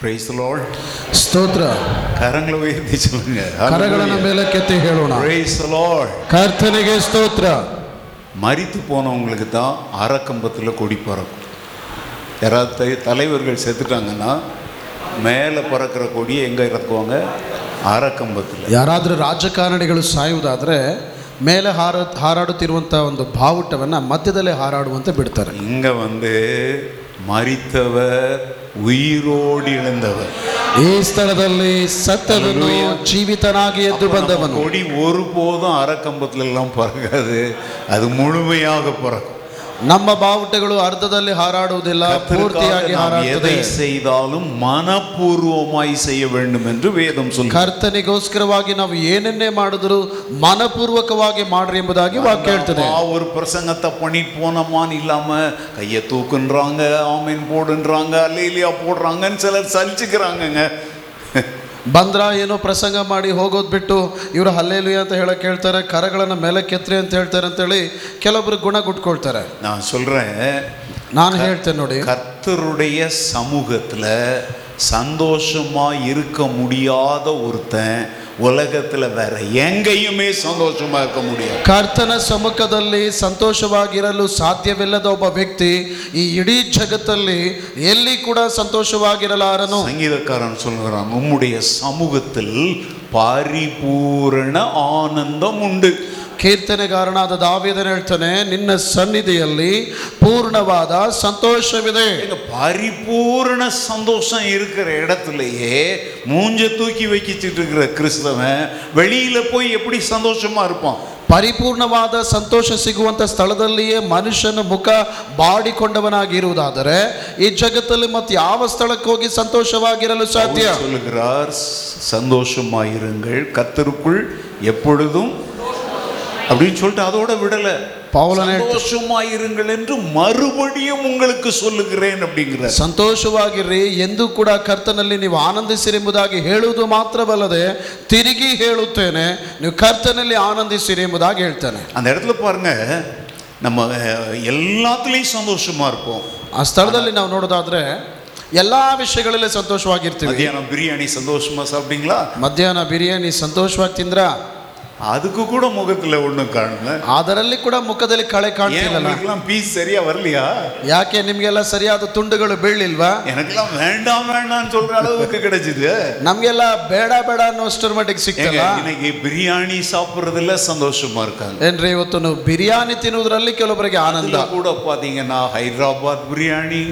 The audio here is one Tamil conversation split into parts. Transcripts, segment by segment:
praise the lord ಸ್ತೋತ್ರ கரங்களை உயர்த்தி சொல்லுங்க ಕರಗಳನ್ನು Hallelujah. ಮೇಲೆ ಕೆತ್ತಿ ಹೇಳೋಣ praise the lord ಕರ್ತನಿಗೆ ಸ್ತೋತ್ರ மரித்து போனவங்களுக்கு தான் அறக்கம்பத்தில் கொடி பறக்கும் யாராவது தை- தலைவர்கள் செத்துட்டாங்கன்னா மேலே பறக்கிற கொடியை எங்கே இறக்குவாங்க அறக்கம்பத்தில் ಯಾರಾದರೂ ರಾಜಕಾರಣಿಗಳು ಸಾಯುವುದಾದರೆ ಮೇಲೆ ಹಾರ ಹಾರಾಡುತ್ತಿರುವಂಥ ಒಂದು ಬಾವುಟವನ್ನು ಮಧ್ಯದಲ್ಲೇ ಹಾರಾಡುವಂತೆ ಬಿಡ್ತಾರೆ இங்கே வந்து மரித்தவர் உயிரோடு இழந்தவர் ಈ ಸ್ಥಳದಲ್ಲಿ ಸತ್ತದನ್ನು ಜೀವಿತನಾಗಿ ಎದ್ದು அப்ப நம்ம ಬಂದವನು கொடி ஒருபோதும் அறக்கம்பத்துல எல்லாம் பறக்காது அது முழுமையாக பறக்கும் ನಮ್ಮ ಬಾವುಟಗಳು ಅರ್ಧದಲ್ಲಿ ಹಾರಾಡುವುದಿಲ್ಲ கர்த்தருக்காக ಪೂರ್ತಿಯಾಗಿ நாம் ಹಾರಾಡುತ್ತದೆ எதை செய்தாலும் மனப்பூர்வமாய் செய்ய வேண்டும் என்று வேதம் சொல்கிறது ಕರ್ತನಿಗೋಸ್ಕರವಾಗಿ ನಾವು ಏನನ್ನೇ ಮಾಡಿದ್ರು ಮನಪೂರ್ವಕವಾಗಿ ಮಾಡ್ರಿ ಎಂಬುದಾಗಿ ವಾಕ್ಯ ಹೇಳ್ತದೆ ஆமா, ஒரு பிரசங்கத்தை பண்ணிட்டு போனோமான்னு இல்லாம கையை தூக்குன்றாங்க ஆமீன் போடுன்றாங்க அல்லேலியா போடுறாங்கன்னு சிலர் சலிச்சுக்கிறாங்கங்க ಬಂದ್ರ ಏನೋ ಪ್ರಸಂಗ ಮಾಡಿ ಹೋಗೋದು ಬಿಟ್ಟು ಇವರು ಹಲ್ಲೇಲುಯ ಅಂತ ಹೇಳಕ್ ಹೇಳ್ತಾರೆ ಕರಗಳನ್ನು ಮೇಲೆ ಕೆತ್ರಿ ಅಂತ ಹೇಳ್ತಾರೆ ಅಂತೇಳಿ ಕೆಲವೊಬ್ರು ಗುಣ ಗುಟ್ಕೊಳ್ತಾರೆ நான் சொல்றேன் ನಾನು ಹೇಳ್ತೇನೆ ನೋಡಿ கர்த்தருடைய சமூகத்துல சந்தோஷமா இருக்க முடியாத ஒருத்தன் உலகத்துல வேற எங்கேயுமே சந்தோஷமா இருக்க முடியாது ಕರ್ತನ ಸಮ್ಮುಖದಲ್ಲಿ ಸಂತೋಷವಾಗಿರಲು ಸಾಧ್ಯವಿಲ್ಲದ ಒಬ್ಬ ವ್ಯಕ್ತಿ ಈ ಇಡೀ ಜಗತ್ತಲ್ಲಿ ಎಲ್ಲಿ ಕೂಡ ಸಂತೋಷವಾಗಿರಲಾರನು சங்கீதக்காரன் சொல்லுகிறான் உம்முடைய சமூகத்தில் பரிபூரண ஆனந்தம் உண்டு ಕೀರ್ತನೆಗಾರನಾದ ದಾವಿದನ ಹೇಳ್ತಾನೆ ನಿನ್ನ ಸನ್ನಿಧಿಯಲ್ಲಿ ಪೂರ್ಣವಾದ ಸಂತೋಷವಿದೆ எங்க பரிபூரண சந்தோஷம் இருக்கிற இடத்துலயே மூஞ்ச தூக்கி வைக்கிச்சிட்டு இருக்கிற கிறிஸ்தவன் வெளியில போய் எப்படி சந்தோஷமா இருப்பான் ಪರಿಪೂರ್ಣವಾದ ಸಂತೋಷ ಸಿಗುವಂಥ ಸ್ಥಳದಲ್ಲಿಯೇ ಮನುಷ್ಯನ ಮುಖ ಬಾಡಿಕೊಂಡವನಾಗಿರುವುದಾದರೆ ಈ ಜಗತ್ತಲ್ಲಿ ಮತ್ತೆ ಯಾವ ಸ್ಥಳಕ್ಕೆ ಹೋಗಿ ಸಂತೋಷವಾಗಿರಲು ಸಾಧ್ಯ பவுல் சொல்லுகிறார் சந்தோஷமாயிருங்கள் கத்தருக்குள் எப்பொழுதும் அப்படின்னு சொல்லிட்டு அதோட விடல ಪೌಲನ ಹೇಳ್ತ- சந்தோஷமாயிருங்கள் என்று மறுபடியும் உங்களுக்கு சொல்லுகிறேன் அப்படிங்கிறார் ಸಂತೋಷವಾಗಿರ್ರಿ ಎಂದೂ ಕೂಡ ಕರ್ತನಲ್ಲಿ ನೀವು ಆನಂದಿಸಿರೆಂಬುದಾಗಿ ಹೇಳುವುದು ಮಾತ್ರವಲ್ಲದೆ ತಿರುಗಿ ಹೇಳುತ್ತೇನೆ ನೀವು ಕರ್ತನಲ್ಲಿ ಆನಂದಿಸಿರಿ ಎಂಬುದಾಗಿ ಹೇಳ್ತಾನೆ அந்த இடத்துல பாருங்க நம்ம அஹ், எல்லாத்துலேயும் சந்தೋಷமா இருப்போம் ಆ ಸ್ಥಳದಲ್ಲಿ ನಾವು ನೋಡೋದಾದ್ರೆ ಎಲ್ಲಾ ವಿಷಯಗಳಲ್ಲಿ ಸಂತೋಷವಾಗಿರ್ತೀವಿ மத்தியானம் பிரியாணி சந்தோஷமா சாப்பிட்டீங்களா ಮಧ್ಯಾಹ್ನ ಬಿರಿಯಾನಿ ಸಂತೋಷವಾಗಿ ತಿಂದ್ರ அதுக்கு கூட முகத்துல ஒண்ணும் காணல ಅದರಲ್ಲಿ ಕೂಡ ಮುಖದಲ್ಲಿ ಕಳೆ ஏன் ಕಾಣ್ತಿಲ್ಲ உங்களுக்குலாம் பீஸ் சரியா வரலையா ಯಾಕೆ ನಿಮ್ಗೆಲ್ಲ ಸರಿಯಾದ ತುಂಡುಗಳು ಬೀಳ್ಲಿಲ್ವಾ எனக்கெல்லாம் வேண்டாம் வேண்டாம்னு சொல்ற அளவுக்கு கிடைச்சது ನಮ್ಗೆಲ್ಲ ಬೇಡ ಬೇಡ ಅನ್ನೋಷ್ಟರ ಮಟ್ಟಿಗೆ ஏங்க, ಸಿಗ್ತಲ್ಲ இன்னைக்கு பிரியாணி சாப்பிடுறதுல ಸന്തೋಷமா இருக்காங்க ಏನ್ರಿ ಇವತ್ತು ನಾವು ಬಿರಿಯಾನಿ ತಿನ್ನುವುದರಲ್ಲಿ ಕೆಲವೊಬ್ಬರಿಗೆ ಆನಂದ அதுல கூட பாத்தீங்கன்னா ஹைதராபாத் பிரியாணி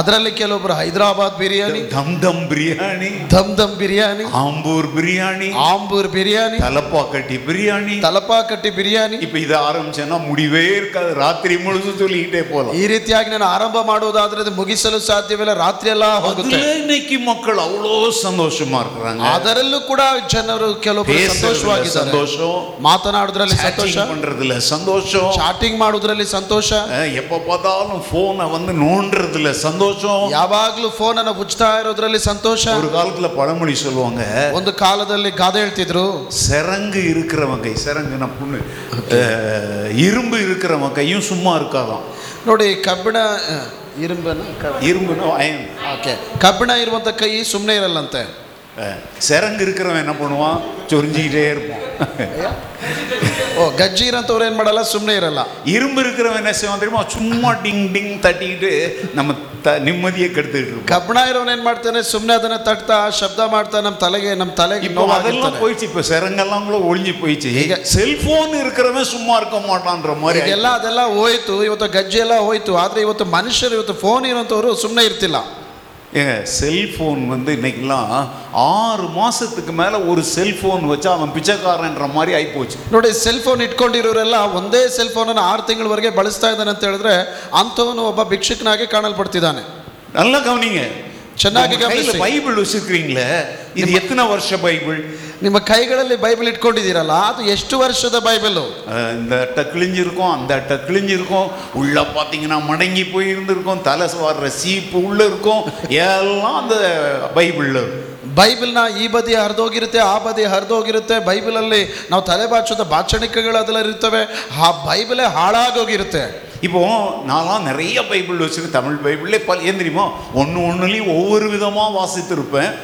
ಅದರಲ್ಲಿ ಕೆಲವೊಬ್ರು ಹೈದರಾಬಾದ್ ಬಿರಿಯಾನಿ தம் தம் பிரியாணி ದಮ್ ದಮ್ ಬಿರಿಯಾನಿ ஆம்பூர் பிரியாணி ಆಂಬೂರ್ ಬಿರಿಯಾನಿ தலப்பாக்கட்டி பிரியாணி ತಲಪಾಕಟ್ಟಿ ಬಿರಿಯಾನಿ இப்ப இதை ஆரம்பிச்சேன்னா முடிவே இருக்காது ராத்திரி முழுசும் சொல்லிக்கிட்டே போலாம் ಈ ರೀತಿಯಾಗಿ ನಾನು ಆರಂಭ ಮಾಡುವುದಾದ್ರೆ ಅದು ಮುಗಿಸಲು ಸಾಧ್ಯವಿಲ್ಲ ರಾತ್ರಿ ಎಲ್ಲ ಹೋಗುತ್ತೆ அதுல இன்னைக்கு மக்கள் அவ்வளோ சந்தோஷமா இருக்கிறாங்க ಅದರಲ್ಲೂ ಕೂಡ ಜನರು ಕೆಲವೊಬ್ರು பேசுறதுல ಸಂತೋಷವಾಗಿದ್ದಾರೆ சந்தோஷம் ಮಾತನಾಡುವುದರಲ್ಲಿ ಸಂತೋಷ chatting பண்றதுல சந்தோஷம் ಚಾಟಿಂಗ್ ಮಾಡುವುದರಲ್ಲಿ ಸಂತೋಷ அஹ், எப்ப பார்த்தாலும் போனை வந்து நோண்டுறதுல சந்தோஷம் ಯಾವಾಗ್ಲೂ ಫೋನ್ ಅನ್ನ ಉಚ್ತಾ ಇರೋದ್ರಲ್ಲಿ ಸಂತೋಷ ஒரு காலத்துல பழமொழி சொல்லுவாங்க ಒಂದು ಕಾಲದಲ್ಲಿ ಗಾದೆ ಹೇಳ್ತಿದ್ರು சிறங்கு இருக்கிறவன் கை சிறங்குனா புண்ணு அஹ், இரும்பு இருக்கிறவன் கையும் சும்மா இருக்காதாம் ನೋಡಿ ಕಬ್ಬಿಣ ಆ, ಇರುಂಬನ இரும்புனா அயன் ಓಕೆ ಕಬ್ಬಿಣ ಇರುವಂತ ಕೈ ಸುಮ್ಮನೆ ಇರಲ್ಲಂತೆ அஹ், சிறங்கு இருக்கிறவன் என்ன பண்ணுவான் சொரிஞ்சிக்கிட்டே இருப்பான் ಓ ಗಜ್ಜಿ ಇರೋಂಥವ್ರು ಏನ್ ಮಾಡಲ್ಲ ಸುಮ್ಮನೆ ಇರಲ್ಲ இரும்பு இருக்கிறவன் என்ன செய்வான் தெரியுமா சும்மா டிங் டிங் தட்டிக்கிட்டு நம்ம த நிம்மதியை கெடுத்துக்கிட்டு இருப்போம் ಕಬ್ಬಿಣ ಇರೋನ್ ಏನ್ ಮಾಡ್ತಾನೆ ಸುಮ್ಮನೆ ಅದನ್ನ ತಟ್ತಾ ಶಬ್ದ ಮಾಡ್ತಾ ನಮ್ಮ ತಲೆಗೆ ನಮ್ಮ ತಲೆಗೆ இப்போ அதெல்லாம் ನೋವಾಗಿರ್ತಾನೆ. போயிடுச்சு இப்போ சிறங்கெல்லாம் கூட ஒழிஞ்சு போயிடுச்சு ಈಗ- செல்போன் இருக்கிறவன் சும்மா இருக்க மாட்டான்ற மாதிரி ಈಗೆಲ್ಲ ಅದೆಲ್ಲ ಹೋಯ್ತು ಇವತ್ತು ಗಜ್ಜಿ ಎಲ್ಲ ಹೋಯ್ತು ಆದ್ರೆ ಇವತ್ತು ಮನುಷ್ಯರು ಇವತ್ತು ಫೋನ್ ಇರೋಂಥವ್ರು ಸುಮ್ಮನೆ ಇರ್ತಿಲ್ಲ ஏங்க செல்போன் வந்து இன்னைக்கெல்லாம் ஆறு மாசத்துக்கு மேல ஒரு செல்போன் வச்சா அவன் பிச்சைக்காரன்ற மாதிரி ஆயிப்போச்சு ನೋಡಿ ಸೆಲ್ ಫೋನ್ ಇಟ್ಕೊಂಡಿರೋರೆಲ್ಲ ಒಂದೇ ಸೆಲ್ ಫೋನ್ ಅನ್ನು ಆರು ತಿಂಗಳವರೆಗೆ ಬಳಸ್ತಾ ಇದ್ದಾನೆ ಅಂತ ಹೇಳಿದ್ರೆ ಅಂಥವನು ಒಬ್ಬ ಭಿಕ್ಷುಕನಾಗಿ ಕಾಣಲ್ಪಡ್ತಿದ್ದಾನೆ நல்லா கவனிங்க ಚೆನ್ನಾಗಿ உங்க கையில ಗಮನಿಸಿ. பைபிள் வச்சிருக்கிறீங்களே இது எத்தனை வருஷ பைபிள் ನಿಮ್ಮ ಕೈಗಳಲ್ಲಿ ಬೈಬಲ್ ಇಟ್ಕೊಂಡಿದ್ದೀರಲ್ಲ ಅದು ಎಷ್ಟು ವರ್ಷದ ಬೈಬಲ್ அஹ் இந்த அட்டை கிழிஞ்சிருக்கும் அந்த அட்டை கிழிஞ்சிருக்கும் உள்ள பார்த்தீங்கன்னா மடங்கி போயிருந்திருக்கும் தலை வர்ற சீப்பு உள்ள இருக்கும் எல்லாம் அந்த பைபிள்ல இருக்கும். ಬೈಬಲ್ನ ಈ ಬದಿ ಹರಿದೋಗಿರುತ್ತೆ ಆ ಬದಿ ಹರಿದೋಗಿರುತ್ತೆ ಬೈಬಲಲ್ಲಿ ನಾವು ತಲೆ ಬಾಚುತ್ತ ಬಾಚಣಿಕೆಗಳು ಅದೆಲ್ಲ ಇರ್ತವೆ ಆ ಬೈಬಲೇ ಹಾಳಾಗೋಗಿರುತ್ತೆ இப்போ நான்லாம் நிறைய பைபிள் வச்சுருக்கேன் தமிழ் பைபிளே பல ஏன் தெரியுமா ஒன்று ஒன்றுலையும் ஒவ்வொரு விதமாக ವಾಸಿತಿರುಪೇನ್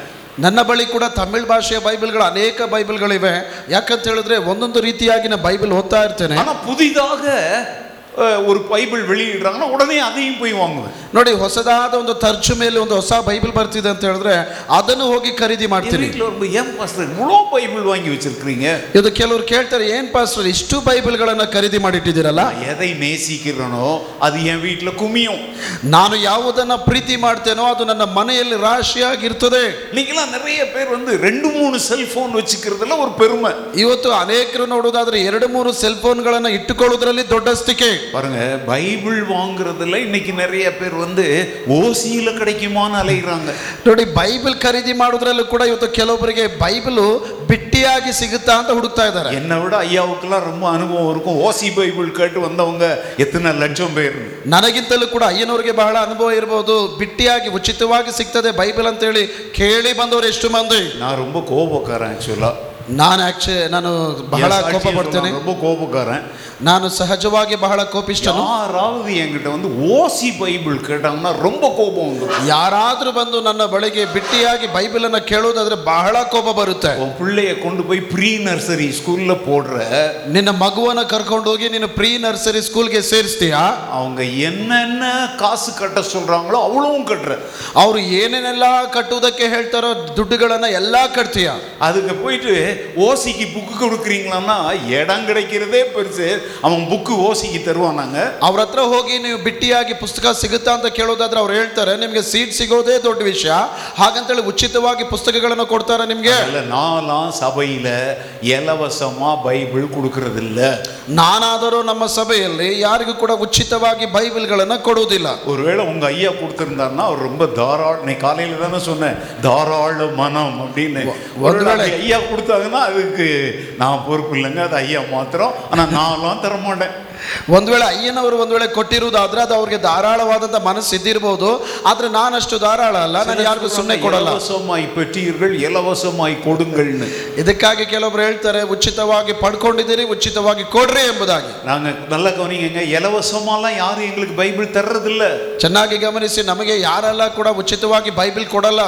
ನನ್ನ ಬಳಿ ಕೂಡ ತಮಿಳ್ ಭಾಷೆಯ ಬೈಬಲ್ಗಳು ಅನೇಕ ಬೈಬಲ್ಗಳಿವೆ ಯಾಕಂತ ಹೇಳಿದ್ರೆ ಒಂದೊಂದು ರೀತಿಯಾಗಿ ನಾನು ಬೈಬಲ್ ಓದ್ತಾ ಇರ್ತೇನೆ ஆனால் புதிதாக அஹ், ஒரு பைபிள் வெளியிடுறாங்கன்னா உடனே அதையும் போய் வாங்குவேன் ನೋಡಿ ಹೊಸದಾದ ಒಂದು ತರ್ಜುಮೆಯಲ್ಲಿ ಒಂದು ಹೊಸ ಬೈಬಲ್ ಬರ್ತಿದೆ ಅಂತ ಹೇಳಿದ್ರೆ ಅದನ್ನು ಹೋಗಿ ಖರೀದಿ என் ಮಾಡ್ತೀನಿ வீட்டில் ரொம்ப ஏன் பாஸ்டர் இவ்வளோ பைபிள் வாங்கி வச்சிருக்கிறீங்க ಇದು ಕೆಲವರು ಕೇಳ್ತಾರೆ ಏನ್ ಪಾಸ್ಟರ್ ಇಷ್ಟು ಬೈಬಲ್ಗಳನ್ನ ಖರೀದಿ ಮಾಡಿಟ್ಟಿದ್ದೀರಲ್ಲ நான் எதை நேசிக்கிறேனோ அது என் வீட்டில் குமியும் ನಾನು ಯಾವುದನ್ನ ಪ್ರೀತಿ ಮಾಡ್ತೇನೋ ಅದು ನನ್ನ ಮನೆಯಲ್ಲಿ ರಾಶಿಯಾಗಿರ್ತದೆ நீங்களாம் நிறைய பேர் வந்து ரெண்டு மூணு செல்போன் வச்சுக்கிறதுல ஒரு பெருமை ಇವತ್ತು ಅನೇಕರು ನೋಡೋದಾದ್ರೆ ಎರಡು ಮೂರು ಸೆಲ್ ಫೋನ್ಗಳನ್ನ ಇಟ್ಟುಕೊಳ್ಳೋದ್ರಲ್ಲಿ ದೊಡ್ಡಸ್ತಿಕೆ பாருங்க பைபிள் வாங்குறதுல இன்னைக்கு நிறைய பேர் வந்து ஓசியில கிடைக்குமான்னு அலைகிறாங்க ನೋಡಿ ಬೈಬಲ್ ಖರೀದಿ ಮಾಡೋದ್ರಲ್ಲೂ ಕೂಡ ಇವತ್ತು ಕೆಲವೊಬ್ಬರಿಗೆ ಬೈಬಲ್ ಬಿಟ್ಟಿಯಾಗಿ ಸಿಗುತ್ತಾ ಅಂತ ಹುಡುಕ್ತಾ ಇದ್ದಾರೆ என்னை விட ஐயாவுக்கெல்லாம் ரொம்ப அனுபவம் இருக்கும் ஓசி பைபிள் கேட்டு வந்தவங்க எத்தனை லட்சம் பேர் ನನಗಿಂತಲೂ ಕೂಡ ಅಯ್ಯನವ್ರಿಗೆ ಬಹಳ ಅನುಭವ ಇರಬಹುದು ಬಿಟ್ಟಿಯಾಗಿ ಉಚಿತವಾಗಿ ಸಿಗ್ತದೆ ಬೈಬಲ್ ಅಂತೇಳಿ ಕೇಳಿ ಬಂದವರು ಎಷ್ಟು ಮಂದಿ நான் ரொம்ப ಕೋபக்காரன் ஆக்சுவலா ನಾನು ಆಕ್ಚುಲಿ ನಾನು ಬಹಳ ಕೋಪ ಪಡ್ತೇನೆ ரொம்ப கோபக்காரன் ನಾನು ಸಹಜವಾಗಿ ಬಹಳ ಕೋಪಿಷ್ಟನು யாராவது என்கிட்ட வந்து ஓசி பைபிள் கேட்டாங்கன்னா ரொம்ப கோபம் வந்துடும் ಯಾರಾದ್ರೂ ಬಂದು ನನ್ನ ಬಳಿಗೆ ಬಿಟ್ಟಿಯಾಗಿ ಬೈಬಲ್ ಅನ್ನ ಕೇಳೋದಾದ್ರೆ ಬಹಳ ಕೋಪ ಬರುತ್ತೆ உன் பிள்ளைய கொண்டு போய் ப்ரீ நர்சரி ஸ்கூல்ல போடுற ನಿನ್ನ ಮಗುವನ್ನ ಕರ್ಕೊಂಡು ಹೋಗಿ ನೀನು ಪ್ರೀ ನರ್ಸರಿ ಸ್ಕೂಲ್ಗೆ ಸೇರಿಸ್ತೀಯಾ அவங்க என்னென்ன காசு கட்ட சொல்றாங்களோ அவ்வளவும் கட்டுற ಅವ್ರು ಏನೇನೆಲ್ಲ ಕಟ್ಟುವುದಕ್ಕೆ ಹೇಳ್ತಾರೋ ದುಡ್ಡುಗಳನ್ನ ಎಲ್ಲಾ ಕಟ್ತೀಯ அதுக்கு போயிட்டு ஓசிக்கு புக்கு கொடுக்குறீங்களான்னா இடம் கிடைக்கிறதே பெருசு அவன் புக்கு ஓசிக்கு தருவானாங்க ಅವ್ರ ಹತ್ರ ಹೋಗಿ ನೀವು ಬಿಟ್ಟಿಯಾಗಿ ಪುಸ್ತಕ ಸಿಗುತ್ತಾ ಅಂತ ಕೇಳೋದಾದ್ರೆ ಅವ್ರು ಹೇಳ್ತಾರೆ ನಿಮ್ಗೆ ಸೀಟ್ ಸಿಗೋದೇ ದೊಡ್ಡ ವಿಷಯ ಹಾಗಂತೇಳಿ ಉಚಿತವಾಗಿ ಪುಸ್ತಕಗಳನ್ನು ಕೊಡ್ತಾರೆ ನಿಮ್ಗೆ அதில் நாலாம் சபையில் இலவசமாக பைபிள் கொடுக்கறதில்ல ನಾನಾದರೂ ನಮ್ಮ ಸಭೆಯಲ್ಲಿ ಯಾರಿಗೂ ಕೂಡ ಉಚಿತವಾಗಿ ಬೈಬಲ್ಗಳನ್ನ ಕೊಡುವುದಿಲ್ಲ ஒருவேளை உங்கள் ஐயா கொடுத்துருந்தாருன்னா அவர் ரொம்ப தாராள இன்னைக்கு காலையில் தானே சொன்னேன் தாராள மனம் அப்படின்னு ஒருவேளை ஒருவேளை- அப்படி ஐயா கொடுத்தாங்கன்னா அதுக்கு நான் பொறுப்பு இல்லைங்க அது ஐயா மாத்திரம் ஆனால் நான்லாம் தரமாட்டேன் ಒಂದ್ ವೇಳೆ ಅಯ್ಯನವರು ಒಂದ್ ವೇಳೆ ಕೊಟ್ಟಿರುವುದಾದ್ರೆ ಅದು ಅವ್ರಿಗೆ ಧಾರಾಳವಾದಂತ ಮನಸ್ಸು ಇದ್ದಿರ್ಬೋದು ಆದ್ರೆ ನಾನಷ್ಟು ಧಾರಾಳ ಅಲ್ಲ ನಾನು ಯಾರಿಗೂ ಸುಮ್ಮನೆ ಕೊಡಲ್ಲ இலவசமாய் பெற்றீர்கள் இலவசமாய் கொடுங்கள்னு ಇದಕ್ಕಾಗಿ ಕೆಲವೊಬ್ರು ಹೇಳ್ತಾರೆ ಉಚಿತವಾಗಿ ಪಡ್ಕೊಂಡಿದ್ದೀರಿ ಉಚಿತವಾಗಿ ಕೊಡ್ರಿ ಎಂಬುದಾಗಿ நாங்கள் நல்லா கவனிங்க இலவசமாலாம் யாரும் எங்களுக்கு பைபிள் தர்றதில்ல ಚೆನ್ನಾಗಿ ಗಮನಿಸಿ ನಮಗೆ ಯಾರೆಲ್ಲ ಕೂಡ ಉಚಿತವಾಗಿ ಬೈಬಲ್ ಕೊಡಲ್ಲ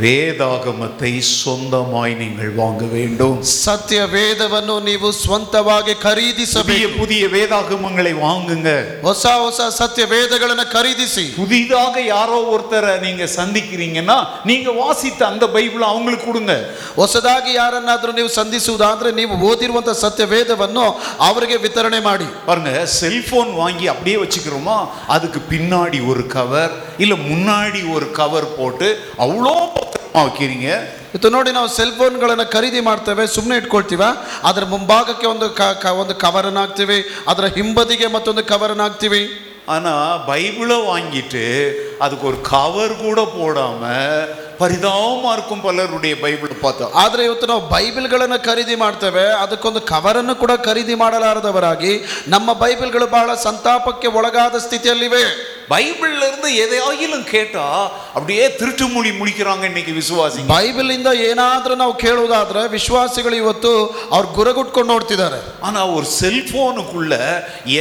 வேதாகமத்தை சொந்தமாய் நீங்கள் வாங்க வேண்டும் ಸತ್ಯ ವೇದವನ್ನು ನೀವು ಸ್ವಂತವಾಗಿ ಖರೀದಿಸಬೇಕು புதிய புதிய வேதாகமங்களை வாங்குங்க ಹೊಸ ಹೊಸ ಸತ್ಯ ವೇದಗಳನ್ನು ಖರೀದಿಸಿ புதிதாக யாரோ ஒருத்தரை நீங்க சந்திக்கிறீங்கன்னா நீங்க வாசித்த அந்த பைபிளை அவங்களுக்கு கொடுங்க ಹೊಸದಾಗಿ ಯಾರನ್ನಾದ್ರೂ ನೀವು ಸಂಧಿಸುವುದಾದ್ರೆ ನೀವು ಓದಿರುವಂತ ಸತ್ಯ ವೇದವನ್ನು ಅವರಿಗೆ ವಿತರಣೆ ಮಾಡಿ பாருங்க செல்போன் வாங்கி அப்படியே வச்சுக்கிறோமா அதுக்கு பின்னாடி ஒரு கவர் இல்ல முன்னாடி ஒரு கவர் போட்டு அவ்வளோ பத்திரமா வைக்கிறீங்க ಇವತ್ತು ನೋಡಿ ನಾವು ಸೆಲ್ ಫೋನ್ಗಳನ್ನು ಖರೀದಿ ಮಾಡ್ತೇವೆ ಸುಮ್ಮನೆ ಇಟ್ಕೊಳ್ತೀವ ಅದರ ಮುಂಭಾಗಕ್ಕೆ ಒಂದು ಕ- ಕ- ಒಂದು ಕವರನ್ನು ಹಾಕ್ತೀವಿ ಅದರ ಹಿಂಬದಿಗೆ ಮತ್ತೊಂದು ಕವರನ್ನು ಹಾಕ್ತೀವಿ ஆனா பைபிளை வாங்கிட்டு அதுக்கு ஒரு கவர் கூட போடாம பரிதாபமா இருக்கும் பலருடைய பைபிளை பார்த்தா ಆದರೆ ಇವತ್ತು ನಾವು ಬೈಬಲ್ಗಳನ್ನು ಖರೀದಿ ಮಾಡ್ತೇವೆ ಅದಕ್ಕೊಂದು ಕವರನ್ನು ಕೂಡ ಖರೀದಿ ಮಾಡಲಾರದವರಾಗಿ ನಮ್ಮ ಬೈಬಲ್ಗಳು ಬಹಳ ಸಂತಾಪಕ್ಕೆ ಒಳಗಾದ ಸ್ಥಿತಿಯಲ್ಲಿವೆ பைபிள்ல இருந்து எதையாகிலும் கேட்டா அப்படியே திருட்டு மொழி முடிக்கிறாங்க இன்னைக்கு விசுவாசிங்க ಬೈಬಲಿಂದ ಏನಾದರೂ ನಾವು ಕೇಳುವುದಾದ್ರೆ ವಿಶ್ವಾಸಿಗಳು ಇವತ್ತು ಅವ್ರು ಗುರಗುಟ್ಕೊಂಡು ನೋಡ್ತಿದ್ದಾರೆ ஆனா ஒரு செல்போனுக்குள்ள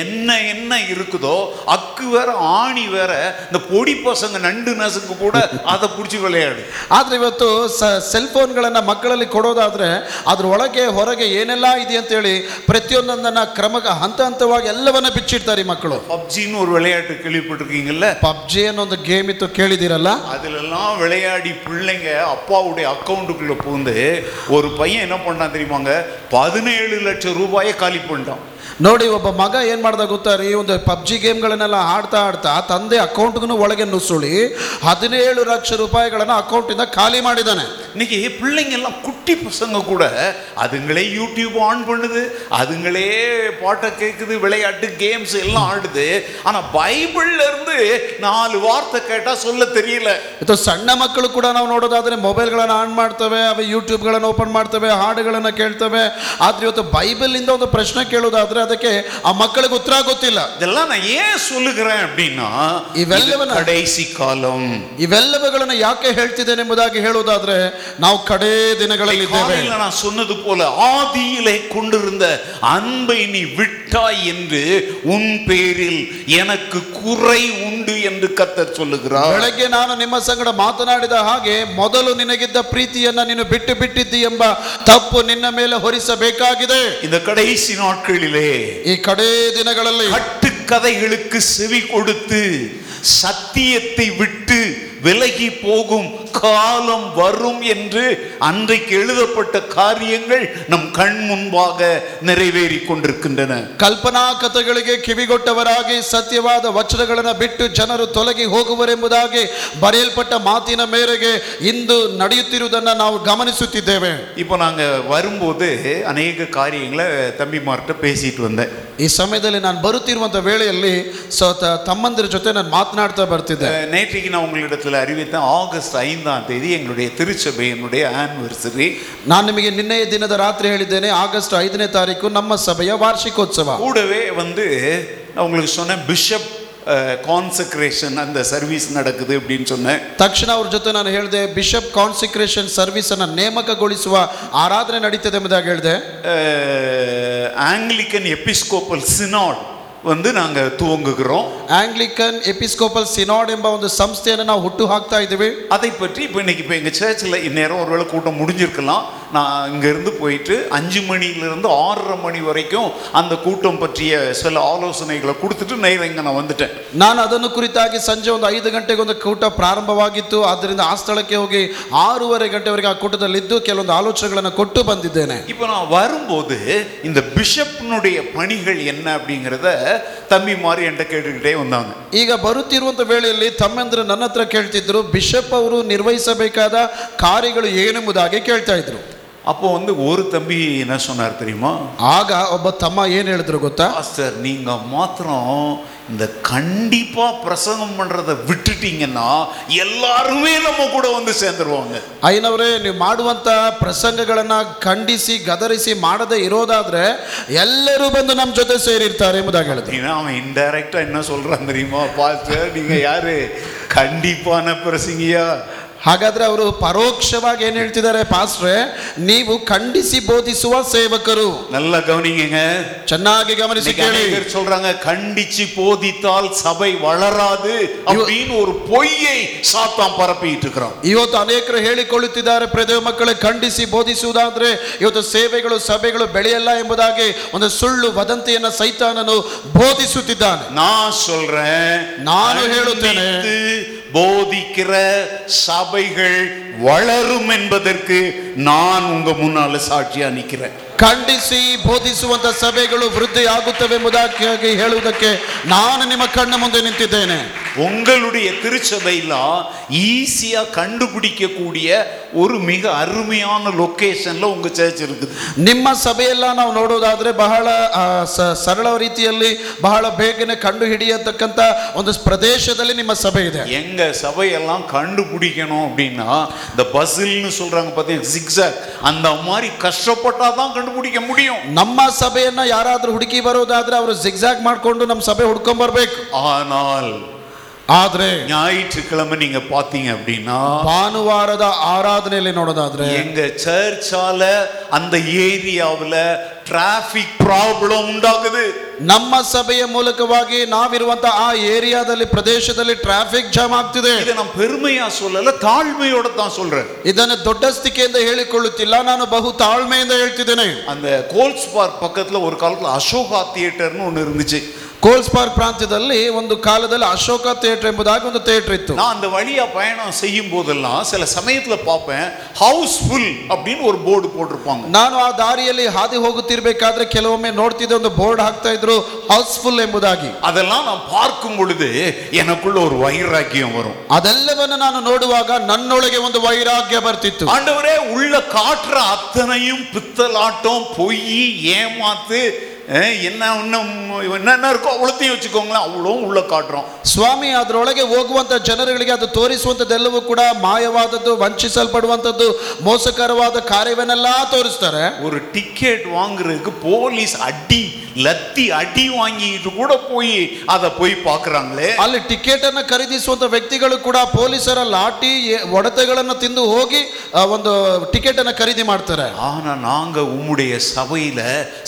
என்ன என்ன இருக்குதோ அக்கு வேற ஆணி வேற இந்த பொடி பசங்க நண்டு நசுக்கு கூட அதை பிடிச்சி விளையாடு ಆದರೆ ಇವತ್ತು ಸ ಸೆಲ್ ಫೋನ್ಗಳನ್ನು ಮಕ್ಕಳಲ್ಲಿ ಕೊಡೋದಾದರೆ ಅದ್ರ ಒಳಗೆ ಹೊರಗೆ ಏನೆಲ್ಲ ಇದೆ ಅಂತೇಳಿ ಪ್ರತಿಯೊಂದನ್ನು ಕ್ರಮ ಹಂತ ಹಂತವಾಗಿ ಎಲ್ಲವನ್ನ ಬಿಚ್ಚಿಡ್ತಾರೆ ಈ ಮಕ್ಕಳು பப்ஜின்னு ஒரு விளையாட்டு கேள்விப்பட்டிருக்கீங்கல்ல ಪಬ್ಜಿ ಅನ್ನೋ ಒಂದು ಗೇಮ್ ಇತ್ತು ಕೇಳಿದಿರಲ್ಲ அதுலெல்லாம் விளையாடி பிள்ளைங்க அப்பாவுடைய அக்கௌண்ட்டுக்குள்ள பூந்து ஒரு பையன் என்ன பண்ணான் தெரியுமாங்க பதினேழு லட்சம் ரூபாயை காலி பண்ணிட்டான் ನೋಡಿ ಒಬ್ಬ ಮಗ ಏನ್ ಮಾಡ್ದ ಗೊತ್ತಾ ರೀ ಒಂದು ಪಬ್ಜಿ ಗೇಮ್ಗಳನ್ನೆಲ್ಲ ಆಡ್ತಾ ಆಡ್ತಾ ತಂದೆ ಅಕೌಂಟ್ಗೂ ಒಳಗೆ ನುಸುಳಿ ಹದಿನೇಳು ಲಕ್ಷ ರೂಪಾಯಿಗಳನ್ನ ಅಕೌಂಟಿಂದ ಖಾಲಿ ಮಾಡಿದ್ದಾನೆ இன்னைக்கு பிள்ளைங்க எல்லாம் குட்டி பசங்க கூட அதுங்களே யூடியூப் ஆன் பண்ணுது அதுங்களே பாட்டை கேட்குது விளையாட்டு கேம்ஸ் எல்லாம் ஆடுது ஆனா பைபிள்ல இருந்து நாலு வார்த்தை கேட்டா சொல்ல தெரியல ಇದು ಸಣ್ಣ ಮಕ್ಕಳು ಕೂಡ ನಾವು ನೋಡೋದಾದ್ರೆ ಮೊಬೈಲ್ಗಳನ್ನು ಆನ್ ಮಾಡ್ತವೆ ಅವೆ ಯೂಟ್ಯೂಬ್ಗಳನ್ನು ಓಪನ್ ಮಾಡ್ತವೆ ಹಾಡುಗಳನ್ನು ಕೇಳ್ತವೆ ಆದ್ರೆ ಇವತ್ತು ಬೈಬಲಿಂದ ಒಂದು ಪ್ರಶ್ನೆ ಕೇಳೋದಾದ್ರೆ ಅದಕ್ಕೆ ಆ ಮಕ್ಕಳಿಗೆ ಉತ್ತರ ಗೊತ್ತಿಲ್ಲ இதெல்லாம் நான் ஏன் சொல்லுகிறேன் அப்படின்னா இவெல்லாம் இது கடைசி காலம் ಇವೆಲ್ಲವುಗಳನ್ನು ಯಾಕೆ ಹೇಳ್ತಿದ್ದೇನೆ ಎಂಬುದಾಗಿ ಹೇಳೋದಾದ್ರೆ ನಾವು ಕಡೇ ದಿನಗಳಲ್ಲಿದ್ದೇವೆ காலையில நான் சொன்னது போல ஆதியிலே கொண்டிருந்த அன்பை நீ விட்டாய் என்று உன் பேரில் எனக்கு குறை உண்டு என்று கத்தர் சொல்லுகிறார் ಬೆಳಗ್ಗೆ ನಾನು ನಿಮ್ಮ ಸಂಗಡ ಮಾತನಾಡಿದ ಹಾಗೆ ಮೊದಲು ನಿನಗಿದ್ದ ಪ್ರೀತಿಯನ್ನ ನೀನು ಬಿಟ್ಟು ಬಿಟ್ಟಿದ್ದಿ ಎಂಬ ತಪ್ಪು ನಿನ್ನ ಮೇಲೆ ಹೊರಿಸಬೇಕಾಗಿದೆ இந்த கடைசி நாட்களிலே ಈ ಕಡೇ ದಿನಗಳಲ್ಲಿ கட்டுக்கதைகளுக்கு செவி கொடுத்து சத்தியத்தை விட்டு விலகி போகும் காலம் வரும் என்று அன்றைக்கு எழுதப்பட்ட காரியங்கள் நம் கண் முன்பாக நிறைவேறி கொண்டிருக்கின்றன ಕಲ್ಪನಾ ಕಥೆಗಳಿಗೆ ಕಿವಿಗೊಟ್ಟವರಾಗಿ ಸತ್ಯವಾದ ವಚನಗಳನ್ನು ಬಿಟ್ಟು ಜನರು ತೊಲಗಿ ಹೋಗುವರೆಂಬುದಾಗಿ ಬರೆಯಲ್ಪಟ್ಟ ಮಾತಿನ ಮೇರೆಗೆ ಇಂದು ನಡೆಯುತ್ತಿರುವುದನ್ನು ನಾವು ಗಮನಿಸುತ್ತಿದ್ದೇವೆ இப்போ நாங்கள் வரும்போது அநேக காரியங்களை தம்பிமார்கிட்ட பேசிட்டு வந்தேன் ಈ ಸಮಯದಲ್ಲಿ ನಾನು ಬರುತ್ತಿರುವಂಥ ವೇಳೆಯಲ್ಲಿ ಸೊ ತ- ತಮ್ಮಂದಿರ ಜೊತೆ ನಾನು ಮಾತನಾಡ್ತಾ ಬರ್ತಿದ್ದೆ அஹ், நேற்றைக்கு நான் உங்களிடத்தில் அறிவித்தேன் ஆகஸ்ட் ஐந்தாம் தேதி எங்களுடைய திருச்சபையினுடைய ஆனிவர்சரி ನಾನು ನಿಮಗೆ ನಿನ್ನೆಯ ದಿನದ ರಾತ್ರಿ ಹೇಳಿದ್ದೇನೆ ಆಗಸ್ಟ್ ಐದನೇ ತಾರೀಕು ನಮ್ಮ ಸಭೆಯ ವಾರ್ಷಿಕೋತ್ಸವ கூடவே வந்து நான் உங்களுக்கு சொன்னேன் பிஷப் கான்சக்ரேஷன் அந்த சர்வீஸ் நடக்குது அப்படின்னு சொன்னேன் ತಕ್ಷಣ ಅವ್ರ ಜೊತೆ ನಾನು ಹೇಳಿದೆ ಬಿಷಪ್ ಕಾನ್ಸಿಕ್ರೇಷನ್ ಸರ್ವಿಸ್ ಅನ್ನ ನೇಮಕಗೊಳಿಸುವ ಆರಾಧನೆ ನಡೀತದೆ ಎಂಬುದಾಗಿ ಹೇಳಿದೆ அஹ், ஆங்கிலிக்கன் எபிஸ்கோப்பல் சினாட் வந்து நாங்கள் துவங்குகிறோம் ಆಂಗ್ಲಿಕನ್ ಎಪಿಸ್ಕೋಪಲ್ ಸಿನಾಡ್ ಎಂಬ ಒಂದು ಸಂಸ್ಥೆಯನ್ನು ನಾವು ಹುಟ್ಟು ಹಾಕ್ತಾ ಇದ್ದೀವಿ அதை பற்றி இப்போ இன்னைக்கு இப்போ எங்கள் சர்ச்சில் இந்நேரம் ஒருவேளை கூட்டம் முடிஞ்சிருக்கலாம் நான் இங்கேருந்து போயிட்டு அஞ்சு மணியிலிருந்து ஆறரை மணி வரைக்கும் அந்த கூட்டம் பற்றிய சில ஆலோசனைகளை கொடுத்துட்டு நேரம் இங்கே நான் வந்துட்டேன் ನಾನು ಅದನ್ನು ಕುರಿತಾಗಿ ಸಂಜೆ ಒಂದು ಐದು ಗಂಟೆಗೆ ಒಂದು ಕೂಟ ಪ್ರಾರಂಭವಾಗಿತ್ತು ಆದ್ದರಿಂದ ಆ ಸ್ಥಳಕ್ಕೆ ಹೋಗಿ ಆರೂವರೆ ಗಂಟೆವರೆಗೆ ಆ ಕೂಟದಲ್ಲಿದ್ದು ಕೆಲವೊಂದು ಆಲೋಚನೆಗಳನ್ನು ಕೊಟ್ಟು ಬಂದಿದ್ದೇನೆ இப்போ நான் வரும்போது இந்த பிஷப்னுடைய பணிகள் என்ன அப்படிங்கிறத தம்பி மாதிரி என்கிட்ட கேட்டுக்கிட்டே வந்தாங்க ಈಗ ಬರುತ್ತಿರುವಂಥ ವೇಳೆಯಲ್ಲಿ ತಮ್ಮಂದ್ರೆ ನನ್ನ ಹತ್ರ ಕೇಳ್ತಿದ್ರು ಬಿಷಪ್ ಅವರು ನಿರ್ವಹಿಸಬೇಕಾದ ಕಾರ್ಯಗಳು ಏನೆಂಬುದಾಗಿ ಕೇಳ್ತಾ ಇದ್ರು அப்போ வந்து ஒரு தம்பி என்ன சொன்னார் தெரியுமா ಆಗ ಒಬ್ಬ ತಮ್ಮ ಏನು ಹೇಳಿದ್ರು ಗೊತ್ತಾ பாஸ்டர் நீங்க மாத்திரம் இந்த கண்டிப்பா பிரசங்கம் பண்றதை விட்டுட்டீங்கன்னா எல்லாருமே நம்ம கூட வந்து சேர்ந்துருவாங்க ಐನವರೇ ನೀವು ಮಾಡುವಂಥ ಪ್ರಸಂಗಗಳನ್ನು ಖಂಡಿಸಿ ಗದರಿಸಿ ಮಾಡದೇ ಇರೋದಾದ್ರೆ ಎಲ್ಲರೂ ಬಂದು ನಮ್ಮ ಜೊತೆ ಸೇರಿರ್ತಾರೆ ಎಂಬುದಾಗಿ ಹೇಳಿದ್ರು அப்படின்னா அவன் இன்டைரக்டா என்ன சொல்றான் தெரியுமா பாஸ்டர் நீங்க யாரு கண்டிப்பான பிரசங்கியா ಹಾಗಾದ್ರೆ ಅವರು ಪರೋಕ್ಷವಾಗಿ ಏನು ಹೇಳ್ತಿದ್ದಾರೆ ಪಾಸ್ಟ್ರೆ ನೀವು ಖಂಡಿಸಿ ಬೋಧಿಸುವ ಸೇವಕರು நல்லா கவனிங்க ಚೆನ್ನಾಗಿ ಗಮನಿಸಿ ಕೇಳಿ அநேகர் சொல்றாங்க கண்டிச்சு போதித்தால் சபை வளராது அப்படின்னு ஒரு பொய்யை சாத்தான் பரப்பிட்டு இருக்கிறான் ಇವತ್ತು ಅನೇಕರು ಹೇಳಿಕೊಳ್ಳುತ್ತಿದ್ದಾರೆ ಪ್ರದೇವ ಮಕ್ಕಳೇ ಖಂಡಿಸಿ ಬೋಧಿಸುವುದಾದ್ರೆ ಇವತ್ತು ಸೇವೆಗಳು ಸಭೆಗಳು ಬೆಳೆಯಲ್ಲ ಎಂಬುದಾಗಿ ಒಂದು ಸುಳ್ಳು ವದಂತಿಯನ್ನ ಸೈತಾನನು ಬೋಧಿಸುತ್ತಿದ್ದಾನೆ நான் சொல்றேன் நானு ஹேளுத்தேனே. கண்டித்து போதிக்கிற சபைகள் வளரும் என்பதற்கு நான் உங்க முன்னால சாட்சியா நிக்கிறேன் ಖಂಡಿಸಿ ಬೋಧಿಸುವಂತ ಸಭೆಗಳು ವೃದ್ಧಿ ಆಗುತ್ತವೆ ಎಂಬುದಾಗಿ ಹೇಳುವುದಕ್ಕೆ ನಾನು ನಿಮ್ಮ ಕಣ್ಣ ಮುಂದೆ ನಿಂತಿದ್ದೇನೆ உங்களுடைய திருச்சபையெல்லாம் ஈஸியா கண்டுபிடிக்கக்கூடிய ஒரு மிக அருமையான லொக்கேஷன்ல உங்க சேர்ச் இருக்குது ನಿಮ್ಮ ಸಭೆಯೆಲ್ಲ ನಾವು ನೋಡೋದಾದ್ರೆ ಬಹಳ ಆ, ಸ- ಸರಳ ರೀತಿಯಲ್ಲಿ ಬಹಳ ಬೇಗನೆ ಕಂಡು ಹಿಡಿಯತಕ್ಕಂತ ಒಂದು ಪ್ರದೇಶದಲ್ಲಿ ನಿಮ್ಮ ಸಭೆ ಇದೆ எங்க சபையெல்லாம் கண்டுபிடிக்கணும் அப்படின்னா இந்த பசில்னு சொல்றாங்க பார்த்தீங்க ஜிக்ஸாக் அந்த மாதிரி கஷ்டப்பட்டாதான் கண்டுபிடிக்க முடியும் ನಮ್ಮ ಸಭೆಯನ್ನ ಯಾರಾದ್ರೂ ಹುಡುಕಿ ಬರೋದಾದ್ರೆ ಅವರು ಜಿಗ್ಜಾಗ್ ಮಾಡ್ಕೊಂಡು ನಮ್ಮ ಸಭೆ ಹುಡ್ಕೊಂಡ್ ಬರ್ಬೇಕು ஆனால் ಆದ್ರೆ ஞாயிற்றுக்கிழமை நீங்க பாத்தீங்க அப்படின்னா ಭಾನುವಾರದ ಆರಾಧನೆಯಲ್ಲಿ ನೋಡೋದಾದ್ರೆ எங்க சர்ச்சால அந்த ஏரியாவுல டிராபிக் ப்ராப்ளம் உண்டாகுது ನಮ್ಮ ಸಭೆಯ ಮೂಲಕವಾಗಿ ನಾವಿರುವಂತಹ ಆ ಏರಿಯಾದಲ್ಲಿ ಪ್ರದೇಶದಲ್ಲಿ ಟ್ರಾಫಿಕ್ ಜಾಮ್ ಆಗ್ತಿದೆ இதை நான் பெருமையா சொல்லல தாழ்மையோட தான் சொல்றேன் ಇದನ್ನು ದೊಡ್ಡಸ್ತಿಕೆಯಿಂದ ಹೇಳಿಕೊಳ್ಳುತ್ತಿಲ್ಲ ನಾನು ಬಹು ತಾಳ್ಮೆಯಿಂದ ಹೇಳ್ತಿದ್ದೇನೆ அந்த கோல்ஸ் பார்க் பக்கத்துல ஒரு காலத்துல அசோகா தியேட்டர்னு ஒன்று இருந்துச்சு ಕೋಲ್ಸ್ ಪಾರ್ಕ್ ಪ್ರಾಂತ್ಯದಲ್ಲಿ ಒಂದು ಕಾಲದಲ್ಲಿ ಅಶೋಕ ಥಿಯೇಟರ್ ಎಂಬುದಾಗಿ ಒಂದು ಥಿಯೇಟರ್ ಇತ್ತು நான் அந்த வழியா பயணம் செய்யும் போதெல்லாம் சில சமயத்துல பார்ப்பேன் ஹவுஸ்ஃபுல் அப்படின்னு ஒரு போர்டு போட்டிருப்பாங்க ನಾನು ಆ ದಾರಿಯಲ್ಲಿ ಹಾದಿ ಹೋಗುತ್ತಿರ್ಬೇಕಾದ್ರೆ ಕೆಲವೊಮ್ಮೆ ನೋಡ್ತಿದ್ದೆ ಒಂದು ಬೋರ್ಡ್ ಹಾಕ್ತಾ ಇದ್ರು ಹೌಸ್ಫುಲ್ ಎಂಬುದಾಗಿ அதெல்லாம் நான் பார்க்கும் பொழுது எனக்குள்ள ஒரு வைராக்கியம் வரும் ಅದೆಲ್ಲವನ್ನು ನಾನು ನೋಡುವಾಗ ನನ್ನೊಳಗೆ ಒಂದು ವೈರಾಗ್ಯ ಬರ್ತಿತ್ತು ஆண்டவரே உள்ள காட்டுற அத்தனையும் பித்தலாட்டம் பொய் ஏமாத்து அஹ், என்ன இன்னும் என்னென்ன இருக்கோ அவ்வளோத்தையும் வச்சுக்கோங்களேன் அவ்வளோவும் உள்ள காட்டுறோம் ಸ್ವಾಮಿ ಅದರೊಳಗೆ ಹೋಗುವಂಥ ಜನರುಗಳಿಗೆ ಅದು ತೋರಿಸುವಂಥದ್ದೆಲ್ಲವೂ ಕೂಡ ಮಾಯವಾದದ್ದು ವಂಚಿಸಲ್ಪಡುವಂಥದ್ದು ಮೋಸಕರವಾದ ಕಾರ್ಯವನ್ನೆಲ್ಲ ತೋರಿಸ್ತಾರೆ ஒரு டிக்கெட் வாங்குறதுக்கு போலீஸ் அடி லத்தி அடி வாங்கிட்டு கூட போய் அதை போய் பார்க்குறாங்களே ಅಲ್ಲಿ ಟಿಕೆಟ್ ಅನ್ನ ಖರೀದಿಸುವಂತ ವ್ಯಕ್ತಿಗಳು ಕೂಡ ಪೊಲೀಸರ ಲಾಠಿ ಎ- ಹೊಡೆತಗಳನ್ನು ತಿಂದು ಹೋಗಿ ಆ, ಒಂದು ಟಿಕೆಟ್ ಅನ್ನ ಖರೀದಿ ಮಾಡ್ತಾರೆ ஆனா நாங்க உம்முடைய சபையில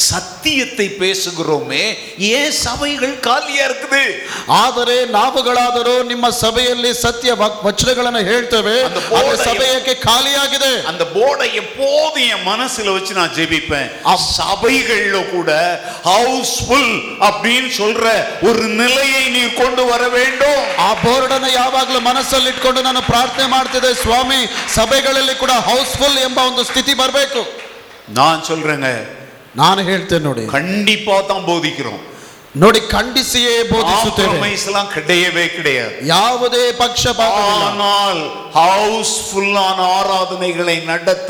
சத்தியத்தை பேசுகிறோமே ஏன் சபைகள் காலியா இருக்குது ಆದರೆ ನಾವುಗಳಾದರೂ ನಿಮ್ಮ ಸಭೆಯಲ್ಲಿ ಸತ್ಯ ವಕ್- ವಚನಗಳನ್ನು ಹೇಳ್ತೇವೆ ಅದು ಆದ್ರೆ ಬೋರ್ಡ್ ಸಭೆಯಕ್ಕೆ ಖಾಲಿಯಾಗಿದೆ அந்த போர்டை எப்போதும் என் மனசுல வச்சு நான் ஜெபிப்பேன் சபைகள்ல கூட ஹவுஸ்ஃபுல் அப்படின்னு சொல்ற ஒரு நிலையை நீர் கொண்டு வர வேண்டும் ಆ ಬೋರ್ಡ್ ಅನ್ನ ಯಾವಾಗಲೂ ಮನಸ್ಸಲ್ಲಿ ಇಟ್ಕೊಂಡು ನಾನು ಪ್ರಾರ್ಥನೆ ಮಾಡ್ತಿದ್ದೆ ಸ್ವಾಮಿ ಸಭೆಗಳಲ್ಲಿ ಕೂಡ ಹೌಸ್ಫುಲ್ ಎಂಬ ಒಂದು ಸ್ಥಿತಿ ಬರಬೇಕು நான் சொல்றேங்க ನಾನು ಹೇಳ್ತೇನೆ ನೋಡಿ கண்டிப்பா தான் போதிக்கிறோம் ನೋಡಿ ಖಂಡಿಸಿಯೇ ಬೋಧಿಸುತ್ತೇವೆ Compromise எல்லாம் கிடையவே கிடையாது ಯಾವುದೇ ಪಕ್ಷಪಾತವಿಲ್ಲ ஆனால் ஹவுஸ்ஃபுல்லான ஆராதனைகளை நடத்த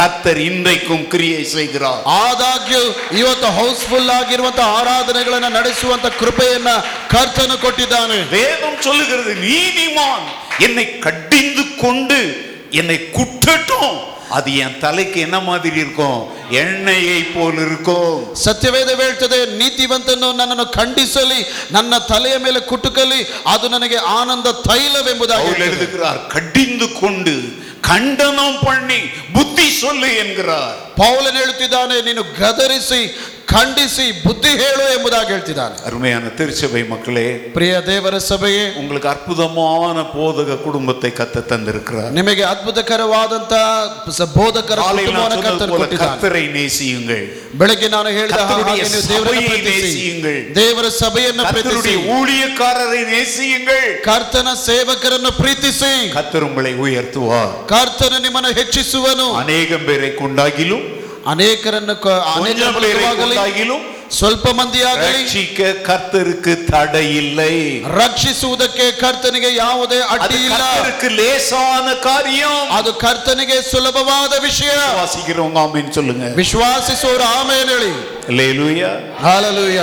கத்தர் இன்றைக்கும் கிரியை செய்கிறார் ಆದಾಗ್ಯೂ ಇವತ್ತು ಹೌಸ್ಫುಲ್ ಆಗಿರುವಂತ ಆರಾಧನೆಗಳನ್ನ ನಡೆಸುವಂತ ಕೃಪೆಯನ್ನ ಕರ್ತನು ಕೊಟ್ಟಿದ್ದಾನೆ வேதம் சொல்லுகிறது நீதிமான் என்னை கடிந்து கொண்டு என்னை குட்டட்டும் அது என் தலைக்கு என்ன மாதிரி இருக்கும் எண்ணெயை போல் இருக்கும் ಸತ್ಯವೇದ ಹೇಳ್ತದೆ ನೀತಿವಂತನು ನನ್ನನ್ನು ಖಂಡಿಸಲಿ ನನ್ನ ತಲೆಯ ಮೇಲೆ ಕುಟುಕಲಿ ಅದು ನನಗೆ ಆನಂದ ತೈಲವೆಂಬುದಾಗಿ பவுல் எழுதுகிறார் கடிந்து கொண்டு கண்டனம் பண்ணி புத்தி சொல்லு என்கிறார் ಪೌಲನ್ ಹೇಳುತ್ತಿದ್ದಾನೆ ನೀನು ಗದರಿಸಿ ಖಂಡಿಸಿ ಬುದ್ಧಿ ಹೇಳು ಎಂಬುದಾಗಿ ಹೇಳ್ತಿದ್ದಾನೆ அருமையான திருச்சபை மக்களே ಪ್ರಿಯ ದೇವರ ಸಭೆಯೇ உங்களுக்கு ಅற்பುதமான போதக குடும்பத்தை கத்த தந்திருக்கிறார் ನಿಮಗೆ ಅದ್ಭುತಕರವಾದಂತ ಸ- ಬೋಧಕರ காலையில் நான் ಕುಟುಂಬವನ್ನು சொன்னது ಕರ್ತನು போல ಕೊಟ್ಟಿದ್ದಾನೆ கத்தரை நேசியுங்கள் ಬೆಳಗ್ಗೆ ನಾನು ಹೇಳಿದ ಹಾಗೆ ಕರ್ತನುடைய ನೀವು ದೇವರನ್ನು ಸಭೆಯೇ ಪ್ರೀತಿಸಿ. ನೇಸಿಯುಂಗಳು. ದೇವರ ಸಭೆಯನ್ನು ಪ್ರೀತಿಸಿ கத்தருடைய ஊழியக்காரரை நேசியுங்கள் ಕರ್ತನ ಸೇವಕರನ್ನು ಪ್ರೀತಿಸಿ கத்தர் உங்களை உயர்த்துவார் ಕರ್ತನು ನಿಮ್ಮನ್ನು ಹೆಚ್ಚಿಸುವನು அநேகம் பேரை கொண்டாகிலும் ಅನೇಕರನ್ನು ಕ- ಅನೇಕರ கொஞ்சம் பேரை ಮೂಲಕವಾಗಲಿ, கொண்டாகிலும் ಸ್ವಲ್ಪ ಮಂದಿಯಾಗಲಿ ரட்சிக்க கர்த்தருக்கு தடை இல்லை ರಕ್ಷಿಸುವುದಕ್ಕೆ ಕರ್ತನಿಗೆ ಯಾವುದೇ அது ಅಡ್ಡಿ ಇಲ್ಲ கர்த்தருக்கு லேசான காரியம் ಅದು ಕರ್ತನಿಗೆ ಸುಲಭವಾದ ವಿಷಯ வாசிக்கிறவங்க ஆமென் சொல்லுங்க ವಿಶ್ವಾಸಿಸುವವರು ಆಮೇಲೆ ಹೇಳಿ அல்லேலூயா ಹಾಲಲೂಯ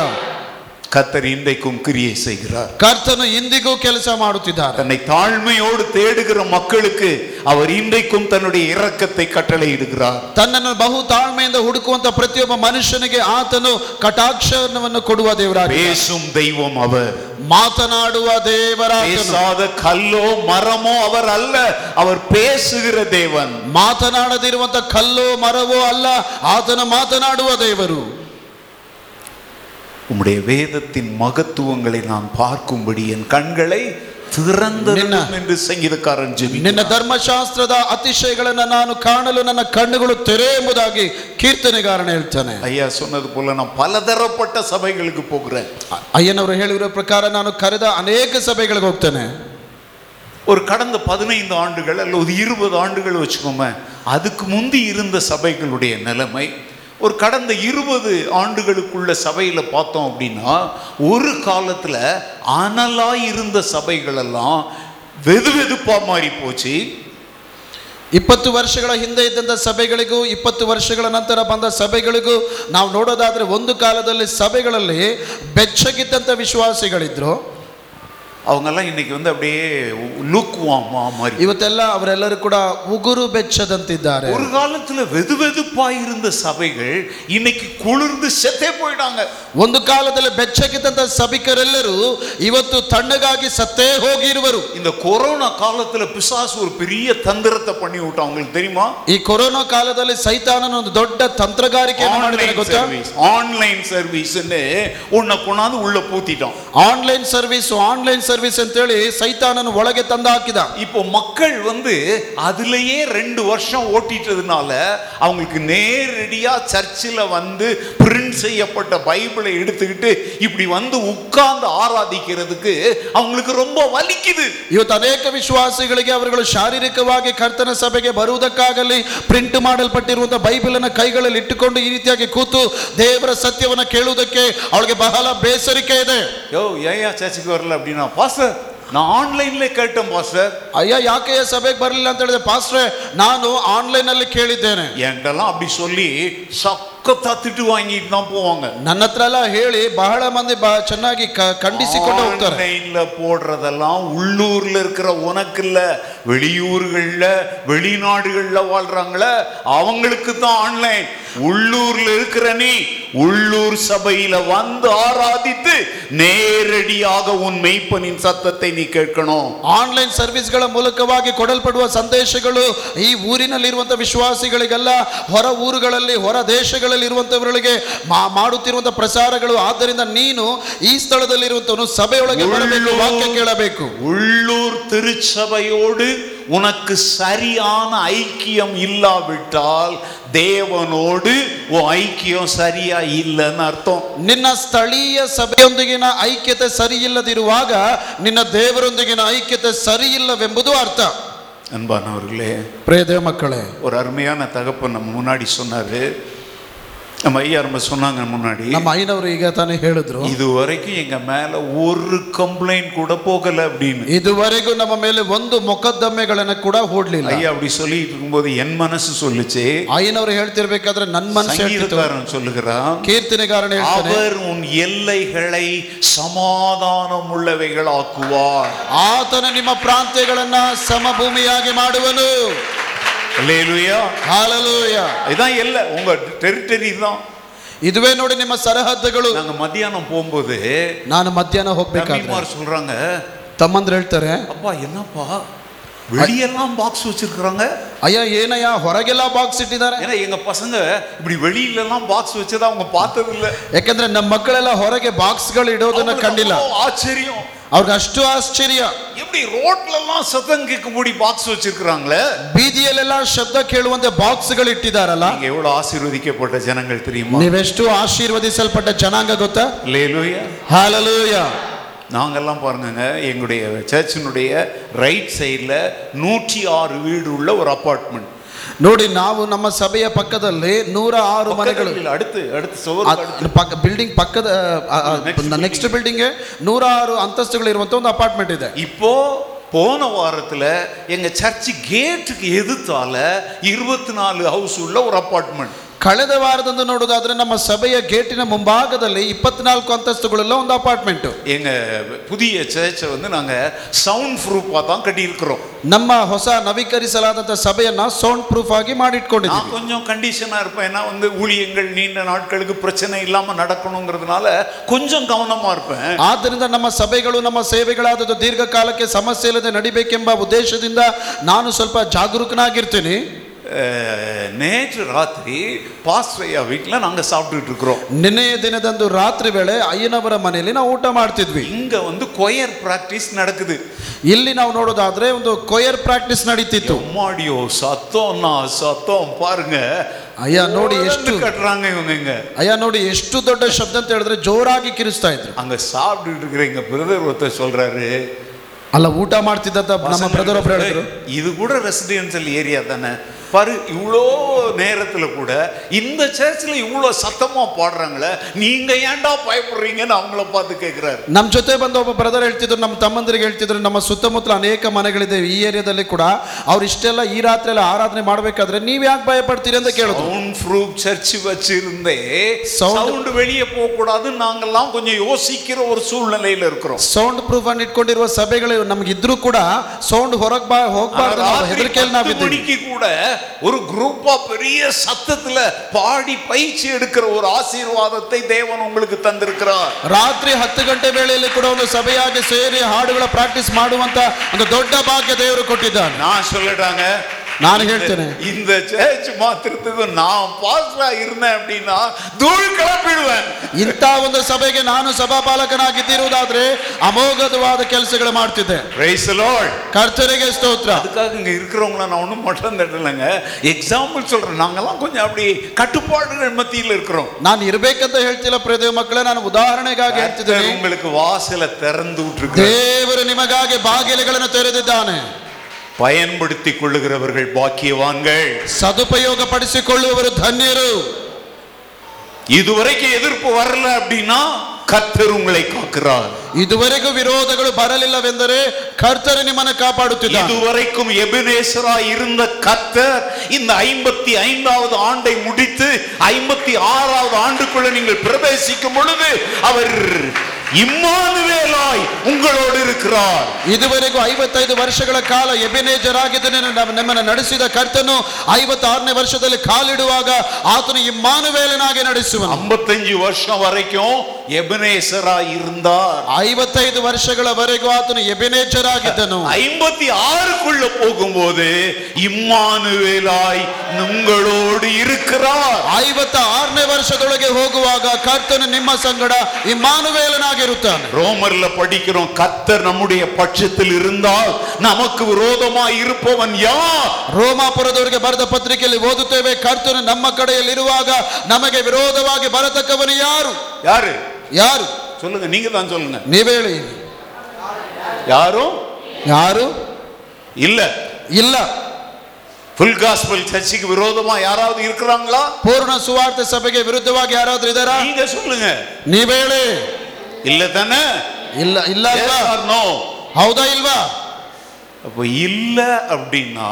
கர்த்தர் இன்றைக்கும் கிரியை செய்கிறார் ಕರ್ತನು ಇಂದಿಗೂ ಕೆಲಸ ಮಾಡುತ್ತಿದ್ದಾರೆ தன்னை தாழ்மையோடு தேடுகிற மக்களுக்கு அவர் இன்றைக்கும் தன்னுடைய இரக்கத்தை கட்டளையிடுகிறார் ತನ್ನನ್ನು ಬಹು ತಾಳ್ಮೆಯಿಂದ ಹುಡುಕುವಂತ ಪ್ರತಿಯೊಬ್ಬ ಮನುಷ್ಯನಿಗೆ ಆತನು ಕಟಾಕ್ಷವನ್ನು ಕೊಡುವ ದೇವರಾಗಿ பேசும் தெய்வம் அவர் ಮಾತನಾಡುವ ದೇವರಾತನು பேசாத கல்லோ மரமோ அவர் அல்ல அவர் பேசுகிற தேவன் ಮಾತನಾಡದಿರುವಂತ ಕಲ್ಲೋ ಮರವೋ ಅಲ್ಲ ಆತನ ಮಾತನಾಡುವ ದೇವರು உம்முடைய வேதத்தின் மகத்துவங்களை நான் பார்க்கும்படி என் கண்களை திறந்திருக்கும் என்று சங்கீதக்காரன் ஜெபி ನಿನ್ನ ಧರ್ಮಶಾಸ್ತ್ರದ ಅತಿಶಯಗಳನ್ನ ನಾನು ಕಾಣಲು ನನ್ನ ಕಣ್ಣುಗಳು ತೆರೆ ಎಂಬುದಾಗಿ ಕೀರ್ತನೆಗಾರನ ಹೇಳ್ತಾನೆ ஐயா சொன்னது போல நான் பலதரப்பட்ட சபைகளுக்கு போகிறேன் ಅ- ಅಯ್ಯನವರು ಹೇಳಿರೋ ಪ್ರಕಾರ ನಾನು ಕರೆದ ಅನೇಕ ಸಭೆಗಳಿಗೆ ಹೋಗ್ತೇನೆ ஒரு கடந்த பதினைந்து ಆண்டுகள் அல்ல ஒரு இருபது ஆண்டுகள் வச்சுக்கோமே அதுக்கு முந்தி இருந்த சபைகளுடைய நிலைமை ஒரு கடந்த இருபது ஆண்டுகளுக்குள்ள சபையில் பார்த்தோம் அப்படின்னா ஒரு காலத்தில் அனலாக இருந்த சபைகளெல்லாம் வெது வெதுப்பாக மாறி போச்சு ಇಪ್ಪತ್ತು ವರ್ಷಗಳ ಹಿಂದೆ ಇದ್ದಂಥ ಸಭೆಗಳಿಗೂ ಇಪ್ಪತ್ತು ವರ್ಷಗಳ ನಂತರ ಬಂದ ಸಭೆಗಳಿಗೂ ನಾವು ನೋಡೋದಾದ್ರೆ ಒಂದು ಕಾಲದಲ್ಲಿ ಸಭೆಗಳಲ್ಲಿ ಬೆಚ್ಚಗಿದ್ದಂಥ ವಿಶ್ವಾಸಿಗಳಿದ್ರು அவங்கெல்லாம் இன்னைக்கு வந்து அப்படியே லுக்வாமா மாதிரி ಇವತ್ತೆಲ್ಲ ಅವರೆಲ್ಲರೂ ಕೂಡ ಉಗುರು ಬೆಚ್ಚದಂತಿದ್ದಾರೆ ஒரு காலத்துல வெது வெதுப்பா இருந்த சபைகள் இன்னைக்கு குளிர்ந்து செத்தே போயிட்டாங்க ಒಂದು ಕಾಲದಲ್ಲಿ ಬೆಚ್ಚಗಿದ್ದಂಥ ಸಭಿಕರೆಲ್ಲರೂ ಇವತ್ತು ತಣ್ಣಗಾಗಿ ಸತ್ತೇ ಹೋಗಿರುವರು இந்த கொரோனா காலத்துல பிசாசு ஒரு பெரிய தந்திரத்தை பண்ணி விட்டான் உங்களுக்கு தெரியுமா ಈ ಕೊರೋನಾ ಕಾಲದಲ್ಲಿ ಸೈತಾನನ ಒಂದು ದೊಡ್ಡ ತಂತ್ರಗಾರಿಕೆಯನ್ನು ಮಾಡಿದರೆ ஆன்லைன் ಗೊತ್ತಾ சர்வீஸ் ஆன்லைன் சர்வீஸ்னு உன்னை கொண்டாந்து உள்ள பூத்திட்டான் ಆನ್ಲೈನ್ ಸರ್ವಿಸ್ ಆನ್ಲೈನ್ ಸರ್ವಿಸ್ ಅಂತೇಳಿ ಸೈತಾನನ ಒಳಗೆ ತಂದು ಹಾಕಿದ இப்போ மக்கள் வந்து அதுலயே ரெண்டு வருஷம் ஓட்டிட்டதுனால அவங்களுக்கு நேரடியா சர்ச்சில் வந்து பிரிண்ட் செய்யப்பட்ட பைபிளை எடுத்துக்கிட்டு இப்படி வந்து உட்கார்ந்து ஆராதிக்கிறதுக்கு அவங்களுக்கு ரொம்ப வலிக்குது ಇವತ್ತು ಅನೇಕ ವಿಶ್ವಾಸಿಗಳಿಗೆ ಅವರುಗಳು ಶಾರೀರಿಕವಾಗಿ ಕರ್ತನ ಸಭೆಗೆ ಬರುವುದಕ್ಕಾಗಲಿ ಪ್ರಿಂಟ್ ಮಾಡಲ್ಪಟ್ಟಿರುವಂತಹ ಬೈಬಲ್ ಅನ್ನ ಕೈಗಳಲ್ಲಿ ಇಟ್ಟುಕೊಂಡು ಈ ರೀತಿಯಾಗಿ ಕೂತು ದೇವರ ಸತ್ಯವನ್ನ ಕೇಳುವುದಕ್ಕೆ ಅವಳಿಗೆ ಬಹಳ ಬೇಸರಿಕೆ ಇದೆ யோ ஏயா சர்ச்சுக்கு வரல அப்படின்னா பாஸ்டர் நான் ஆன்லைன்ல கேட்டேன் பாஸ்டர் ಅಯ್ಯ ಯಾಕೆ ಸಭೆಗೆ ಬರಲಿಲ್ಲ ಅಂತ ಹೇಳಿದ್ರೆ ಪಾಸ್ಟ್ರೆ ನಾನು ಆನ್ಲೈನ್ ಅಲ್ಲಿ ಕೇಳಿದ್ದೇನೆ என்கிட்டலாம் அப்படி சொல்லி சக்க கொத்தா திட்டு வாங்கிட்டு தான் போவாங்க ನನ್ನ ಹತ್ರ ಎಲ್ಲ ಹೇಳಿ ಬಹಳ ಮಂದಿ ಬಾ ಚೆನ್ನಾಗಿ ಕ- ಖಂಡಿಸಿಕೊಂಡು ಹೋಗ್ತಾರೆ ஆன்லைன்ல போடுறதெல்லாம் உள்ளூர்ல இருக்கிற உனக்கு இல்ல வெளியூர்கள்ல வெளிநாடுகள்ல வாழ்றாங்கள அவங்களுக்கு தான் ஆன்லைன் உள்ளூர்ல இருக்கிற நீ உள்ளூர் சபையில வந்து ஆராதித்து நேரடியாக உன் மெய்ப்பனின் சத்தத்தை நீ கேட்கணும் ಆನ್ಲೈನ್ ಸರ್ವಿಸ್ಗಳ ಮೂಲಕವಾಗಿ ಕೊಡಲ್ಪಡುವ ಸಂದೇಶಗಳು ಈ ಊರಿನಲ್ಲಿರುವಂತಹ ವಿಶ್ವಾಸಿಗಳಿಗಲ್ಲ ಹೊರ ಊರುಗಳಲ್ಲಿ ಹೊರ ದೇಶಗಳಲ್ಲಿ ಇರುವಂತವರಿಗೆ ಮಾಡುತ್ತಿರುವಂತಹ ಪ್ರಸಾರಗಳು ಆದ್ದರಿಂದ ನೀನು ಈ ಸ್ಥಳದಲ್ಲಿರುವಂತವನು ಸಭೆಯೊಳಗೆ ಬರಬೇಕು ವಾಕ್ಯ ಕೇಳಬೇಕು உள்ளூர் திருச்சபையோடு உனக்கு சரியான ஐக்கியம் இல்லாவிட்டால் தேவனோடு உன் ஐக்கியம் சரியா இல்லைன்னு அர்த்தம் ನಿನ್ನ ಸ್ಥಳೀಯ ಸಭೆಯೊಂದಿಗಿನ ಐಕ್ಯತೆ ಸರಿಯಿಲ್ಲದಿರುವಾಗ ನಿನ್ನ ದೇವರೊಂದಿಗಿನ ಐಕ್ಯತೆ ಸರಿಯಿಲ್ಲವೆಂಬುದು ಅರ್ಥ அன்பானவர்களே ಪ್ರಿಯ ದೇವ ಮಕ್ಕಳೇ ஒரு அருமையான தகப்பன் நம்ம முன்னாடி சொன்னாரு நம்ம ஐயா நம்ம சொன்னாங்க முன்னாடி ನಮ್ಮ ಐನವರು ಈಗ ತಾನೇ ಹೇಳಿದ್ರು இது வரைக்கும் எங்க மேல ஒரு கம்ப்ளைண்ட் கூட போகல அப்படின்னு ಇದುವರೆಗೂ ನಮ್ಮ ಮೇಲೆ ಒಂದು ಮೊಕದ್ದಮೆಗಳನ್ನ ಕೂಡ ಹೂಡ್ಲಿಲ್ಲ ஐயா அப்படி சொல்லிட்டு இருக்கும்போது என் மனசு சொல்லுச்சு ಐನವರು ಹೇಳ್ತಿರ್ಬೇಕಾದ್ರೆ ನನ್ನ ಮನಸ್ಸು ಹೇಳ್ತಿತ್ತು சங்கீதக்காரன் சொல்லுகிறான் ಕೀರ್ತನೆಗಾರನ ಹೇಳ್ತಾನೆ அவர் உன் எல்லைகளை சமாதானம் உள்ளவைகளாக்குவார் ಆತನ ನಿಮ್ಮ ಪ್ರಾಂತ್ಯಗಳನ್ನ ಸಮಭೂಮಿಯಾಗಿ ಮಾಡುವನು அல்லேலூயா ಹಾಲಲೂಯ இதான் எல்லை உங்க டெரிட்டரி தான் ಇದುವೇ ನೋಡಿ ನಿಮ್ಮ ಸರಹದ್ದುಗಳು நாங்க மத்தியானம் போகும்போது ನಾನು ಮಧ್ಯಾಹ್ನ ಹೋಗ್ಬೇಕಾದ್ರೆ தம்பிமார் சொல்றாங்க ತಮ್ಮಂದ್ರೆ ಹೇಳ್ತಾರೆ அப்பா என்னப்பா வெளியெல்லாம் பாக்ஸ் வச்சிருக்கிறாங்க ಅಯ್ಯ ಏನಯ್ಯ ಹೊರಗೆಲ್ಲ ಬಾಕ್ಸ್ ಇಟ್ಟಿದ್ದಾರೆ ஏன்னா எங்க பசங்க இப்படி வெளியில எல்லாம் பாக்ஸ் வச்சதா அவங்க பார்த்தது இல்ல ಯಾಕಂದ್ರೆ ನಮ್ಮ ಮಕ್ಕಳೆಲ್ಲ ಹೊರಗೆ ಬಾಕ್ಸ್ ಗಳು ಇಡೋದನ್ನ அவங்களுக்கு ಕಂಡಿಲ್ಲ அவ்வளவு ஆச்சரியம் ಅವ್ರಿಗೆ ಅಷ್ಟು ಆಶ್ಚರ್ಯ எப்படி ரோட்ல எல்லாம் சத்தம் கேட்கும்படி பாக்ஸ் வச்சிருக்கிறாங்களே ಬೀದಿಯಲ್ಲೆಲ್ಲ ಶಬ್ದ ಕೇಳುವಂತೆ ಬಾಕ್ಸ್ ಗಳು ಇಟ್ಟಿದಾರಲ್ಲ நீங்க எவ்வளவு ஆசீர்வதிக்கப்பட்ட ஜனங்கள் தெரியுமா ನೀವೆಷ್ಟು ಆಶೀರ್ವದಿಸಲ್ಪಟ್ಟ ಜನಾಂಗ ಗೊತ್ತಾ லேலூயா ಹಾಲಲೂಯ நாங்கெல்லாம் பாருங்கங்க எங்களுடைய சர்ச்சினுடைய ரைட் சைடில் நூற்றி ஆறு வீடு உள்ள ஒரு அப்பார்ட்மெண்ட் ನೋಡಿ ನಾವು ನಮ್ಮ ಸಭೆಯ ಪಕ್ಕದಲ್ಲಿ ನೂರ ಆರು ಮನೆಗಳು அடுத்து அடுத்து சுவர் ಬಿಲ್ಡಿಂಗ್ ಪಕ್ಕದ ನೆಕ್ಸ್ಟ್ ಬಿಲ್ಡಿಂಗ್ ನೂರ ಆರು ಅಂತಸ್ತುಗಳು ಇರುವಂತ ಒಂದು ಅಪಾರ್ಟ್ಮೆಂಟ್ ಇದೆ இப்போ போன வாரத்தில் எங்க சர்ச்சு கேட்டுக்கு எதிர்த்தால இருபத்தி நாலு ஹவுஸ் உள்ள ஒரு அப்பார்ட்மெண்ட் ಕಳೆದ ವಾರದಂದು ನೋಡೋದಾದ್ರೆ ನಮ್ಮ ಸಭೆಯ ಗೇಟಿನ ಮುಂಭಾಗದಲ್ಲಿ ಇಪ್ಪತ್ನಾಲ್ಕು ಅಂತಸ್ತುಗಳುಳ್ಳ ಒಂದು ಅಪಾರ್ಟ್ಮೆಂಟ್ எங்க புதிய சர்ச்சை வந்து நாங்க சவுண்ட் ப்ரூஃபாக தான் கட்டியிருக்கிறோம் ನಮ್ಮ ಹೊಸ ನವೀಕರಿಸಲಾದಂಥ ಸಭೆಯನ್ನ ಸೌಂಡ್ ಪ್ರೂಫ್ ಆಗಿ ಮಾಡಿಟ್ಕೊಂಡಿದ್ದೀವಿ நான் கொஞ்சம் கண்டிஷனாக இருப்பேன் ஏன்னா வந்து ஊழியங்கள் நீண்ட நாட்களுக்கு பிரச்சனை இல்லாமல் நடக்கணுங்கிறதுனால கொஞ்சம் கவனமாக இருப்பேன் ಆದ್ದರಿಂದ ನಮ್ಮ ಸಭೆಗಳು ನಮ್ಮ ಸೇವೆಗಳಾದದ್ದು ದೀರ್ಘಕಾಲಕ್ಕೆ ಸಮಸ್ಯೆ ಇಲ್ಲದೆ ನಡಿಬೇಕೆಂಬ ಉದ್ದೇಶದಿಂದ ನಾನು ಸ್ವಲ್ಪ ಜಾಗರೂಕನಾಗಿರ್ತೀನಿ அஹ், நேற்று ராத்திரி பாஸ்ட்ரையா வீட்டில் நாங்கள் சாப்பிட்டுட்டு இருக்கிறோம் ನಿನ್ನೆಯ ದಿನದಂದು ರಾತ್ರಿ ವೇಳೆ ಅಯ್ಯನವರ ಮನೆಯಲ್ಲಿ ನಾವು ಊಟ ಮಾಡ್ತಿದ್ವಿ இங்கே வந்து கொயர் ப்ராக்டிஸ் நடக்குது ಇಲ್ಲಿ ನಾವು ನೋಡೋದಾದ್ರೆ ಒಂದು ಕೊಯರ್ ಪ್ರಾಕ್ಟೀಸ್ ನಡೀತಿತ್ತು அம்மாடியோ சத்தம்னா சத்தம் பாருங்க ಅಯ್ಯ ನೋಡಿ ಎಷ್ಟು உழந்து கட்டுறாங்க இவங்க இங்க ಅಯ್ಯ ನೋಡಿ ಎಷ್ಟು ದೊಡ್ಡ ಶಬ್ದ ಅಂತ ಹೇಳಿದ್ರೆ ಜೋರಾಗಿ ಕಿರಿಸ್ತಾ ಇದ್ರು அங்க சாப்பிட்டுட்டு இருக்கிற எங்க பிரதர் ஒருத்தர் சொல்றாரு ಅಲ್ಲ ಊಟ ಮಾಡ್ತಿದ್ದಂತ ನಮ್ಮ ಬ್ರದರ್ ಒಬ್ರು ಹೇಳಿದ್ರು "ஏய், இது கூட ரெசிடென்சியல் ஏரியா தானே பாரு இவ்வளோ நேரத்துல கூட இந்த சர்ச்சில் இவ்வளோ சத்தமா பாடுறாங்களே நீங்க ஏன்டா பயப்படுறீங்கன்னு அவங்கள பார்த்து கேட்குறாரு ನಮ್ಮ ಜೊತೆ ಬಂದ ಒಬ್ಬ ಬ್ರದರ್ ಹೇಳ್ತಿದ್ರು ನಮ್ಮ ತಮ್ಮಂದಿರಿಗೆ ಹೇಳ್ತಿದ್ರು ನಮ್ಮ ಸುತ್ತಮುತ್ತಲ ಅನೇಕ ಮನೆಗಳಿದೆ ಈ ಏರಿಯಾದಲ್ಲಿ ಕೂಡ ಅವ್ರು ಇಷ್ಟೆಲ್ಲ ಈ ರಾತ್ರಿ ಎಲ್ಲ ಆರಾಧನೆ ಮಾಡ್ಬೇಕಾದ್ರೆ ನೀವ್ ಯಾಕೆ ಭಯ ಪಡ್ತೀರಿ ಅಂತ ಕೇಳಿದ್ರು சவுண்ட் ப்ரூஃப் சர்ச் வச்சிருந்தே Sound- சவுண்ட் வெளியே போக கூடாது நாங்கெல்லாம் கொஞ்சம் யோசிக்கிற ஒரு சூழ்நிலையில இருக்கிறோம் ಸೌಂಡ್ ಪ್ರೂಫ್ ಅನ್ನು ಇಟ್ಕೊಂಡಿರುವ ಸಭೆಗಳು ನಮ್ಗೆ ಇದ್ರೂ ಕೂಡ ಸೌಂಡ್ ಹೊರಗ್ ಬಾ ಹೋಗ್ಬಾರ್ದು ஆனா, ಅನ್ನೋ ராத்திரி ಹೆದರಿಕೆಯಲ್ಲಿ பத்து ನಾವಿದ್ದೀವಿ மணிக்கு கூட ஒரு குரூப்பா பெரிய சத்தத்துல பாடி பயிற்சி எடுக்கிற ஒரு ஆசீர்வாதத்தை தேவன் உங்களுக்கு தந்திருக்கிறார் ರಾತ್ರಿ ಹತ್ತು ಗಂಟೆ ವೇಳೆಯಲ್ಲಿ ಕೂಡ ಒಂದು ಸಭೆಯಾಗಿ ಸೇರಿ ಹಾಡುಗಳ ಪ್ರಾಕ್ಟೀಸ್ ಮಾಡುವಂತ ಒಂದು ದೊಡ್ಡ ಭಾಗ್ಯ ದೇವರು ಕೊಟ್ಟಿದ್ದಾನೆ நான் சொல்லிட்டாங்க ನಾನು ಹೇಳ್ತೇನೆ இந்த சேர்ச் மாத்திரத்துக்கு நான் பாஸ்டரா இருந்தேன் அப்படின்னா தூள் கிளப்பிடுவேன் ಇಂಥ ಒಂದು ಸಭೆಗೆ ನಾನು ಸಭಾಪಾಲಕನಾಗಿದ್ದಿರುವುದಾದ್ರೆ ಅಮೋಘವಾದ ಕೆಲಸಗಳು ಮಾಡ್ತಿದ್ದೆ Praise the Lord. ಕರ್ತರಿಗೆ ಸ್ತೋತ್ರ அதுக்காக இங்கே இருக்கிறவங்கள நான் ஒன்றும் மட்டும் தட்டலைங்க எக்ஸாம்பிள் சொல்கிறேன் நாங்கெல்லாம் கொஞ்சம் அப்படி கட்டுப்பாடுகள் மத்தியில் இருக்கிறோம் ನಾನು ಇರ್ಬೇಕಂತ ಹೇಳ್ತಿಲ್ಲ ಪ್ರದೇವ ಮಕ್ಕಳೇ ನಾನು ಉದಾಹರಣೆಗಾಗಿ கர்த்தர் ಹೇಳ್ತಿದ್ದೇನೆ உங்களுக்கு வாசலை திறந்து விட்டுருக்கு ದೇವರು ನಿಮಗಾಗಿ ಬಾಗಿಲುಗಳನ್ನು ತೆರೆದಿದ್ದಾನೆ பயன்படுத்தி கொள்ளுகிறவர்கள் பாக்கியவான்கள் ಸದುಪಯೋಗ ಪಡಿಸಿಕೊಳ್ಳುವವರು ಧನ್ಯರು இதுவரைக்கும் எதிர்ப்பு வரல அப்படின்னா கர்த்தர் உங்களை காக்கிறார் ಇದುವರೆಗೂ ವಿರೋಧಗಳು ಬರಲಿಲ್ಲವೆಂದರೆ ಕರ್ತರು ನಿಮ್ಮನ್ನು ಕಾಪಾಡುತ್ತಿದ್ದಾನೆ இதுவரைக்கும் எபினேசரா இருந்த கர்த்தர் இந்த ஐம்பத்தி ஐந்தாவது ஆண்டை முடித்து ஐம்பத்தி ஆறாவது ஆண்டுக்குள்ள நீங்கள் பிரவேசிக்கும் பொழுது அவர் இம்மானுவேலாய் உங்களோடு இருக்கிறார் ಇದುವರೆಗೂ ಐವತ್ತೈದು ವರ್ಷಗಳ ಕಾಲ ಎಬಿನೇಜರ್ ಆಗಿದ್ದೇನೆ ನಮ್ಮನ್ನು ನಡೆಸಿದ ಕರ್ತನು ಐವತ್ತಾರನೇ ವರ್ಷದಲ್ಲಿ ಕಾಲಿಡುವಾಗ ಆತನು ಇಮ್ಮಾನುವೇಲನಾಗಿ ನಡೆಸುವನು ஐம்பத்தஞ்சு வருஷம் வரைக்கும் எபினேசரா இருந்தார் ಐವತ್ತೈದು ವರ್ಷಗಳವರೆಗೂ ಆತನು ಎಬಿನೇಜರ್ ಆಗಿದ್ದನು ஐம்பத்தி ஆறுக்குள்ள போகும்போது இம்மானுவேலாய் உங்களோடு இருக்கிறார் ಐವತ್ತ ಆರನೇ ವರ್ಷದೊಳಗೆ ಹೋಗುವಾಗ ಕರ್ತನು ನಿಮ್ಮ ಸಂಗಡ ಇಮ್ಮಾನುವೇಲನಾಗಿರುತ್ತಾನೆ ரோமர்ல படிக்கிறோம் கத்தர் நம்முடைய பட்சத்தில் இருந்தால் நமக்கு விரோதமாய் இருப்பவன் யார் ರೋಮಾಪುರದವರಿಗೆ ಬರೆದ ಪತ್ರಿಕೆಯಲ್ಲಿ ಓದುತ್ತೇವೆ ಕರ್ತನು ನಮ್ಮ ಕಡೆಯಲ್ಲಿ ಇರುವಾಗ ನಮಗೆ ವಿರೋಧವಾಗಿ ಬರತಕ್ಕವನು ಯಾರು யாரு ಯಾರು சொல்லுங்க நீங்க தான் சொல்லுங்க ನೀವೇ ಹೇಳಿ யாரும் ಯಾರು இல்ல ಇಲ್ಲ ஃபுல் காஸ்பல் சர்ச்சுக்கு விரோதமா யாராவது இருக்கிறாங்களா ಪೂರ್ಣ ಸುವಾರ್ತೆ ಸಭೆಗೆ ವಿರುದ್ಧವಾಗಿ ಯಾರಾದ್ರೂ ಇದಾರಾ நீங்க சொல்லுங்க ನೀವ್ ಹೇಳಿ இல்ல தானே ಇಲ್ಲ ಇಲ್ಲ ಅಲ್ವಾ நோ ಹೌದಾ ಇಲ್ವಾ அப்ப இல்ல அப்படின்னா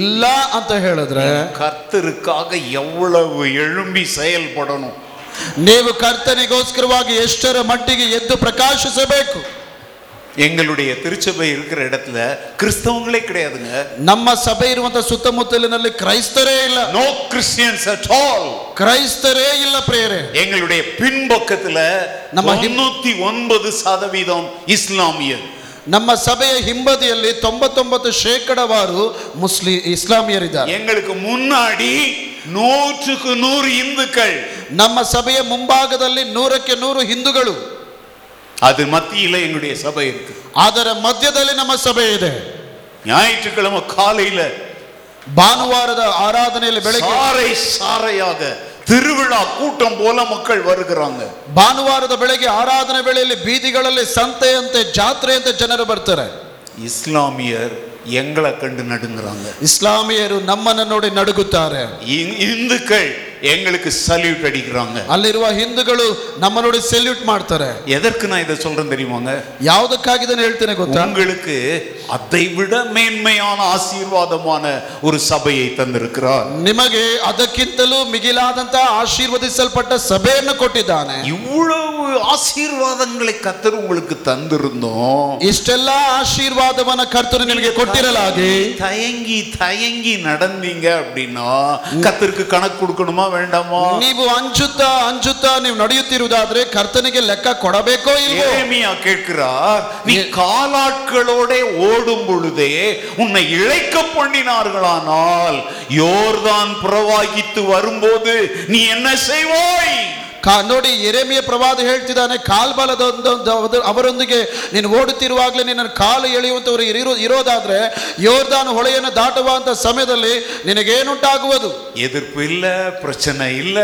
ಇಲ್ಲ ಅಂತ ಹೇಳಿದ್ರೆ கர்த்தருக்காக எவ்வளவு எழும்பி செயல்படணும் ನೀವು ಕರ್ತನಿಗೋಸ್ಕರವಾಗಿ ಎಷ್ಟರ ಮಟ್ಟಿಗೆ ಎದ್ದು ಪ್ರಕಾಶಿಸಬೇಕು எங்களுடைய திருச்சபை இருக்கிற இடத்துல கிறிஸ்தவங்களே கிடையாதுங்க ನಮ್ಮ ಸಭೆ ಇರುವಂತ ಸುತ್ತಮುತ್ತಲಿನಲ್ಲಿ ಕ್ರೈಸ್ತರೇ ಇಲ್ಲ நோ கிறிஸ்டியன்ஸ் அட் ஆல் ಕ್ರೈಸ್ತರೇ ಇಲ್ಲ ಪ್ರೇರೆ எங்களுடைய பின்பக்கத்துல நம்ம ஹிப்- தொண்ணூத்தி ஒன்பது சதவீதம் இஸ்லாமியர் ನಮ್ಮ ಸಭೆಯ ಹಿಂಬದಿಯಲ್ಲಿ ತೊಂಬತ್ತೊಂಬತ್ತು ಶೇಕಡವಾರು ಮುಸ್ಲಿ ಇಸ್ಲಾಮಿಯರಿದ್ದಾರೆ எங்களுக்கு முன்னாடி நூற்றுக்கு நூறு இந்துக்கள் ನಮ್ಮ ಸಭೆಯ ಮುಂಭಾಗದಲ್ಲಿ ನೂರಕ್ಕೆ ನೂರು ಹಿಂದೂಗಳು அது மத்தியில எங்களுடைய சபை இருக்கு ಅದರ ಮಧ್ಯದಲ್ಲಿ ನಮ್ಮ ಸಭೆ ಇದೆ ஞாயிற்றுக்கிழமை காலையில ಭಾನುವಾರದ ಆರಾಧನೆಯಲ್ಲಿ ಬೆಳಗ್ಗೆ சாறை சாறையாக திருவிழா கூட்டம் போல மக்கள் வருகிறாங்க ಭಾನುವಾರದ ಬೆಳಗ್ಗೆ ಆರಾಧನೆ ವೇಳೆಯಲ್ಲಿ ಬೀದಿಗಳಲ್ಲಿ ಸಂತೆಯಂತೆ ಜಾತ್ರೆಯಂತೆ ಜನರು ಬರ್ತಾರೆ இஸ்லாமியர் எங்களை கண்டு நடுங்குறாங்க ಇಸ್ಲಾಮಿಯರು ನಮ್ಮನ್ನು ನೋಡಿ ನಡುಗುತ್ತಾರೆ இந்- இந்துக்கள் எங்களுக்கு சல்யூட் ಅಡಿக்கிறாங்க ಅಲ್ಲಿರುವ ಹಿಂದೂಗಳು ನಮ್ಮ ನೋಡಿ ಸೆಲ್ಯೂಟ್ ಮಾಡ್ತಾರೆ எதற்கு நான் இதை சொல்றேன் தெரியுமாங்க ಯಾವುದಕ್ಕಾಗಿ ಇದನ್ನು ಹೇಳ್ತೇನೆ ಗೊತ್ತಾ உங்களுக்கு அதை விட மேன்மையான ஆசீர்வாதமான ஒரு சபையை தந்திருக்கிறார் ನಿಮಗೆ ಅದಕ್ಕಿಂತಲೂ ಮಿಗಿಲಾದಂತಹ ಆಶೀರ್ವದಿಸಲ್ಪಟ್ಟ ಸಭೆಯನ್ನು ಕೊಟ್ಟಿದ್ದಾನೆ இவ்வளவு ஆசீர்வாதங்களை கத்தர் உங்களுக்கு தந்திருந்தோம் ಇಷ್ಟೆಲ್ಲ ಆಶೀರ್ವಾದವನ್ನ ಕರ್ತನು ನಿಮಗೆ ಕೊಟ್ಟಿರಲಾಗಿ தயங்கி தயங்கி நடந்தீங்க அப்படின்னா கத்தருக்கு கணக்கு கொடுக்கணுமா வேண்டாமா ನೀವು ಅಂಜುತ್ತಾ ಅಂಜುತ್ತಾ ನೀವು ನಡೆಯುತ್ತಿರುವುದಾದ್ರೆ ಕರ್ತನಿಗೆ ಲೆಕ್ಕ ಕೊಡಬೇಕೋ ಇಲ್ವೋ எரேமியா கேட்கிறார் நீ ஏ- காலாட்களோட ஓடும் பொழுதே உன்னை இழைக்க பண்ணினார்களானால் யோர்தான் பிரவாகித்து வரும்போது நீ என்ன செய்வாய் ಕಾ- ನೋಡಿ ಎರೆಮಿಯ ಪ್ರವಾದ ಹೇಳ್ತಿದ್ದಾನೆ ಕಾಲ್ಬಲದ ಅವರೊಂದಿಗೆ ನೀನು ಓಡುತ್ತಿರುವಾಗಲೇ ನಿನ್ನ ಕಾಲು ಎಳೆಯುವಂಥವ್ರು ಇರೋ ಇರೋದಾದ್ರೆ ಯೋರ್ದಾನ್ ಹೊಳೆಯನ್ನು ದಾಟುವಂಥ ಸಮಯದಲ್ಲಿ ನಿನಗೇನುಂಟಾಗುವುದು எதிர்ப்பு இல்ல பிரச்சனை இல்ல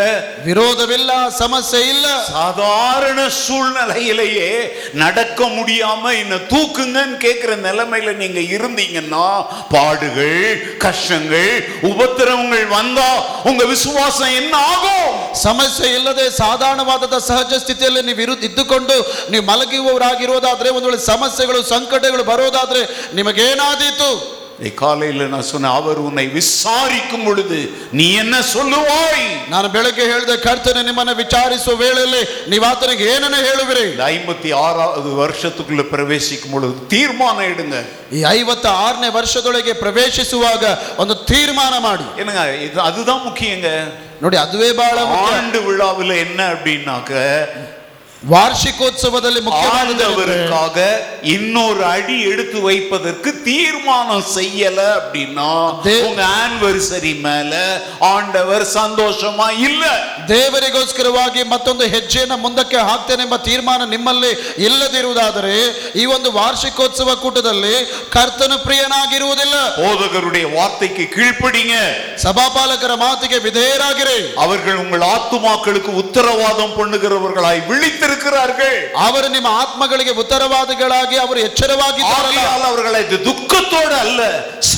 ವಿರೋಧವಿಲ್ಲ ಸಮಸ್ಯೆ ಇಲ್ಲ சாதாரண சூழ்நிலையிலேயே நடக்க முடியாம என்ன தூக்குங்கன்னு கேட்கிற நிலைமையில நீங்க இருந்தீங்கன்னா பாடுகள் கஷ்டங்கள் உபத்திரவங்கள் வந்தா உங்க விசுவாசம் என்ன ஆகும் ಸಮಸ್ಯೆ ಇಲ್ಲದೆ ಸಾಧಾರಣವಾದ ಸಹಜ ಸ್ಥಿತಿಯಲ್ಲಿ ನೀವು ಇರು ಇದ್ದುಕೊಂಡು ನೀವು ಮಲಗುವವರಾಗಿರೋದಾದ್ರೆ ಒಂದು ವೇಳೆ ಸಮಸ್ಯೆಗಳು ಸಂಕಟಗಳು ಬರೋದಾದ್ರೆ ನಿಮಗೇನಾದೀತು இன்னைக்கு காலையில நான் சொன்னேன் அவர் உன்னை விசாரிக்கும் பொழுது நீ என்ன சொல்லுவாய் ನಾನು ಬೆಳಗ್ಗೆ ಹೇಳಿದ ಕರ್ತನೆ ನಿಮ್ಮನ್ನು ವಿಚಾರಿಸುವ ವೇಳೆಯಲ್ಲಿ ನೀವು ಆತನಿಗೆ ಏನನ್ನು ಹೇಳುವಿರಿ இந்த ஐம்பத்தி ஆறாவது வருஷத்துக்குள்ள பிரவேசிக்கும் பொழுது தீர்மானம் எடுங்க ಈ ಐವತ್ತ ಆರನೇ ವರ್ಷದೊಳಗೆ ಪ್ರವೇಶಿಸುವಾಗ ಒಂದು ತೀರ್ಮಾನ ಮಾಡಿ என்னங்க இது அதுதான் ಮುಖ್ಯங்க ನೋಡಿ ಅದುವೇ ಬಹಳ ಮುಖ್ಯ ஆண்டு விழாவில் என்ன அப்படின்னாக்க ವಾರ್ಷಿಕೋತ್ಸವದಲ್ಲಿ ಮುಖ್ಯವಾದವರು ஆண்டவருக்காக இன்னொரு அடி எடுத்து வைப்பதற்கு தீர்மானம் செய்யல அப்படின்னா தே- உங்க ஆனிவர்சரி மேல ஆண்டவர் சந்தோஷமா இல்ல ದೇವರಿಗೋಸ್ಕರವಾಗಿ ಮತ್ತೊಂದು ಹೆಜ್ಜೆಯನ್ನು ಮುಂದಕ್ಕೆ ಹಾಕ್ತೇನೆಂಬ ತೀರ್ಮಾನ ನಿಮ್ಮಲ್ಲಿ ಇಲ್ಲದಿರುವುದಾದರೆ ಈ ಒಂದು ವಾರ್ಷಿಕೋತ್ಸವ ಕೂಟದಲ್ಲಿ ಕರ್ತನು ಪ್ರಿಯನಾಗಿರುವುದಿಲ್ಲ போதகருடைய வார்த்தைக்கு கீழ்ப்படிங்க ಸಭಾಪಾಲಕರ ಮಾತಿಗೆ ವಿಧೇಯರಾಗಿರಿ அவர்கள் உங்கள் ஆத்துமாக்களுக்கு உத்தரவாதம் பண்ணுகிறவர்களாய் விழித்திருங்கள் இருக்கிறார்கள் ಅವರು ನಿಮ್ಮ ಆತ್ಮಗಳಿಗೆ ಉತ್ತರವಾದಿಗಳಾಗಿ ಅವರು ಎಚ್ಚರವಾಗಿದ್ದಾರಲ್ಲ ஆகையால் அவர்களை இது துக்கத்தோடு அல்ல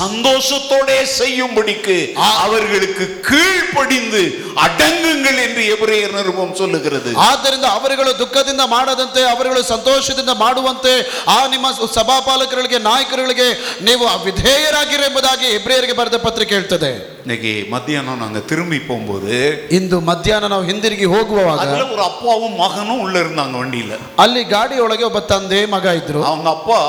சந்தோஷத்தோடே செய்யும்படிக்கு அவர்களுக்கு கீழ்ப்படிந்து அடங்குங்கள் என்று எபிரேயர் நிருபம் சொல்லுகிறது ಆದ್ದರಿಂದ ಅವರುಗಳು ದುಃಖದಿಂದ ಮಾಡದಂತೆ ಅವರುಗಳು ಸಂತೋಷದಿಂದ ಮಾಡುವಂತೆ ಆ ನಿಮ್ಮ ಸಭಾಪಾಲಕರಿಗೆ ನಾಯಕರುಗಳಿಗೆ ನೀವು ವಿಧೇಯರಾಗಿರಿ ಎಂಬುದಾಗಿ ಹೆಬ್ರಿಯರಿಗೆ ಬರೆದ ಪತ್ರಿಕೆ ಹೇಳ್ತದೆ இன்னைக்கு மத்தியானம் நாங்க திரும்பி போகும்போது ಇಂದು ಮಧ್ಯಾಹ್ನ ನಾವು ಹಿಂದಿರುಗಿ ಹೋಗುವಾಗ அதுல ஒரு அப்பாவும் மகனும் உள்ள இருந்தாங்க வண்டியில ಅಲ್ಲಿ ಗಾಡಿಯೊಳಗೆ ಒಬ್ಬ ತಂದೆ ಮಗ ಇದ್ರು அவங்க அப்பா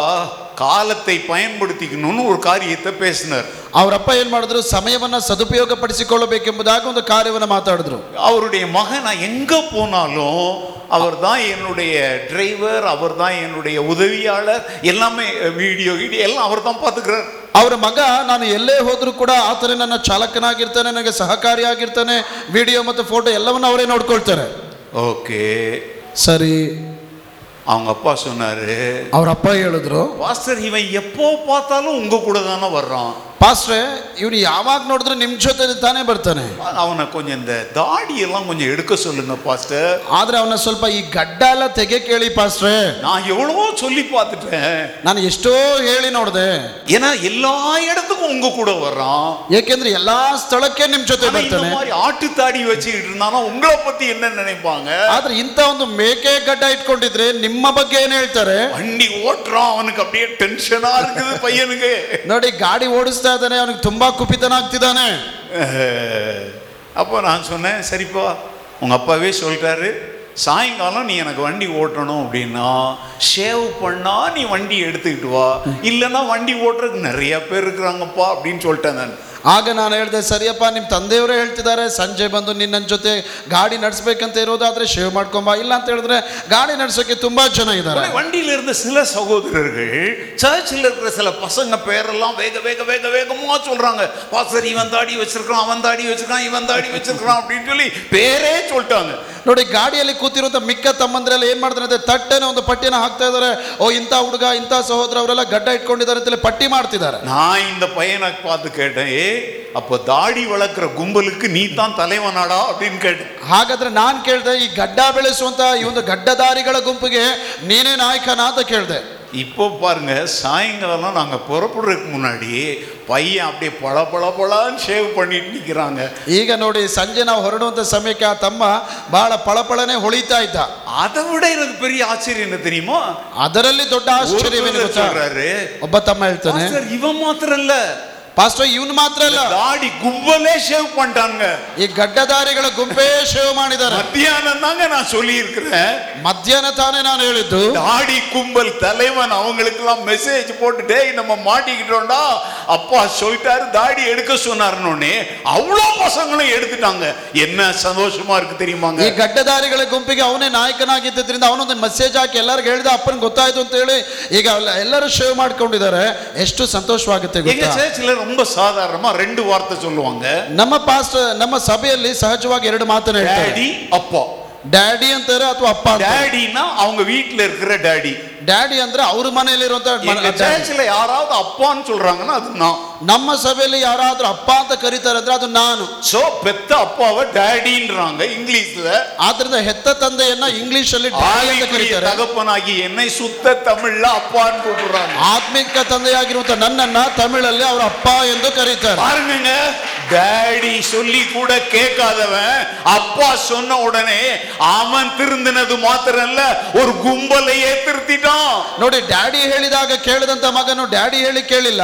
காலத்தை பயன்படுத்திக்கணும்னு ஒரு காரியத்தை பேசினார் ಅವರಪ್ಪ ಏನ್ ಮಾಡಿದ್ರು ಸಮಯವನ್ನ ಸದುಪಯೋಗ ಪಡಿಸಿಕೊಳ್ಳಬೇಕೆಂಬುದಾಗಿ ಒಂದು ಕಾರ್ಯವನ್ನ ಮಾತಾಡಿದ್ರು அவருடைய ಮಗನ எங்க போனாலும் அவர் தான் என்னுடைய டிரைவர் அவர் தான் என்னுடைய உதவியாளர் எல்லாமே வீடியோ வீடியோ எல்லாம் அவர் தான் பார்த்துக்கிறார் ಅವರ ಮಗ ನಾನು ಎಲ್ಲೇ ಹೋದ್ರೂ ಕೂಡ ಆತನೇ ನನ್ನ ಚಾಲಕನಾಗಿರ್ತಾನೆ ನನಗೆ ಸಹಕಾರಿಯಾಗಿರ್ತಾನೆ ವಿಡಿಯೋ ಮತ್ತು ಫೋಟೋ ಎಲ್ಲವನ್ನ ಅವರೇ ನೋಡ್ಕೊಳ್ತಾರೆ ஓகே ಸರಿ அவங்க அப்பா சொன்னாரு ಅವರಪ್ಪ ಹೇಳಿದ್ರು பாஸ்டர் இவன் எப்போ பார்த்தாலும் உங்க கூட தானே வர்றான் ಪಾಸ್ಟ್ರೆ ಇವನು ಯಾವಾಗ ನೋಡಿದ್ರು ನಿಮ್ ಜೊತೆ ತಾನೇ ಬರ್ತಾನೆ அவனை கொஞ்சம் இந்த தாடி எல்லாம் கொஞ்சம் எடுக்க சொல்லுங்க பாஸ்டர் ಆದ್ರೆ ಅವನ ಸ್ವಲ್ಪ ಈ ಗಡ್ಡ ಎಲ್ಲ ತೆಗೆ ಕೇಳಿ ಪಾಸ್ಟ್ರೆ நான் எவ்வளவோ சொல்லி பார்த்துட்டேன் ನಾನು ಎಷ್ಟೋ ಹೇಳಿ ನೋಡಿದೆ ஏன்னா எல்லா இடத்துக்கும் உங்க கூட வர்றான் ಏಕೆಂದ್ರೆ ಎಲ್ಲಾ ಸ್ಥಳಕ್ಕೆ ನಿಮ್ ಜೊತೆ ஆனா இந்த ಬರ್ತಾನೆ மாதிரி ஆட்டு தாடி வச்சுக்கிட்டு இருந்தானா உங்களை பத்தி என்ன நினைப்பாங்க ಆದ್ರೆ ಇಂಥ ಒಂದು ಮೇಕೆ ಗಡ್ಡ ಇಟ್ಕೊಂಡಿದ್ರೆ ನಿಮ್ಮ ಬಗ್ಗೆ ಏನ್ ಹೇಳ್ತಾರೆ வண்டி ஓட்டுறான் அவனுக்கு அப்படியே டென்ஷனா இருக்குது பையனுக்கு ನೋಡಿ ಗಾಡಿ ಓಡಿಸ್ತಾ ಇದ್ದಾನೆ ಅವನಿಗೆ ತುಂಬಾ ಕುಪಿತನಾಗ್ತಿದ್ದಾನೆ அஹ், அப்போ நான் சொன்னேன் சரிப்பா உங்க அப்பாவே சொல்லிட்டாரு சாயங்காலம் நீ எனக்கு வண்டி ஓட்டணும் அப்படின்னா ஷேவ் பண்ணா நீ வண்டி எடுத்துக்கிட்டு வா இல்லைன்னா வண்டி ஓட்டுறதுக்கு நிறைய பேர் இருக்கிறாங்கப்பா அப்படின்னு சொல்லிட்டேன் நான் ಆಗ ನಾನು ಹೇಳಿದೆ ಸರಿಯಪ್ಪ ನಿಮ್ಮ ತಂದೆಯವರೇ ಹೇಳ್ತಿದ್ದಾರೆ ಸಂಜೆ ಬಂದು ನಿನ್ನ ಜೊತೆ ಗಾಡಿ ನಡೆಸ್ಬೇಕಂತ ಇರೋದಾದ್ರೆ ಶೇವ್ ಮಾಡ್ಕೊಂಬ ಇಲ್ಲ ಅಂತ ಹೇಳಿದ್ರೆ ಗಾಡಿ ನಡೆಸೋಕೆ ತುಂಬಾ ಜನ ಇದ್ದಾರೆ உடனே வண்டியில இருந்த சில சகோதரர்கள் சர்ச்சில் இருக்கிற சில பசங்க பேரெல்லாம் வேக வேக வேக வேகமா சொல்றாங்க பாஸ்டர் இவன் தாடி வச்சிருக்கான் அவன் தாடி வச்சிருக்கான் இவன் தாடி வச்சிருக்கான் அப்படின்னு சொல்லி பேரே சொல்லிட்டாங்க ನೋಡಿ ಗಾಡಿಯಲ್ಲಿ ಕೂತಿರುವಂತ ಮಿಕ್ಕ ತಮ್ಮಂದ್ರೆಲ್ಲ ಏನ್ ಮಾಡ್ತಾರೆ ಅಂದ್ರೆ ತಟ್ಟೆನ ಒಂದು ಪಟ್ಟಿನ ಹಾಕ್ತಾ ಇದ್ದಾರೆ ಓ ಇಂಥ ಹುಡುಗ ಇಂಥ ಸಹೋದರ ಅವರೆಲ್ಲ ಗಡ್ಡ ಇಟ್ಕೊಂಡಿದ್ದಾರೆ ಅಂತೇಳಿ ಪಟ್ಟಿ ಮಾಡ್ತಿದ್ದಾರೆ நான் இந்த பையனை பார்த்து கேட்டேன் ஏ அப்போ தாடி வளர்க்குற கும்பலுக்கு நீ தான் தலைவனாடா அப்படின்னு கேட்டேன் ಹಾಗಾದ್ರೆ ನಾನ್ ಕೇಳ್ದೆ ಈ ಗಡ್ಡ ಬೆಳೆಸುವಂತ ಈ ಒಂದು ಗಡ್ಡಧಾರಿಗಳ ಗುಂಪಿಗೆ ನೀನೇ ನಾಯಕನ ಅಂತ ಕೇಳ್ದೆ இப்போ பாருங்க சாயங்காலம் நாங்கள் புறப்படுறதுக்கு முன்னாಡಿ பையன் அப்படியே பள பள பளான்னு ஷேவ் பண்ணிட்டு நிற்கிறாங்க ಈಗ ನೋಡಿ ಸಂಜೆ ನಾವು ಹೊರಡುವಂತ ಸಮಯಕ್ಕೆ ಆ ತಮ್ಮ ಬಹಳ ಪಳಪಳನೆ ಹೊಳಿತಾ ಇದ್ದ அதை விட எனக்கு பெரிய ஆச்சரியம் என்ன தெரியுமா ಅದರಲ್ಲಿ ದೊಡ್ಡ ஒரு ಆಶ್ಚರ್ಯವೇನು brother ಗೊತ್ತಾ சொல்றாரு ಒಬ್ಬ ತಮ್ಮ ಹೇಳ್ತಾನೆ பாஸ்டர், இவன் மாத்திரம் இல்ல ಪಾಸ್ಟರ್ ಇವನು ಮಾತ್ರ ಅಲ್ಲ தாடி கும்பலே ஷேவ் பண்ணிட்டாங்க ಈ ಗಡ್ಡಧಾರಿಗಳ ಗುಂಪೇ ಶೇವ್ ಮಾಡಿದ್ದಾರೆ மத்தியானம் தாங்க நான் சொல்லி இருக்கிறேன் ಮಧ್ಯಾಹ್ನ ತಾನೇ ನಾನು ಹೇಳಿದ್ದು தாடி கும்பல் தலைவன் அவங்களுக்கு எல்லாம் மெசேஜ் போட்டுட்டே நம்ம மாட்டிக்கிட்டோம்டா அப்பா சொல்லிட்டாரு தாடி எடுக்க சொன்னாருன்னு அவ்வளோ பசங்களும் எடுத்துட்டாங்க என்ன சந்தோஷமா இருக்கு தெரியுமாங்க ಈ ಗಡ್ಡಧಾರಿಗಳ ಗುಂಪಿಗೆ ಅವನೇ ನಾಯಕನಾಗಿದ್ದರಿಂದ ಅವನೊಂದು ಮೆಸೇಜ್ ಹಾಕಿ ಎಲ್ಲರಿಗೂ ಹೇಳಿದ ಅಪ್ಪನ ಗೊತ್ತಾಯ್ತು ಅಂತ ಹೇಳಿ ಈಗ ಎಲ್ಲ- ಎಲ್ಲರೂ ಶೇವ್ ಮಾಡ್ಕೊಂಡಿದ್ದಾರೆ ಎಷ್ಟು ಸಂತೋಷವಾಗುತ್ತೆ எங்க ಗೊತ್ತಾ சேர்ச்சில் ரொம்ப சாதாரணமா ரெண்டு ವಾರ್ತೆ சொல்லுவாங்க ನಮ್ಮ ಪಾಸ್ಟರ್ ನಮ್ಮ ಸಭೆಯಲ್ಲಿ ಸಹಜವಾಗಿ ಎರಡು ಮಾತನ್ನ ಹೇಳ್ತಾರೆ டாடி அப்பா ಡ್ಯಾಡಿ ಅಂತಾರೆ ಅಥವಾ ಅಪ್ಪ ಅಂತಾರೆ. டாடினா அவங்க வீட்டுல இருக்கிற டாடி ಡ್ಯಾಡಿ ಅಂದ್ರೆ ಅವ್ರ ಮನೆಯಲ್ಲಿರುವಂತ எங்க சேர்ச்சில் யாராவது அப்பான்னு சொல்றாங்கன்னா அது நான் ನಮ್ಮ ಸಭೆಯಲ್ಲಿ ಯಾರಾದ್ರೂ ಅಪ್ಪ ಅಂತ ಕರೀತಾರೆ ಅಂದ್ರೆ ಅದು ನಾನು சோ பெத்த அப்பாவை டாடின்றாங்க இங்கிலீஷ்ல ಆದ್ರಿಂದ ಹೆತ್ತ ತಂದೆಯನ್ನ ಇಂಗ್ಲಿಷ್ ಅಲ್ಲಿ ಡ್ಯಾಡಿ ಅಂತ ஆவிக்குரிய ಕರೀತಾರೆ தகப்பனாகி என்னை சுத்த தமிழ்ல அப்பான்னு கூப்பிடுறாங்க ಆತ್ಮಿಕ ತಂದೆಯಾಗಿರುವಂತ ನನ್ನನ್ನ ತಮಿಳಲ್ಲಿ ಅವರ ಅಪ್ಪ ಎಂದು ಕರೀತಾರೆ பாருங்க டாடி சொல்லி கூட கேட்காதவன் அப்பா சொன்ன உடனே அவன் திருந்தினது மாத்திரம் இல்ல ஒரு கும்பலையே திருத்திட்டான் ನೋಡಿ ಡ್ಯಾಡಿ ಹೇಳಿದಾಗ ಕೇಳಿದಂತ ಮಗನು ಡ್ಯಾಡಿ ಹೇಳಿ ಕೇಳಿಲ್ಲ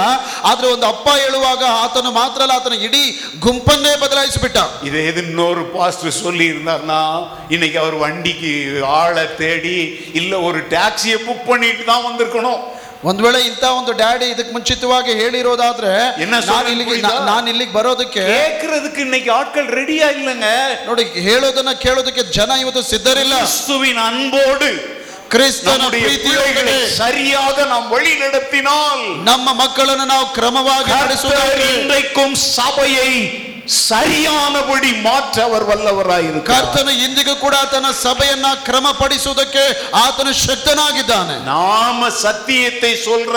ಆದ್ರೆ ಒಂದು ಅಪ್ಪ ಹೇಳುವಾಗ ಆತನು ಮಾತ್ರ ಅಲ್ಲ ಆತನ ಇಡೀ ಗುಂಪನ್ನೇ ಬದಲಾಯಿಸಿಬಿಟ್ಟ இது எது இன்னொரு பாஸ்டர் சொல்லி இருந்தார்னா இன்னைக்கு அவர் வண்டிக்கு ஆளை தேடி இல்ல ஒரு டாக்ஸியை புக் பண்ணிட்டு தான் வந்திருக்கணும் ಒಂದ್ ವೇಳೆ ಇಂತ ಒಂದು ಡ್ಯಾಡಿ ಇದಕ್ ಮುಂಚಿತವಾಗಿ ಹೇಳಿರೋದಾದ್ರೆ என்ன ನಾನು சொல்றேன்னு ಇಲ್ಲಿಗೆ புரியுதா? ನಾನು ಇಲ್ಲಿಗೆ ಬರೋದಕ್ಕೆ கேட்கறதுக்கு இன்னைக்கு ஆட்கள் ரெடியா இல்லைங்க ನೋಡಿ ಹೇಳೋದನ್ನ ಕೇಳೋದಕ್ಕೆ ಜನ ಇವತ್ತು ಸಿದ್ಧರಿಲ್ಲ கிறிஸ்துவின் அன்போடு ಕ್ರಿಸ್ತನ நம்முடைய ಪ್ರೀತಿಯೊಳಗಡೆ பிள்ளைகளை சரியாக நாம் வழி நடத்தினால் ನಮ್ಮ ಮಕ್ಕಳನ್ನು ನಾವು ಕ್ರಮವಾಗಿ கர்த்தர் ನಡೆಸುವುದಾದರೆ இன்றைக்கும் சபையை சரியானபடி மாற்ற அவர் வல்லவராயிருக்கார் ಕರ್ತನು ಇಂದಿಗೂ ಕೂಡ ತನ್ನ ಸಭೆಯನ್ನ ಕ್ರಮಪಡಿಸುವುದಕ್ಕೆ ಆತನು ಶಕ್ತನಾಗಿದ್ದಾನೆ நாம சத்தியத்தை சொல்ற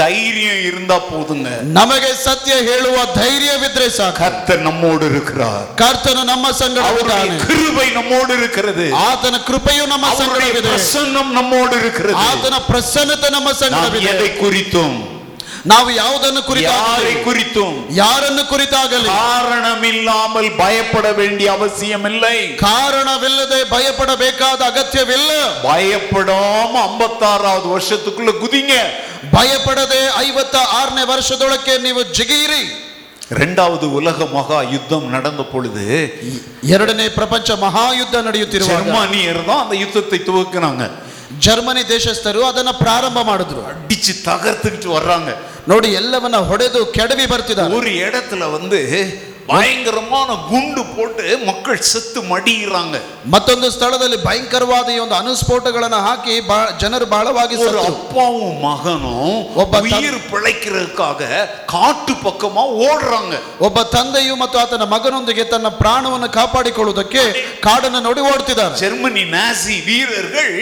தைரியம் இருந்தா போதுங்க ನಮಗೆ ಸತ್ಯ ಹೇಳುವ ಧೈರ್ಯವಿದ್ರೆ ಸಾಕು கர்த்தர் நம்மோடு இருக்கிறார் ಕರ್ತನು ನಮ್ಮ ಸಂಗಡ அவருடைய ಇದ್ದಾನೆ. கிருபை நம்மோடு இருக்கிறது ಆತನ ಕೃಪೆಯು ನಮ್ಮ அவருடைய ಸಂಗಡವಿದೆ பிரசன்னம் நம்மோடு இருக்கிறது ಆತನ ಪ್ರಸನ್ನತೆ ನಮ್ಮ நாம் ಸಂಗಡವಿದೆ எதை குறித்தும் ನಾವು ಯಾವುದನ್ನು யாரை ಕುರಿತಾಗಲಿ குறித்தும் ಯಾರನ್ನು ಕುರಿತಾಗಲಿ காரணம் இல்லாமல் பயப்பட வேண்டிய அவசியம் இல்லை ಕಾರಣವಿಲ್ಲದೆ ಭಯಪಡಬೇಕಾದ ಅಗತ್ಯವಿಲ್ಲ பயப்படாம ஐம்பத்தாறாவது வருஷத்துக்குள்ள குதிங்க ಭಯಪಡದೆ ಐವತ್ತ ಆರನೇ ವರ್ಷದೊಳಕ್ಕೆ ನೀವು ಜಿಗಿಯಿರಿ இரண்டாவது உலக மகா யுத்தம் நடந்த பொழுது ಎರಡನೇ ಪ್ರಪಂಚ ಮಹಾಯುದ್ಧ ನಡೆಯುತ್ತಿರುವ ஜெர்மானியர் தான் அந்த யுத்தத்தை துவக்கினாங்க ಜರ್ಮನಿ ದೇಶಸ್ಥರು ಅದನ್ನ ಪ್ರಾರಂಭ ಮಾಡಿದ್ರು அடிச்சு தகர்த்துக்கிட்டு வர்றாங்க ನೋಡಿ ಎಲ್ಲವನ್ನ ಹೊಡೆದು ಕೆಡವಿ ಬರ್ತಿದ್ದಾರೆ ஒரு இடத்துல வந்து பயங்கரமான குண்டு போட்டு மக்கள் செத்து மடியிறாங்க ಮತ್ತೊಂದು ಸ್ಥಳದಲ್ಲಿ ಭಯಂಕರವಾದ ಈ ಒಂದು ಅನುಸ್ಫೋಟಗಳನ್ನ ಹಾಕಿ ಬಾ- ಜನರು ಬಹಳವಾಗಿ ஒரு ಸತ್ತರು. அப்பாவும் மகனும் ஒப்ப தம்- உயிர் பிழைக்கிறதுக்காக காட்டு பக்கமா ஓடுறாங்க ಒಬ್ಬ ತಂದೆಯು ಮತ್ತು ಆತನ ಮಗನೊಂದಿಗೆ ತನ್ನ ಪ್ರಾಣವನ್ನು ಕಾಪಾಡಿಕೊಳ್ಳುವುದಕ್ಕೆ ಕಾಡನ್ನು ನೋಡಿ ಓಡ್ತಿದ್ದಾರೆ ஜெர்மனி நாசி வீரர்கள்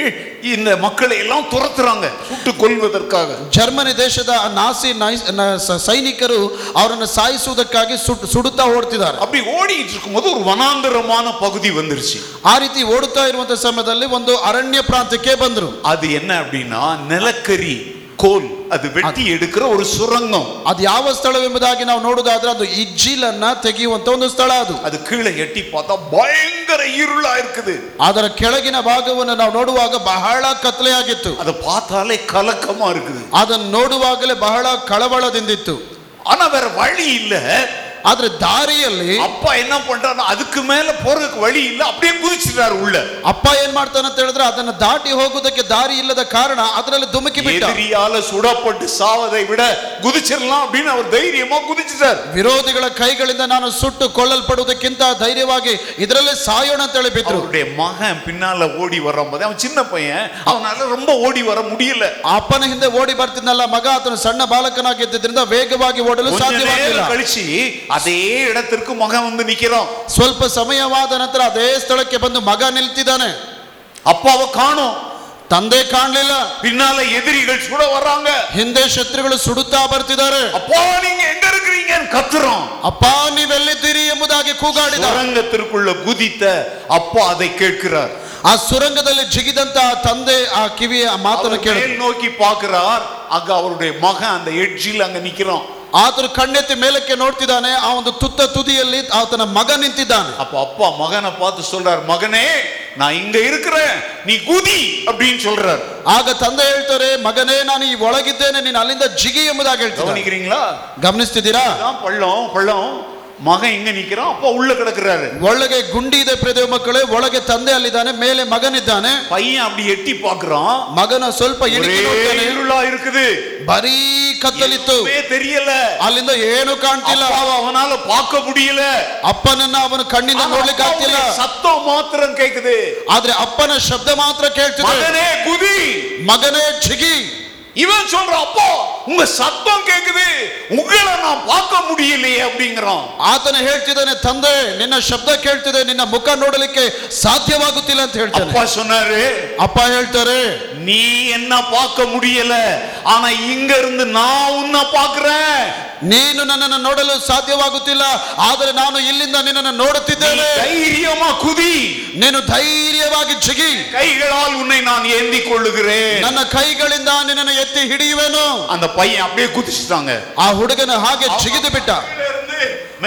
இந்த மக்களை எல்லாம் துரத்துறாங்க சுட்டு கொல்வதற்காக ಜರ್ಮನಿ ದೇಶದ ಆ ನಾಸಿ ನೈ- ನ- ಸ- ಸೈನಿಕರು ಅವರನ್ನು ಸಾಯಿಸುವುದಕ್ಕಾಗಿ ಸುಟ್- ಸುಡುತ್ತಾ ಓಡ್ತಿದ್ದಾರೆ அப்படி ஓடிட்டு இருக்கும்போது ஒரு வனாந்தரமான பகுதி வந்துருச்சு ಆ ರೀತಿ ಓಡುತ್ತಾ ಇರುವಂತ ಸಮಯದಲ್ಲಿ ಒಂದು ಅರಣ್ಯ ಪ್ರಾಂತ್ಯಕ್ಕೆ ಬಂದ್ರು அது என்ன அப்படின்னா நிலக்கரி கோல் அது வெட்டி எடுக்கிற ஒரு சுரங்கம் ಅದು ಯಾವ ಸ್ಥಳವೆಂಬುದಾಗಿ ನಾವು ನೋಡುವುದಾದ್ರೆ ಅದು ಇಜ್ಜಿಲನ್ನ ತೆಗೆಯುವಂತ ಒಂದು ಸ್ಥಳ ಅದು அது கீழே எட்டி பார்த்தா பயங்கர இருளா இருக்குது ಅದರ ಕೆಳಗಿನ ಭಾಗವನ್ನು ನಾವು ನೋಡುವಾಗ ಬಹಳ ಕತ್ತಲೆಯಾಗಿತ್ತು அதை பார்த்தாலே கலக்கமா இருக்குது ಅದನ್ನು ನೋಡುವಾಗಲೇ ಬಹಳ ಕಳವಳದಿಂದಿತ್ತು ஆனா வேற வழி இல்ல ಆದ್ರೆ ದಾರಿಯಲ್ಲಿ அப்பா என்ன பண்றாரு அதுக்கு மேல போறதுக்கு வழி இல்ல அப்படியே குதிச்சுட்டாரு உள்ள ಅಪ್ಪ ಏನ್ ಮಾಡ್ತಾನೆ ಅಂತ ಹೇಳಿದ್ರೆ ಅದನ್ನ ದಾಟಿ ಹೋಗುವುದಕ್ಕೆ ದಾರಿ ಇಲ್ಲದ ಕಾರಣ ಅದರಲ್ಲಿ ಧುಮುಕಿ ಬಿಟ್ಟ எதிரியால சுடப்பட்டு சாவதை விட குதிச்சிடலாம் அப்படின்னு அவர் தைரியமா குதிச்சிட்டார் ವಿರೋಧಿಗಳ ಕೈಗಳಿಂದ ನಾನು ಸುಟ್ಟು ಕೊಳ್ಳಲ್ಪಡುವುದಕ್ಕಿಂತ ಧೈರ್ಯವಾಗಿ ಇದರಲ್ಲೇ ಸಾಯೋಣ ಅಂತ ಹೇಳಿ ಬಿದ್ರು அவருடைய மகன் பின்னால ஓடி வரும் போது அவன் சின்ன பையன் அவனால ரொம்ப ஓடி வர முடியல ಆ ಅಪ್ಪನ ಹಿಂದೆ ಓಡಿ ಬರ್ತಿದ್ನಲ್ಲ ಮಗ ಆತನು ಸಣ್ಣ ಬಾಲಕನಾಗಿದ್ದರಿಂದ ವೇಗವಾಗಿ ಓಡಲು கொஞ்ச ಸಾಧ್ಯವಾಗಿಲ್ಲ நேரம் கழிச்சு அதே இடத்திற்கு மகன் வந்து நிக்கிறான் ಸ್ವಲ್ಪ ಸಮಯವಾದ ನಂತರ ಅದೇ ಸ್ಥಳಕ್ಕೆ ಬಂದು ಮಗ ನಿಲ್ತಿದ್ದಾನೆ அப்பாவை காணோம் ತಂದೆ ಕಾಣ್ಲಿಲ್ಲ பின்னால எதிரிகள் சுட வர்றாங்க ಹಿಂದೆ ಶತ್ರುಗಳು ಸುಡುತ್ತಾ ಬರ್ತಿದ್ದಾರೆ அப்பா நீங்க எங்க இருக்கிறீங்கன்னு கத்துறோம் ಅಪ್ಪ ನೀವೆಲ್ಲಿದ್ದೀರಿ ಎಂಬುದಾಗಿ ಕೂಗಾಡಿದ சுரங்கத்திற்குள்ள குதித்த அப்பா அதை கேட்கிறார் ಆ ಸುರಂಗದಲ್ಲಿ ಜಿಗಿದಂತ ಆ ತಂದೆ ಆ ಕಿವಿಯ ಮಾತನ್ನು அவர் ಕೇಳ மேல் நோக்கி பார்க்கிறார் அங்க அவருடைய மகன் அந்த எட்ஜில் அங்க நிக்கிறான் ಆತನು ಕಣ್ಣೆತ್ತಿ ಮೇಲಕ್ಕೆ ನೋಡ್ತಿದ್ದಾನೆ ಆ ಒಂದು ತುತ್ತ ತುದಿಯಲ್ಲಿ ಆತನ ಮಗ ನಿಂತಿದ್ದಾನೆ அப்ப அப்பா மகனை பார்த்து சொல்றார் மகனே நான் இங்க இருக்கிறேன் நீ குதி அப்படின்னு சொல்றார் ಆಗ ತಂದೆ ಹೇಳ್ತಾರೆ ಮಗನೇ ನಾನು ಈ ಒಳಗಿದ್ದೇನೆ ನೀನು ಅಲ್ಲಿಂದ ಜಿಗಿ ಎಂಬುದಾಗಿ ಹೇಳ್ತಾನೆ கவனிக்கிறீங்களா ಗಮನಿಸ್ತಿದ್ದೀರಾ அதான் பள்ளம் பள்ளம் மகன் இங்க நிக்கிறான் அப்பா உள்ள கிடக்குறாரு ಒಳಗೆ ಗುಂಡಿ ಇದೆ ಪ್ರದೇವ ಮಕ್ಕಳೇ ಒಳಗೆ ತಂದೆ ಅಲ್ಲಿದ್ದಾನೆ ಮೇಲೆ ಮಗನಿದ್ದಾನೆ பையன் அப்படி எட்டி பார்க்கறான் ಮಗನ ಸ್ವಲ್ಪ ஒரே ಇಳಿಕೆ ನೋಡ್ತಾನೆ. இருளா இருக்குது ಬರೀ ಕತ್ತಲಿತ್ತು எதுவுமே தெரியல ಅಲ್ಲಿಂದ ಏನು ಕಾಣ್ತಿಲ್ಲ அப்பாவை அவனால பார்க்க முடியல ಅಪ್ಪನನ್ನ ಅವನು ಕಣ್ಣಿಂದ ஆனா ನೋಡ್ಲಿಕ್ಕೆ ಆಗ್ತಿಲ್ಲ அப்பாவுடைய சத்தம் மாத்திரம் கேக்குது ಆದ್ರೆ ಅಪ್ಪನ ಶಬ್ದ ಮಾತ್ರ ಕೇಳ್ತಿದೆ மகனே குதி ಮಗನೇ ಜಿಗಿ இவன் சொல்ற அப்போ உங்க சத்தம் கேக்குது உங்களை நான் பார்க்க முடியலையே அப்படிங்கிறான் ಆತನ ಹೇಳ್ತಿದ್ದಾನೆ ತಂದೆ ನಿನ್ನ ಶಬ್ದ ಕೇಳ್ತಿದೆ ನಿನ್ನ ಮುಖ ನೋಡಲಿಕ್ಕೆ ಸಾಧ್ಯವಾಗುತ್ತಿಲ್ಲ ಅಂತ ಹೇಳ್ತಾನೆ அப்பா சொன்னாரு ಅಪ್ಪ ಹೇಳ್ತಾರೆ நீ என்ன பார்க்க முடியல ஆனா இங்க இருந்து நான் உன்னை பார்க்கிறேன் ನೀನು ನನ್ನನ್ನು ನೋಡಲು ಸಾಧ್ಯವಾಗುತ್ತಿಲ್ಲ ಆದರೆ ನಾನು ಇಲ್ಲಿಂದ ನಿನ್ನನ್ನು ನೋಡುತ್ತಿದ್ದೇನೆ தைரியமா குதி ನೀನು ಧೈರ್ಯವಾಗಿ ಜಿಗಿ கைகளால் உன்னை நான் ஏந்தி கொள்ளுகிறேன் ನನ್ನ ಕೈಗಳಿಂದ ನಿನ್ನನ್ನು ಎತ್ತಿ ಹಿಡಿಯುವೆನು அந்த பையன் அப்படியே குதிச்சுட்டாங்க ಆ ಹುಡುಗನ ಹಾಗೆ ಜಿಗಿದು ಬಿಟ್ಟ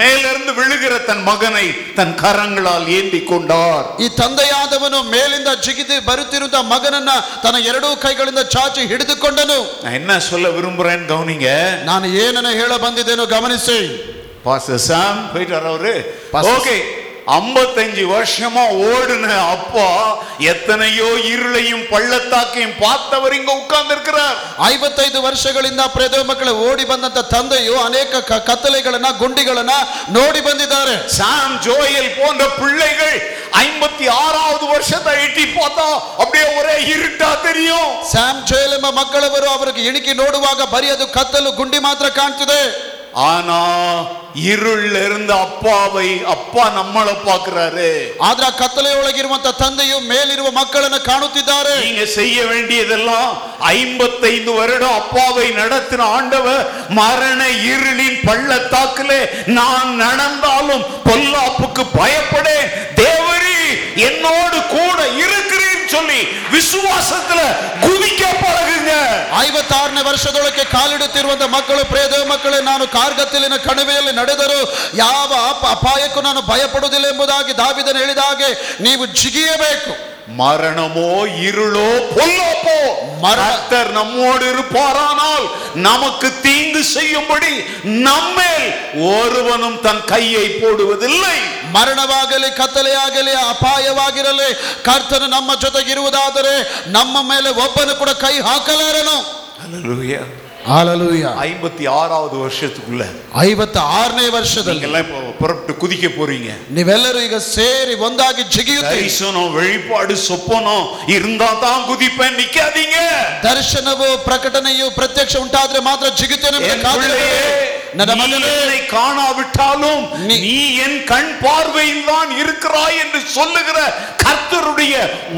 மேலிருந்து மேலிருந்து விழுகிற தன் மகனை தன் கரங்களால் ஏந்தி கொண்டார் ಈ ತಂದೆಯಾದವನು ಮೇಲಿಂದ ಜಿಗಿದು ಬರುತ್ತಿರುವಂತ ಮಗನನ್ನ ತನ್ನ ಎರಡೂ ಕೈಗಳಿಂದ ಚಾಚಿ ಹಿಡಿದುಕೊಂಡನು நான் என்ன சொல்ல விரும்புறேன்னு கவனிங்க ನಾನು ಏನನ್ನು ಹೇಳ ಬಂದಿದ್ದೇನೋ ಗಮನಿಸಿ பாஸ்டர் சாம் போயிட்டார் அவரு Pastor- ஓகே 55 வருஷமா ஓடுன அப்பா எத்தனையோ இருளையும் பள்ளத்தாக்கையும் பார்த்தவர் இங்க உட்கார்ந்து இருக்கிறார் ಐವತ್ತೈದು ವರ್ಷಗಳಿಂದ ಪ್ರೇದ ಮಕ್ಕಳು ಓಡಿ ಬಂದಂತ ತಂದೆಯು ಅನೇಕ ಕ- ಕತ್ತಲೆಗಳನ್ನ ಗುಂಡಿಗಳನ್ನ ನೋಡಿ ಬಂದಿದ್ದಾರೆ சாம் ஜோயல் போன்ற பிள்ளைகள் ஐம்பத்தி ஆறாவது வருஷத்தை எட்டி பார்த்தா அப்படியே ஒரே இருட்டா தெரியும் ಸ್ಯಾಮ್ ಜೋಯಲ್ ಎಂಬ ಮಕ್ಕಳವರು ಅವರಿಗೆ ಇಣಿಕಿ ನೋಡುವಾಗ ಬರೀ ಅದು ಕತ್ತಲು ಗುಂಡಿ ಮಾತ್ರ ಕಾಣ್ತಿದೆ ஆனா இருள்ல இருந்து அப்பாவை அப்பா நம்மளை பார்க்கிறாரு ಆದ್ರೆ ಆ ಕತ್ತಲೆಯೊಳಗಿರುವಂತ ತಂದೆಯು ಮೇಲಿರುವ ಮಕ್ಕಳನ್ನ ಕಾಣುತ್ತಿದ್ದಾರೆ நீங்க செய்ய வேண்டியதெல்லாம் ஐம்பத்தைந்து வருடம் அப்பாவை நடத்தின ஆண்டவர் மரண இருளின் பள்ளத்தாக்கிலே நான் நடந்தாலும் பொல்லாப்புக்கு பயப்படேன் தேவரீ என்னோடு கூட இருக்கிறேன்னு சொல்லி விசுவாசத்துல குதிக்க பழகுங்க ಐವತ್ತಾರನೇ ವರ್ಷದೊಳಗೆ ಕಾಲಿಡುತ್ತಿರುವಂತ ಮಕ್ಕಳು ಪ್ರೇದ ಮಕ್ಕಳೇ ನಾನು ಕಾರ್ಗತ್ತಲಿನ ಕಣಿವೆಯಲ್ಲಿ ನಡೆದರು ಯಾವ ಅಪ ಅಪಾಯಕ್ಕೂ ನಾನು ಭಯಪಡುವುದಿಲ್ಲ ಎಂಬುದಾಗಿ ದಾವಿದನು ಹೇಳಿದ ಹಾಗೆ ನೀವು ಜಿಗಿಯಬೇಕು மரணமோ இருளோ பொல்லாப்போ மரண- கர்த்தர் நம்மோடு இருப்பாரானால் நமக்கு தீங்கு செய்யும்படி நம்மேல் ஒருவனும் தன் கையை போடுவதில்லை ಮರಣವಾಗಲಿ ಕತ್ತಲೆಯಾಗಲಿ ಅಪಾಯವಾಗಿರಲಿ ಕರ್ತನು ನಮ್ಮ ಜೊತೆಗಿರುವುದಾದರೆ ನಮ್ಮ ಮೇಲೆ ಒಬ್ಬನು ಕೂಡ ಕೈ ಹಾಕಲಾರನು Hallelujah. ಹಾಲಲೂಯ ஐம்பத்தி ಆರಾவது ವರ್ಷத்துக்குள்ள ಐವತ್ತ ಆರನೇ ವರ್ಷದಲ್ಲಿ நீங்கெல்லாம் இப்போ புறப்பட்டு குதிக்க போறீங்க ನೀವೆಲ್ಲರೂ ಈಗ ಸೇರಿ ಒಂದಾಗಿ ಜಿಗಿಯುತ್ತೀರಿ தரிசனம் வெளிப்பாடு சொப்பனம் இருந்தா தான் குதிப்பேன் நிக்காதீங்க ದರ್ಶನವು ಪ್ರಕಟಣೆಯು ಪ್ರತ್ಯಕ್ಷ ಉಂಟಾದ್ರೆ ಮಾತ್ರ ಜಿಗಿತೇನೆ ಎಂಬುದು என் ಕಾದಿರಬೇಡಿ. பிள்ளையே, ನನ್ನ நீ ಮಗನೇ என்னை காணாவிட்டாலும் நீ- நீ என் கண் பார்வையில் தான் இருக்கிறாய் என்று சொல்லுகிற கர்த்தருடைய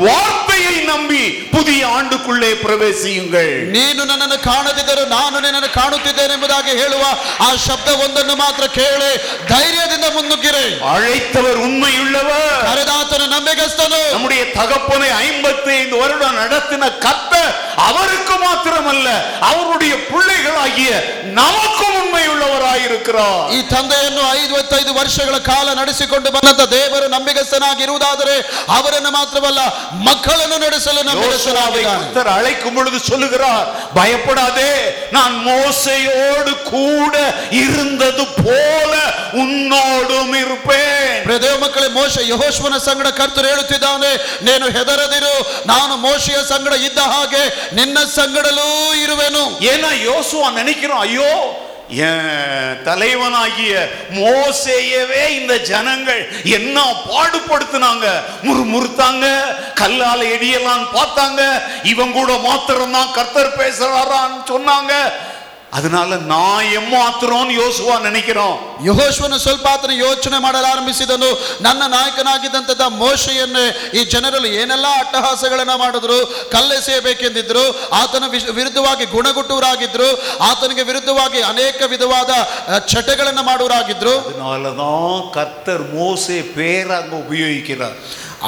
வார்த்தையை நம்பி புதிய ஆண்டுக்குள்ளே பிரவேசியுங்கள் ನೀನು ನನ್ನನ್ನು ಕಾಣದಿದ್ದರೂ ನಾನು ನಿನ್ನನ್ನು ಕಾಣುತ್ತಿದ್ದೇನೆ ಎಂಬುದಾಗಿ ಹೇಳುವ ಆ ಶಬ್ದ ಒಂದನ್ನು ಮಾತ್ರ ಕೇಳಿ ಧೈರ್ಯದಿಂದ ಮುನ್ನುಗ್ಗಿರಿ அழைத்தவர் உண்மையுள்ளவர் ಕರೆದಾತನು ನಂಬಿಗಸ್ತನು நம்முடைய தகப்பனை 55 வருடம் நடத்தின கத்த அவருக்கு மாத்திரமல்ல அவருடைய பிள்ளைகளாகிய நமக்கும் உண்மை உள்ளவராயிருக்கிறார் ಈ ತಂದೆಯನ್ನು ಐವತ್ತೈದು ವರ್ಷಗಳ ಕಾಲ ನಡೆಸಿಕೊಂಡು ಬಂದಂತ ದೇವರು ನಂಬಿಗಸ್ತನಾಗಿರುವುದಾದರೆ ಅವರನ್ನು ಮಾತ್ರವಲ್ಲ ಮಕ್ಕಳನ್ನು ನಡೆಸಲು யோசுவாவை ನಂಬಿಗಸ್ತನಾಗಿದ್ದಾನೆ கர்த்தர் அழைக்கும் பொழுது சொல்லுகிறார் பயப்படாதே நான் மோசையோடு கூட இருந்தது போல உன்னோடும் இருப்பேன் ಪ್ರದೇವ ಮಕ್ಕಳೇ ಮೋಶ ಯಹೋಶ್ವನ ಸಂಗಡ ಕರ್ತರು ಹೇಳುತ್ತಿದ್ದಾನೆ ನೀನು ಹೆದರದಿರು ನಾನು ಮೋಶೆಯ ಸಂಗಡ ಇದ್ದ ಹಾಗೆ ನಿನ್ನ ಸಂಗಡಲೂ ಇರುವೆನು ஏன்னா யோசுவா நினைக்கிறோம் ஐயோ என் தலைவனாகிய மோசேயவே இந்த ஜனங்கள் என்ன பாடுபடுத்தினாங்க முறுமுறுத்தாங்க கல்லால் எடியலாம் பார்த்தாங்க இவன் கூட மாத்திரம்தான் கர்த்தர் பேசுறாரான்னு சொன்னாங்க அதனால நான் எம்மாத்திரம்னு யோசுவா நினைக்கிறோம் ಯಹೋಶ್ವನು ಸ್ವಲ್ಪ ಆತನ ಯೋಚನೆ ಮಾಡಲಾರಂಭಿಸಿದನು ನನ್ನ ನಾಯಕನಾಗಿದ್ದಂತಹ ಮೋಶೆಯನ್ನೇ ಈ ಜನರಲ್ಲಿ ಏನೆಲ್ಲ ಅಟ್ಟಹಾಸಗಳನ್ನ ಮಾಡಿದ್ರು ಕಲ್ಲೆಸೆಯಬೇಕೆಂದಿದ್ರು ಆತನ ವಿಶ್- ವಿರುದ್ಧವಾಗಿ ಗುಣಗುಟ್ಟುವರಾಗಿದ್ರು ಆತನಿಗೆ ವಿರುದ್ಧವಾಗಿ ಅನೇಕ ವಿಧವಾದ ಅ, ಚಟಗಳನ್ನು ಮಾಡುವರಾಗಿದ್ರು அதனாலதான் கர்த்தர் மோசே பேர் அங்க உபயோகிக்கிறார்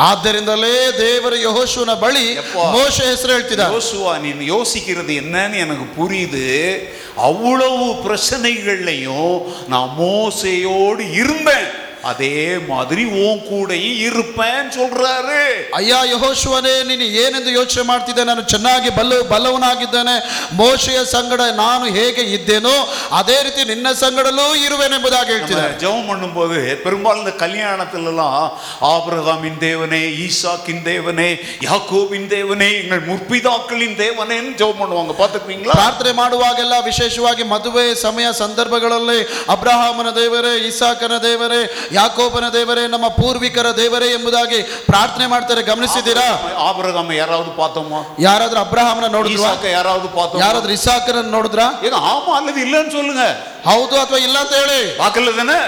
ಆದ್ದರಿಂದಲೇ ದೇವರು ಯಹೋಶ್ವನ ಬಳಿ ಯಪ್ಪಾ. ಮೋಶೆ ಹೆಸರು ಹೇಳ್ತಿದ್ದ யோசுவா நீ யோசிக்கிறது என்னன்னு எனக்கு புரியுது அவ்வளவு பிரச்சனைகள்லையும் நான் மோசையோடு இருந்தேன் அதே மாதிரி உன் கூடயும் இருப்பேன் சொல்றாரு ಅಯ್ಯ ಯಹೋಶ್ವನೇ ನೀನು ಏನೆಂದು ಯೋಚನೆ ಮಾಡ್ತಿದ್ದೆ ನಾನು ಚೆನ್ನಾಗಿ ಬಲ್ಲ ಬಲ್ಲವನಾಗಿದ್ದೇನೆ ಮೋಶೆಯ ಸಂಗಡ ನಾನು ಹೇಗೆ ಇದ್ದೇನೋ ಅದೇ ರೀತಿ ನಿನ್ನ ಸಂಗಡಲೂ ಇರುವೆನೆಂಬುದಾಗಿ ಹೇಳ್ತಿದ್ದಾರೆ நம்ம ஜெபம் பண்ணும்போது பெரும்பாலும் இந்த கல்யாணத்துலலாம் ஆபிரகாமின் தேவனே ஈசாக்கின் தேவனே யாக்கோபின் தேவனே எங்கள் முற்பிதாக்களின் தேவனேன்னு ஜெபம் பண்ணுவாங்க பார்த்துருப்பீங்களா ಪ್ರಾರ್ಥನೆ ಮಾಡುವಾಗೆಲ್ಲ ವಿಶೇಷವಾಗಿ ಮದುವೆ ಸಮಯ ಸಂದರ್ಭಗಳಲ್ಲಿ ಅಬ್ರಹಾಮನ ದೇವರೇ ಇಸಾಕನ ದೇವರೇ ಯಾಕೋಬನ ದೇವರೇ ನಮ್ಮ ಪೂರ್ವಿಕರ ದೇವರೇ ಎಂಬುದಾಗಿ ಪ್ರಾರ್ಥನೆ ಮಾಡ್ತಾರೆ ಗಮನಿಸಿದ್ದೀರಾ ஆபிரகாமை ಯಾರಾவது பார்த்தோமா ಯಾರಾದ್ರೂ ಅಬ್ರಹಾಮನ ನೋಡಿದ್ರಾ ஈசாக்கை யாராவது பார்த்தோமா ಯಾರಾದ್ರೂ ಇಸಾಕನ ನೋಡಿದ್ರಾ ஏங்க ஆமா அல்லது இல்லைன்னு சொல்லுங்க ಹೌದು ಅಥವಾ ಇಲ್ಲ ಅಂತ ಹೇಳಿ பார்க்கல தானே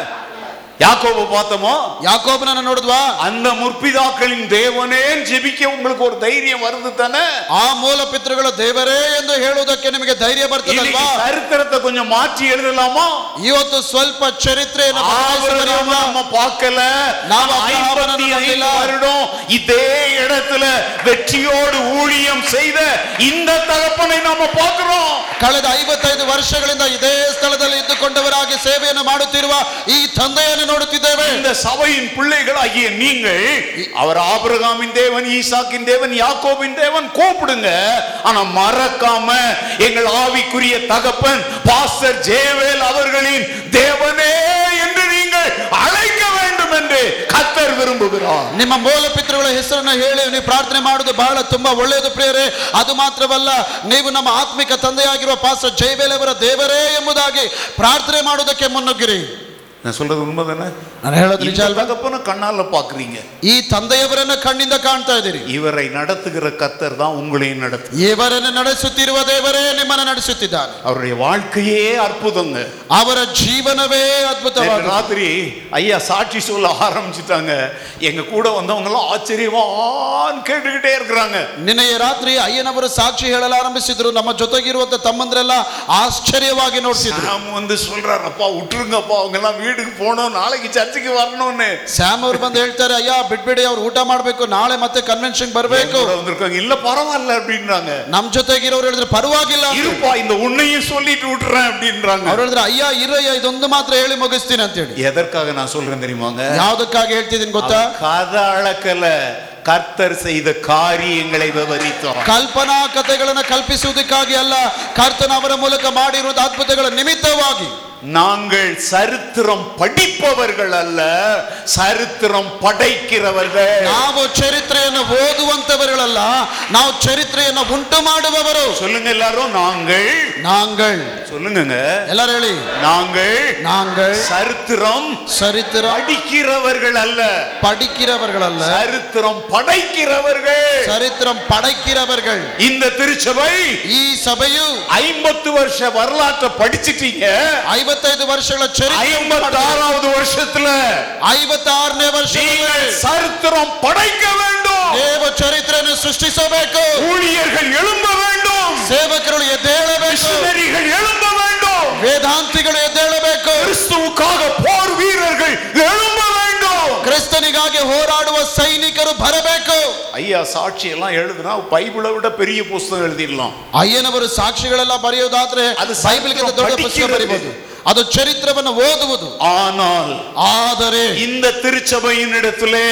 யாக்கோபு பார்த்தோமோ ಯಾಕೋಬನ ನೋಡಿದ್ವಾ அந்த முற்பிதாக்களின் தேவனே ஜெபிக்க உங்களுக்கு ஒரு தைரியம் வருது தானே ಆ ಮೂಲ ಪಿತೃಗಳು ದೇವರೇ ಎಂದು ಹೇಳುವುದಕ್ಕೆ ನಿಮಗೆ ಧೈರ್ಯ இன்னைக்கு ಬರ್ತದಲ್ವಾ சரித்திரத்தை கொஞ்சம் மாற்றி எழுதலாமா ಇವತ್ತು ಸ್ವಲ್ಪ ಚರಿತ್ರೆಯನ್ನು ಬದಲಾಯಿಸಿ ஆபிரகாம ಬರೆಯೋಣ. நம்ம பார்க்கல நாம நாம ஆபிரகாமனை ஐம்பத்தி ஐந்து நம்பல. வருடம் இதே இடத்துல வெற்றியோடு ஊழியம் செய்த இந்த தகப்பனை நாம பார்க்கிறோம் ಕಳೆದ ಐವತ್ತೈದು ವರ್ಷಗಳಿಂದ ಇದೇ ಸ್ಥಳದಲ್ಲಿ ಇದ್ದುಕೊಂಡವರಾಗಿ ಸೇವೆಯನ್ನು ಮಾಡುತ್ತಿರುವ ಈ ತಂದೆಯನ್ನು ನೋಡುತ್ತಿದ್ದೇವೆ இந்த சபையின் பிள்ளைகளாகிய நீங்கள் அவர் ஆபிரகாமின் தேவன் ஈசாக்கின் தேவன் யாக்கோபின் தேவன் கூப்பிடுங்க ஆனா மறக்காம எங்கள் ஆவிக்குரிய தகப்பன் பாஸ்டர் ஜேவேல் அவர்களின் தேவனே என்று நீங்கள் அழைக்க வேண்டும் என்று கத்தர் விரும்புகிறார் ನಿಮ್ಮ ಮೂಲ ಪಿತೃಗಳ ಹೆಸರನ್ನು ಹೇಳಿ ನೀವು ಪ್ರಾರ್ಥನೆ ಮಾಡುವುದು ಬಹಳ ತುಂಬಾ ಒಳ್ಳೆಯದು ಪ್ರಿಯರೇ ಅದು ಮಾತ್ರವಲ್ಲ ನೀವು ನಮ್ಮ ಆತ್ಮಿಕ ತಂದೆಯಾಗಿರುವ ಪಾಸ್ಟರ್ ಜೈಬೇಲ್ ಅವರ ದೇವರೇ ಎಂಬುದಾಗಿ ಪ್ರಾರ್ಥನೆ ಮಾಡುವುದಕ್ಕೆ ಮುನ್ನುಗ್ಗಿರಿ நான் சொல்றது ಉನ್ಮೆ தானே ನಾನು ಹೇಳೋದು ನಿಜ ಅಲ್ವಾ தகப்பன கண்ணால பாக்குறீங்க ಈ ತಂದೆಯವರನ್ನ ಕಣ್ಣಿಂದ ಕಾಣ್ತಾ ಇದ್ದೀರಿ இவரை நடத்துகிற கத்தர் தான் உங்களையும் நடத்து ಇವರನ್ನು ನಡೆಸುತ್ತಿರುವ ದೇವರೇ ನಿಮ್ಮನ್ನು ನಡೆಸುತ್ತಿದ್ದಾನೆ அவருடைய வாழ்க்கையே அற்புதங்க ಅವರ ಜೀವನವೇ நேற்று ಅದ್ಭುತವಾದ ராத்திரி ஐயா சாட்சி சொல்ல ஆரம்பிச்சிட்டாங்க எங்க கூட வந்தவங்க எல்லாம் ஆச்சரியமான்னு கேட்டுக்கிட்டே இருக்கிறாங்க ನಿನ್ನೆಯ ರಾತ್ರಿ ಅಯ್ಯನವರು ಸಾಕ್ಷಿ ಹೇಳಲು ಆರಂಭಿಸಿದ್ರು ನಮ್ಮ ಜೊತೆಗಿರುವಂತ ತಮ್ಮಂದ್ರೆಲ್ಲ ಆಶ್ಚರ್ಯವಾಗಿ ನೋಡ್ತಿದ್ರು சாம் வந்து சொல்றாரு அப்பா விட்டுருங்கப்பா அவங்க எல்லாம் வீட்டுக்கு போனோம் நாளைக்கு சர்ச்சுக்கு வரணும்னு ಸ್ಯಾಮ್ ಅವ್ರು ಬಂದು ಹೇಳ್ತಾರೆ ಅಯ್ಯ ಬಿಡ್ಬಿಡಿ ಅವ್ರು ಊಟ ಮಾಡ್ಬೇಕು ನಾಳೆ ಮತ್ತೆ ಕನ್ವೆನ್ಷನ್ ಬರಬೇಕು கூட வந்திருக்காங்க இல்ல பரவாயில்ல அப்படின்றாங்க ನಮ್ ಜೊತೆಗಿರೋರು ಹೇಳಿದ್ರೆ ಪರವಾಗಿಲ್ಲ இருப்பா இந்த உன்னையும் சொல்லிட்டு விட்டுறேன் ಅವ್ರು அப்படின்றாங்க ಹೇಳಿದ್ರೆ ಅಯ್ಯ ಇರಯ್ಯ ಇದೊಂದು ಮಾತ್ರ ಹೇಳಿ ಮುಗಿಸ್ತೀನಿ ಅಂತ ಹೇಳಿ எதற்காக நான் சொல்றேன் தெரியுமாங்க ಯಾವ್ದಕ್ಕಾಗಿ ಹೇಳ್ತಿದ್ದೀನಿ ಗೊತ್ತಾ அவன் கதை அளக்கல கர்த்தர் செய்த காரியங்களை விவரித்தோம் ಕಲ್ಪನಾ ಕಥೆಗಳನ್ನ ಕಲ್ಪಿಸುವುದಕ್ಕಾಗಿ ಅಲ್ಲ ಕರ್ತನ ಅವರ ಮೂಲಕ ಮಾಡಿರುವಂತ ಅದ್ಭುತಗಳ ನಿಮಿತ್ತವಾಗಿ நாங்கள் சரித்திரம் படிப்பவர்கள் அல்ல சரித்திரம் படைக்கிறவர்கள் ನಾವು ಚರಿತ್ರೆಯನ್ನು ಓದುವಂತವರುಗಳಲ್ಲ ನಾವು ಚರಿತ್ರೆಯನ್ನು ಉಂಟು ಮಾಡುವವರು சொல்லுங்க எல்லாரும் நாங்கள் ನಾಂಗಳ್ சொல்லுங்கங்க ಎಲ್ಲರೂ ಹೇಳಿ நாங்கள் ನಾಂಗಳ್ சரித்திரம் சரித்திர படிக்கிறவர்கள் அல்ல படிக்கிறவர்களல்ல சரித்திரம் படைக்கிறவர்கள் சரித்திரம் படைக்கிறவர்கள் இந்த திருச்சபை ಈ ಸಭೆಯು ஐம்பத்து வருஷ வரலாற்றை படிச்சிட்டீங்க ಐವತ್ತೈದು ವರ್ಷಗಳ ಚರಿತ್ರೆ ஐம்பத்தி ஆறாவது ವರ್ಷத்துல ಐವತ್ತಾರನೇ ವರ್ಷ நீங்கள் சரித்திரம் படைக்க வேண்டும் ದೇವ ಚರಿತ್ರೆಯನ್ನು ಸೃಷ್ಟಿಸಬೇಕು ஊழியர்கள் எழும்ப வேண்டும் ಸೇವಕರು ಎದ್ದೇಳಬೇಕು மிஷனரிகள் எழும்ப வேண்டும் ವೇದಾಂತಿಗಳು ಎದ್ದೇಳಬೇಕು கிறிஸ்துவுக்காக போர் வீரர்கள் எழும்ப வேண்டும் ಕ್ರಿಸ್ತನಿಗಾಗಿ ಹೋರಾಡುವ ಸೈನಿಕರು ಬರಬೇಕು ஐயா சாட்சி எல்லாம் எழுதுனா பைபிளை விட பெரிய புஸ்தகம் எழுதிடலாம் ಅಯ್ಯನವರು ಸಾಕ್ಷಿಗಳೆಲ್ಲ ಬರೆಯೋದಾದ್ರೆ ಅದು ಬೈಬಲ್ಗಿಂತ ದೊಡ್ಡ ಪುಸ್ತಕ ಪಡಿಕ್ಕಿರೋದು. ಬರೀಬಹುದು ಅದು ಚರಿತ್ರವನ್ನು ಓದುವುದು ஆனால் ಆದರೆ இந்த திருச்சபையின் இடத்திலே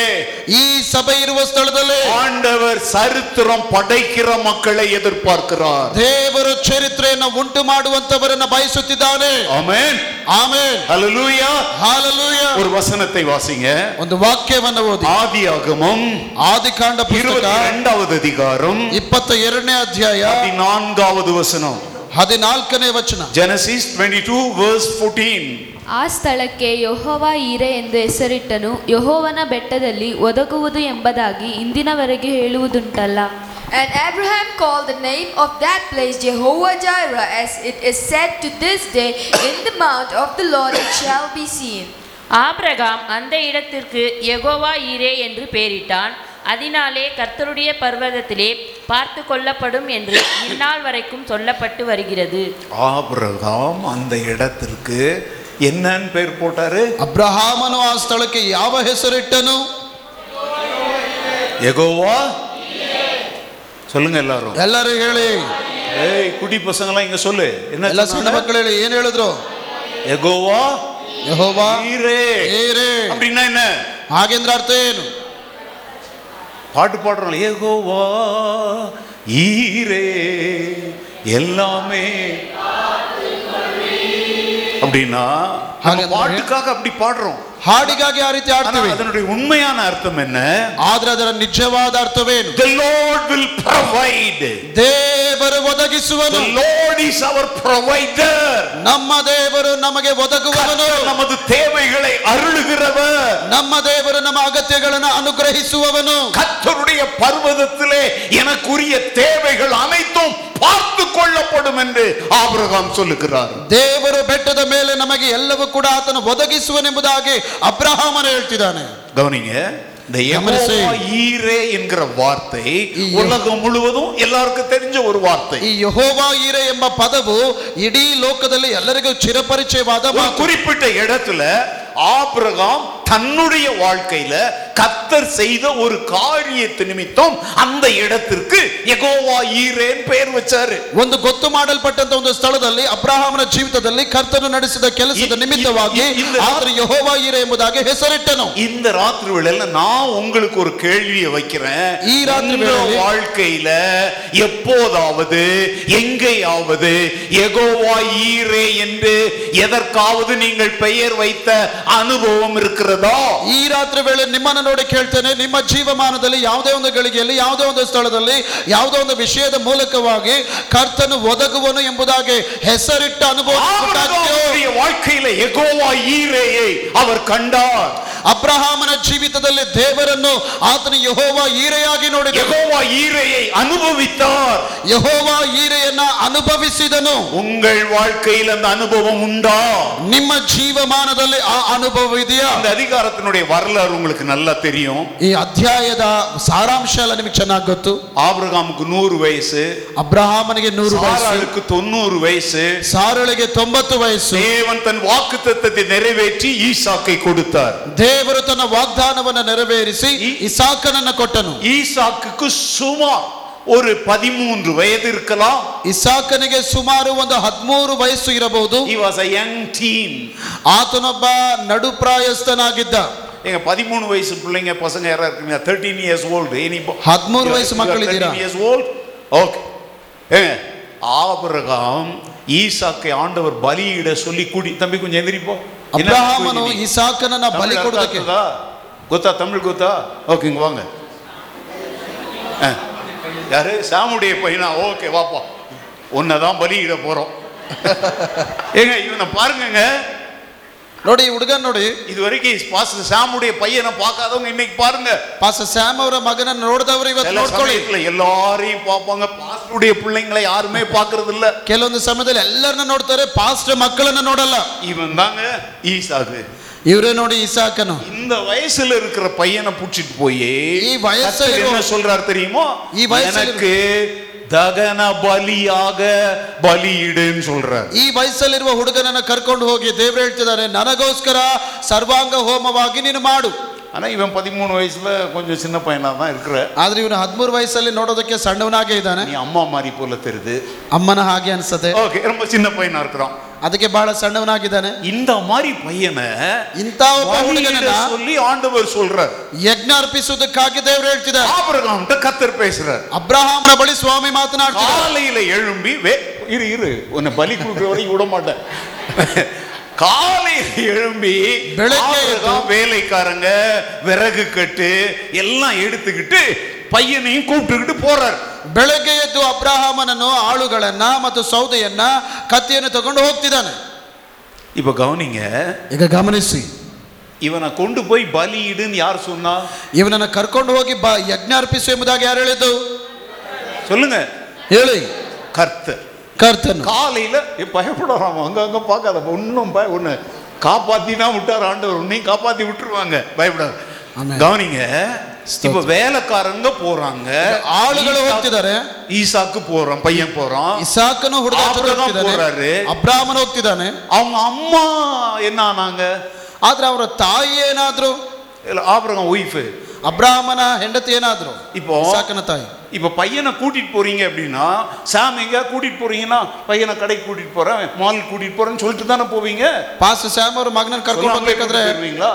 ಈ ಸಭೆ ಇರುವ ಸ್ಥಳದಲ್ಲಿ ஆண்டவர் சரித்திரம் படைக்கிற மக்களை எதிர்பார்க்கிறார் ದೇವರು ಚರಿತ್ರೆಯನ್ನು ಉಂಟು ಮಾಡುವಂತವರನ್ನ ಬಯಸುತ್ತಿದ್ದಾನೆ ஆமென் ಆಮೇಲೆ ஹalleluya ಹಾಲಲೂಯ ஒரு வசனத்தை வாசிங்க ಒಂದು ವಾಕ್ಯವನ್ನು ಓದಿ ஆதியாகமம் ಆದಿಕಾಂಡ ಪುಸ್ತಕ இருபத்தி ரெண்டாவது அதிகாரம் ಇಪ್ಪತ್ತ ಎರಡನೇ ಅಧ್ಯಾಯ நான்காவது வசனம் ಹದಿನಾಲ್ಕನೇ ವಚನ Genesis twenty two verse fourteen ಆ ಸ್ಥಳಕ್ಕೆ ಯೆಹೋವ ಇರೆ ಎಂದು ಹೆಸರಿಟ್ಟನು ಯೆಹೋವನ ಬೆಟ್ಟದಲ್ಲಿ ಒದಗುವುದು ಎಂಬುದಾಗಿ ಇಂದಿನವರೆಗೆ ಹೇಳುವುದುಂಟಲ್ಲ And Abraham called the name of that place Jehovah Jireh, as it is said to this day, In the mount of the Lord it shall be seen. Abraham அந்த இடத்திற்கு யெகோவா ஈரே என்று பெயரிட்டான் அதனாலே கர்த்தருடைய பர்வதத்திலே பார்த்து கொள்ளப்படும் என்று இந்நாள் வரைக்கும் சொல்லப்பட்டு வருகிறது ஆபிரகாம் அந்த இடத்திற்கு என்னன்னு பேர் போட்டாரு ಅಬ್ರಹಾಮನು ಆ ಸ್ಥಳಕ್ಕೆ ಯಾವ ಹೆಸರಿಟ್ಟನು எகோவா சொல்லுங்க எல்லாரும் ಎಲ್ಲರೂ ಹೇಳಿ ஏய் குடி பசங்களாம் இங்க சொல்லு ಎಲ್ಲ என்ன ಸಣ್ಣ சொன்னாங்க? ಮಕ್ಕಳು ಹೇಳಿ ಏನ್ ಹೇಳಿದ್ರು எகோவா ಯೆಹೋವಾ ஈரே ಏರೇ அப்படின்னா என்ன ಹಾಗೆಂದ್ರ ಅರ್ಥ ಏನು பாட்டு பாடுறோம் எகோவா ஈரே எல்லாமே அப்படின்னா நம்ம ஆக- பாட்டுக்காக அப்படி பாடுறோம் ಹಾಡಿಗಾಗಿ ಆ ರೀತಿ ஆனா ಆಡ್ತೀವಿ அதனுடைய உண்மையான அர்த்தம் என்ன ಆದ್ರೆ ಅದರ ನಿಜವಾದ ಅರ್ಥವೇನು The Lord will provide. ದೇವರು ಒದಗಿಸುವನು The Lord is our provider. ನಮ್ಮ ದೇವರು ನಮಗೆ ಒದಗುವವನು கர்த்தர் நமது தேவைகளை அருளுகிறவர் ನಮ್ಮ ದೇವರು ನಮ್ಮ ಅಗತ್ಯಗಳನ್ನು ಅನುಗ್ರಹಿಸುವವನು கர்த்தருடைய பர்வதத்திலே எனக்குரிய தேவைகள் அனைத்தும் பார்த்து கொள்ளப்படும் என்று ஆபிரகாம் சொல்லுகிறார் ದೇವರು ಬೆಟ್ಟದ ಮೇಲೆ ನಮಗೆ ಎಲ್ಲವೂ ಕೂಡ ಆತನು ಒದಗಿಸುವನೆಂಬುದಾಗಿ ಅಬ್ರಹಾಮನ ಹೇಳ್ತಿದ್ದಾನೆ கவனிங்க இந்த கவனிச்சு. யெகோவா ஈரே என்கிற வார்த்தை ஈ- உலகம் முழுவதும் எல்லாருக்கும் தெரிஞ்ச ஒரு வார்த்தை ಈ ಯಹೋವಾ ಈರೆ ಎಂಬ ಪದವು ಇಡೀ ಲೋಕದಲ್ಲಿ ಎಲ್ಲರಿಗೂ ಚಿರಪರಿಚಯವಾದ ஒரு ಮಾತು குறிப்பிட்ட இடத்துல ஆபிரகாம் தன்னுடைய வாழ்க்கையில கத்தர் செய்த ஒரு காரியத்து நிமித்தம் அந்த இடத்திற்கு எகோவா ஈரேன்னு பெயர் வச்சாரு ಒಂದು ಗೊತ್ತು ಮಾಡಲ್ಪಟ್ಟಂತ ಒಂದು ಸ್ಥಳದಲ್ಲಿ ಅಬ್ರಹಾಮನ ಜೀವಿತದಲ್ಲಿ ಕರ್ತನು ನಡೆಸಿದ ಕೆಲಸದ ಇ- ಇ- ನಿಮಿತ್ತವಾಗಿ ಇ- ಇಲ್ಲ. ಆತನು ಯಹೋವಾ ಈರೆ ಎಂಬುದಾಗಿ ಹೆಸರಿಟ್ಟನು இந்த ராத்திரி வேளையில நான் உங்களுக்கு ஒரு கேள்வியை வைக்கிறேன் ஈ ராத்திரி உங்க வேளையிலே- வாழ்க்கையில எப்போதாவது எங்கேயாவது எகோவா ஈரே என்று எதற்காக யாருக்காவது நீங்கள் பெயர் வைத்த அனுபவம் இருக்கிறதோ ಈ ರಾತ್ರಿ ವೇಳೆ ನಿಮ್ಮನ್ನ ನೋಡಿ ಕೇಳ್ತೇನೆ ನಿಮ್ಮ ಜೀವಮಾನದಲ್ಲಿ ಯಾವುದೇ ಒಂದು ಗಳಿಗೆಯಲ್ಲಿ ಯಾವುದೇ ಒಂದು ಸ್ಥಳದಲ್ಲಿ ಯಾವುದೇ ಒಂದು ವಿಷಯದ ಮೂಲಕವಾಗಿ ಕರ್ತನು ಒದಗುವನು ಎಂಬುದಾಗಿ ಹೆಸರಿಟ್ಟ ಅನುಭವ ಉಂಟಾಗಿದೆಯೋ? ஆபிரகாமுடைய வாழ்க்கையில எகோவா ஈரேயை அவர் கண்டார் ಅಬ್ರಹಾಮನ ಜೀವಿತದಲ್ಲಿ ದೇವರನ್ನು ಆತನ ಯಹೋವ ಈರೆಯಾಗಿ ನೋಡಿದನು எகோவா ஈரேயை அனுபவித்தார் ಯಹೋವ ಈರೆಯನ್ನ ಅನುಭವಿಸಿದನು உங்கள் வாழ்க்கையில் அந்த அனுபவம் உண்டா ನಿಮ್ಮ ಜೀವಮಾನದಲ್ಲಿ ಆ ಅನುಭವ ಇದೆಯಾ அந்த அதிகாரத்தினுடைய வரலாறு உங்களுக்கு நல்லா தெரியும் ಈ ಅಧ್ಯಾಯದ ಸಾರಾಂಶ ಎಲ್ಲ ನಿಮಗೆ ಚೆನ್ನಾಗಿ ಗೊತ್ತು ஆபிரகாமுக்கு நூறு வயசு ಅಬ್ರಹಾಮನಿಗೆ ನೂರು ವಯಸ್ಸು சாராளுக்கு தொண்ணூறு வயசு ಸಾರಳಿಗೆ ತೊಂಬತ್ತು ವಯಸ್ಸು தேவன் தன் வாக்குத்தத்தத்தை நிறைவேற்றி ஈசாக்கை கொடுத்தார் ದೇವರು ತನ್ನ ವಾಗ್ದಾನವನ್ನು ನೆರವೇರಿಸಿ ಈ- ಇಸಾಕನನ್ನ ಕೊಟ್ಟನು ஈசாக்குக்கு சுமார் ஒரு பதிமூன்று வயது இருக்கலாம் ಇಸಾಕನಿಗೆ ಸುಮಾರು ಒಂದು ಹದ್ಮೂರು ವಯಸ್ಸು ಇರಬಹುದು he was a young teen ಆತನೊಬ್ಬ ನಡುಪ್ರಾಯಸ್ಥನಾಗಿದ್ದ எங்க பதிமூணு வயசு பிள்ளைங்க பசங்க யாரா இருக்கீங்க தேர்ட்டீன் இயர்ஸ் ஓல்டு எனி 13 வயசு மக்கள் ಇದೀರಾ? இயர்ஸ் ஓல்ட் ஓகே ஏங்க ஆபிரகாம் ஈசாக்கை ஆண்டவர் பலியிட சொல்லி கூடி தம்பி கொஞ்சம் எந்திரிப்போ என்ன ಅಬ್ರಹಾಮನು கூடி நீ? ಇಸಾಕನನ್ನ ಬಲಿ தமிழ் அர்த்தம் ಕೊಡೋದಕ್ಕೆ இருக்குதா? கொத்தா தமிழ் கொத்தா ஓகேங்க வாங்க ஆ. யாரு சாமுடைய பையனா ஓகே வாப்பா உன்னதான் பலியிட போறோம் ஏங்க இவனை பாருங்கங்க ನೋಡಿ ಈ ಹುಡುಗ ನೋಡಿ இது வரைக்கும் பாஸ்டர் சாமுடைய பையனை பார்க்காதவங்க இன்னைக்கு பாருங்க ಪಾಸ ಸ್ಯಾಮ್ ಅವರ ಮಗನನ್ನ ನೋಡಿದವರು ಇವತ್ತು சில ನೋಡ್ಕೊಳ್ಳಿ சமயத்துல எல்லாரையும் பார்ப்பாங்க பாஸ்டருடைய பிள்ளைங்களை யாருமே பார்க்கிறது இல்ல ಕೆಲವೊಂದು ಸಮಯದಲ್ಲಿ ಎಲ್ಲರನ್ನ ನೋಡ್ತಾರೆ ಪಾಸ್ಟ್ ಮಕ್ಕಳನ್ನ ನೋಡಲ್ಲ இவன் தாங்க ஈசாக்கு ಇವರೇ ನೋಡಿ ಇಸಾಕನು இந்த வயசுல இருக்கிற பையனை புடிச்சிட்டு போய் ಈ ವಯಸ್ಸಲ್ಲಿ கர்த்தர் என்ன சொல்றாரு தெரியுமோ ಈ ವಯಸ್ಸಲ್ಲಿ எனக்கு தகன பலியாக பலியிடுன்னு சொல்றாரு ಈ ವಯಸ್ಸಲ್ಲಿರುವ ಹುಡುಗನನ್ನ ಕರ್ಕೊಂಡು ಹೋಗಿ ದೇವ್ರು ಹೇಳ್ತಿದ್ದಾರೆ ನನಗೋಸ್ಕರ ಸರ್ವಾಂಗ ಹೋಮವಾಗಿ ನೀನು ಮಾಡು ஆனா இவன் பதிமூணு வயசுல கொஞ்சம் சின்ன பையனா தான் இருக்கிற ಆದ್ರೆ ಇವನು ಹದಿಮೂರು ವಯಸ್ಸಲ್ಲಿ ನೋಡೋದಕ್ಕೆ ಸಣ್ಣವನಾಗೇ ಇದ್ದಾನೆ நீ ಅಮ್ಮ மாதிரி போல தெரியுது ಅಮ್ಮನ ಹಾಗೆ ಅನ್ಸತ್ತೆ ஓகே ரொம்ப சின்ன பையனா இருக்கிறான் ಅದಕ್ಕೆ ಬಹಳ ಸಣ್ಣವನಾಗಿದ್ದಾನೆ இந்த மாதிரி பையனை ಇಂಥ ಒಬ್ಬ பலியிட ಹುಡುಗನನ್ನ சொல்லி ಆಂಡவர் சொல்றாரு ಯಜ್ಞ ಅರ್ಪಿಸುವುದಕ್ಕಾಗಿ ದೇವ್ರು ಹೇಳ್ತಿದ್ದಾರೆ ஆபிரகாம்கிட்ட கத்தர் பேசுறாரு ಅಬ್ರಹಾಮನ ಬಳಿ ಸ್ವಾಮಿ ಮಾತನಾಡ್ತಿದ್ದಾರೆ காலையில எழும்பி வே இரு இரு உன்னை பலி கொடுக்குற வரைக்கும் விட மாட்டேன் காலையில எழும்பி ಬೆಳಗ್ಗೆ ಎದ್ದು- ஆபிரகாம் வேலைக்காரங்க விறகு கட்டு எல்லாம் எடுத்துக்கிட்டு பையனையும் கூப்பிட்டுக்கிட்டு போறாரு ಬೆಳಗ್ಗೆ ಎದ್ದು ಅಬ್ರಹಾಮನನ್ನು ಆಳುಗಳನ್ನ ಮತ್ತು ಸೌದೆಯನ್ನ ಕತ್ತಿಯನ್ನು ತಗೊಂಡು ಹೋಗ್ತಿದ್ದಾನೆ இப்ப கவனிங்க ಈಗ ಗಮನಿಸಿ இவனை கொண்டு போய் பலியிடுன்னு யார் சொன்னா ಇವನನ್ನ ಕರ್ಕೊಂಡು ಹೋಗಿ ಬಾ ಯಜ್ಞ ಅರ್ಪಿಸು ಎಂಬುದಾಗಿ ಯಾರು ಹೇಳಿದ್ದು சொல்லுங்க ಹೇಳಿ கர்த்தர் ಕರ್ತನು காலையில ஏ, பயப்படாம அங்க அங்க பார்க்காத ஒன்றும் பய ஒண்ணு காப்பாத்தினா விட்டார் ஆண்டவர் உன்னையும் காப்பாத்தி விட்டுருவாங்க பயப்படாத ஆமென். கவனிங்க இப்ப வேலைக்காரங்க போறாங்க ஆளுகளை ஈசாக்கு- ஓட்டுதாரு. ஈசாக்கு போறான் பையன் போறான் ಇಸಾಕನು ಹುಡುಗ ಜೊತೆ ಅಬ್ರಹಾಮ್ ಹೋಗ್ತಿದ್ದಾನೆ. ಹೋರಾಡ್ರಿ. ಅಬ್ರಹಾಮನು ಹೋಗ್ತಿದ್ದಾನೆ அவங்க அம்மா என்ன ஆனாங்க ಆದ್ರೆ ಅವರ ತಾಯಿ ಏನಾದ್ರು இல்ல, ஆபிரகாம் ஒய்ஃப் ಅಬ್ರಾಹ್ಮನ ಹೆಂಡತಿ ಏನಾದ್ರು இப்போ ಇಸಾಕನ ತಾಯಿ இப்ப பையனை கூட்டிட்டு போறீங்க அப்படின்னா சாம் எங்க கூட்டிட்டு போறீங்கன்னா பையனை கடைக்கு கூட்டிட்டு போறேன் மால் கூட்டிட்டு போறேன்னு சொல்லிட்டு தானே போவீங்க ಪಾಸ್ ಸ್ಯಾಮ್ ಅವ್ರ ಮಗನನ್ನ ಕರ್ಕೊಂಡು சொல்லாமலே ಹೋಗ್ಬೇಕಾದ್ರೆ கூட்டிட்டு போயிருவீங்களா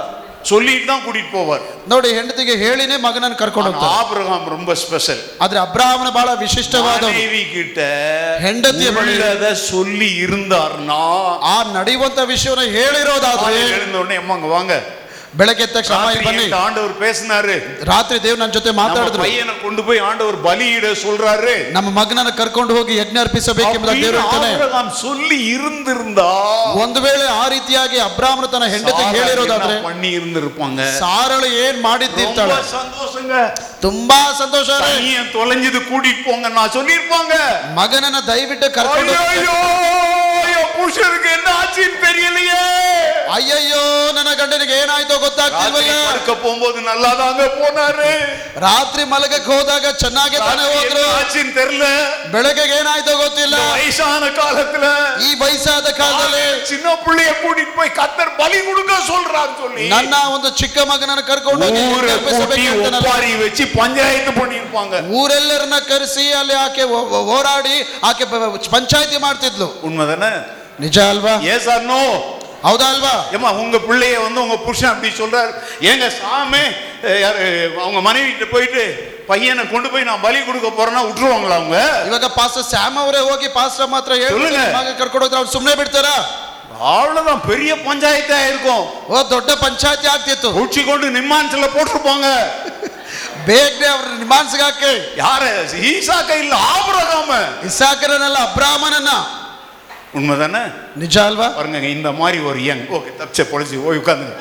சொல்லிட்டு தான் கூட்டிட்டு போவார் ನೋಡಿ ಹೆಂಡತಿಗೆ ಹೇಳಿನೇ ಮಗನನ್ನ ಕರ್ಕೊಂಡು ஆனா ಹೋಗ್ತಾರೆ ஆபிரகாம் ரொம்ப ஸ்பெஷல் ಆದ್ರೆ ಅಬ್ರಾಹ್ಮನ ಬಹಳ ವಿಶಿಷ್ಟವಾದ மனைவி கிட்ட ಹೆಂಡತಿಯ ಬಳಿ- உள்ளத சொல்லி இருந்தார்னா ಆ ನಡೆಯುವಂತ ವಿಷಯವನ್ನ ಹೇಳಿರೋದಾದ್ರೆ காலையில எழுந்த உடனே அம்மா இங்க வாங்க ಬೆಳಗ್ಗೆ ಎದ್ದ ತಕ್ಷಣ "ಅಮ್ಮ, ಇಲ್ಲಿ ராத்திரி ಬನ್ನಿ என்கிட்ட ஆண்டவர் பேசினாரு ರಾತ್ರಿ ದೇವ್ ನನ್ನ ಜೊತೆ நம்ம ಮಾತಾಡಿದ್ರು பையனை கொண்டு போய் ஆண்டவர் பலியிட சொல்றாரு ನಮ್ಮ ಮಗನನ್ನ ಕರ್ಕೊಂಡು ಹೋಗಿ ಯಜ್ಞ ಅರ್ಪಿಸಬೇಕೆಂಬುದಾಗಿ ದೇವರು அப்படின்னு ಹೇಳ್ತಾನೆ ஆபிரகாம் சொல்லி இருந்திருந்தா ಒಂದು ವೇಳೆ ಆ ರೀತಿಯಾಗಿ ಅಬ್ರಾಹ್ಮನ ತನ್ನ ಹೆಂಡತಿಗೆ சாரா ಹೇಳಿರೋದಾದ್ರೆ என்ன பண்ணி இருந்திருப்பாங்க ಸಾರಳು ಏನ್ ಮಾಡಿದ್ದಿರ್ತಾಳೆ ரொம்ப சந்தோஷங்க ತುಂಬಾ ಸಂತೋಷ ರೀ. பையன் தொலைஞ்சது கூட்டிட்டு போங்க நான் சொல்லியிருப்பாங்க ಮಗನನ್ನ ದಯವಿಟ್ಟು ಕರ್ಕೊಂಡು ஐயோ ಹೋಗಿ- என் புருஷனுக்கு என்ன ஆச்சுன்னு தெரியலையே ಅಯ್ಯಯ್ಯೋ ನನ್ನ ಗಂಡನಿಗೆ ಏನಾಯ್ತೋ ராத்திரி ಗೊತ್ತಾಗ್ತಿಲ್ವಲ್ಲ படுக்க போகும்போது நல்லா தாங்க போனாரு ರಾತ್ರಿ ಮಲಗಕ್ಕೆ ಹೋದಾಗ ಚೆನ್ನಾಗಿ ತಾನೇ ராத்திரி ಹೋದ್ರು என்ன ஆச்சுன்னு தெரியல ಬೆಳಗ್ಗೆ ಏನಾಯ್ತೋ ಗೊತ್ತಿಲ್ಲ இந்த வயசான காலத்துல ಈ ವಯಸ್ಸಾದ ಕಾಲದಲ್ಲಿ சின்ன புள்ளைய கூட்டிட்டு போய் கத்தர் பலி கொடுக்க சொல்றான்னு சொல்லி ನನ್ನ ಒಂದು ಚಿಕ್ಕ ಮಗನನ್ನ ಕರ್ಕೊಂಡು ಹೋಗಿ ஊரை கூட்டி ಕಲ್ಪಿಸಬೇಕು ಅಂತ ನಾನು- ஒப்பாரி வச்சு பஞ்சாயத்து பண்ணிருப்பாங்க ಊರೆಲ್ಲರನ್ನ ಕರೆಸಿ ಅಲ್ಲಿ ಆಕೆ ಹೋ- ಹೋ- ಹೋರಾಡಿ ಆಕೆ ಪಂಚಾಯತಿ ಮಾಡ್ತಿದ್ಲು உண்மைதானே ನಿಜ ಅಲ್ವಾ ஏன் சார் நோ ಹೌದಾ ಅಲ್ವಾ ஏமா உங்க பிள்ளைய வந்து உங்க புருஷன் அப்படி சொல்றாரு ஏங்க சாமி அஹ், யாரு அவங்க மனைவிட்ட போயிட்டு பையனை கொண்டு போய் நான் பலி கொடுக்க போறேன்னா விட்டுருவாங்களா அவங்க ಇವಾಗ ಪಾಸ್ಟರ್ ಸ್ಯಾಮ್ ಅವರೇ ಹೋಗಿ ಪಾಸ್ಟರ್ ಮಾತ್ರ ಹೇಳಿ சொல்லுங்க. ಮಗ ಕರ್ಕೊಂಡು ಹೋದ್ರೆ ಅವ್ರು ಸುಮ್ಮನೆ ಬಿಡ್ತಾರಾ அவ்வளவுதான் பெரிய பஞ்சாயத்தா இருக்கும் ಓ ದೊಡ್ಡ ಪಂಚಾಯತಿ ಆಗ್ತಿತ್ತು உச்சிக்கொண்டு நிம்மான்ஸ்ல போட்டிருப்பாங்க ಬೇಗನೆ ಅವ್ರ ನಿಮಾನ್ಸ್ಗೆ ಹಾಕಿ யாரு ஈசாக்க இல்ல ஆபரகாம ಇಸಾಕರನಲ್ಲ ಅಬ್ರಾಹ್ಮಣನ உண்மைதானே ನಿಜ ಅಲ್ವಾ பாருங்க இந்த மாதிரி ஒரு யங் ஓகே தப்பிச்ச பொழிச்சு ஓய் உட்காந்துங்க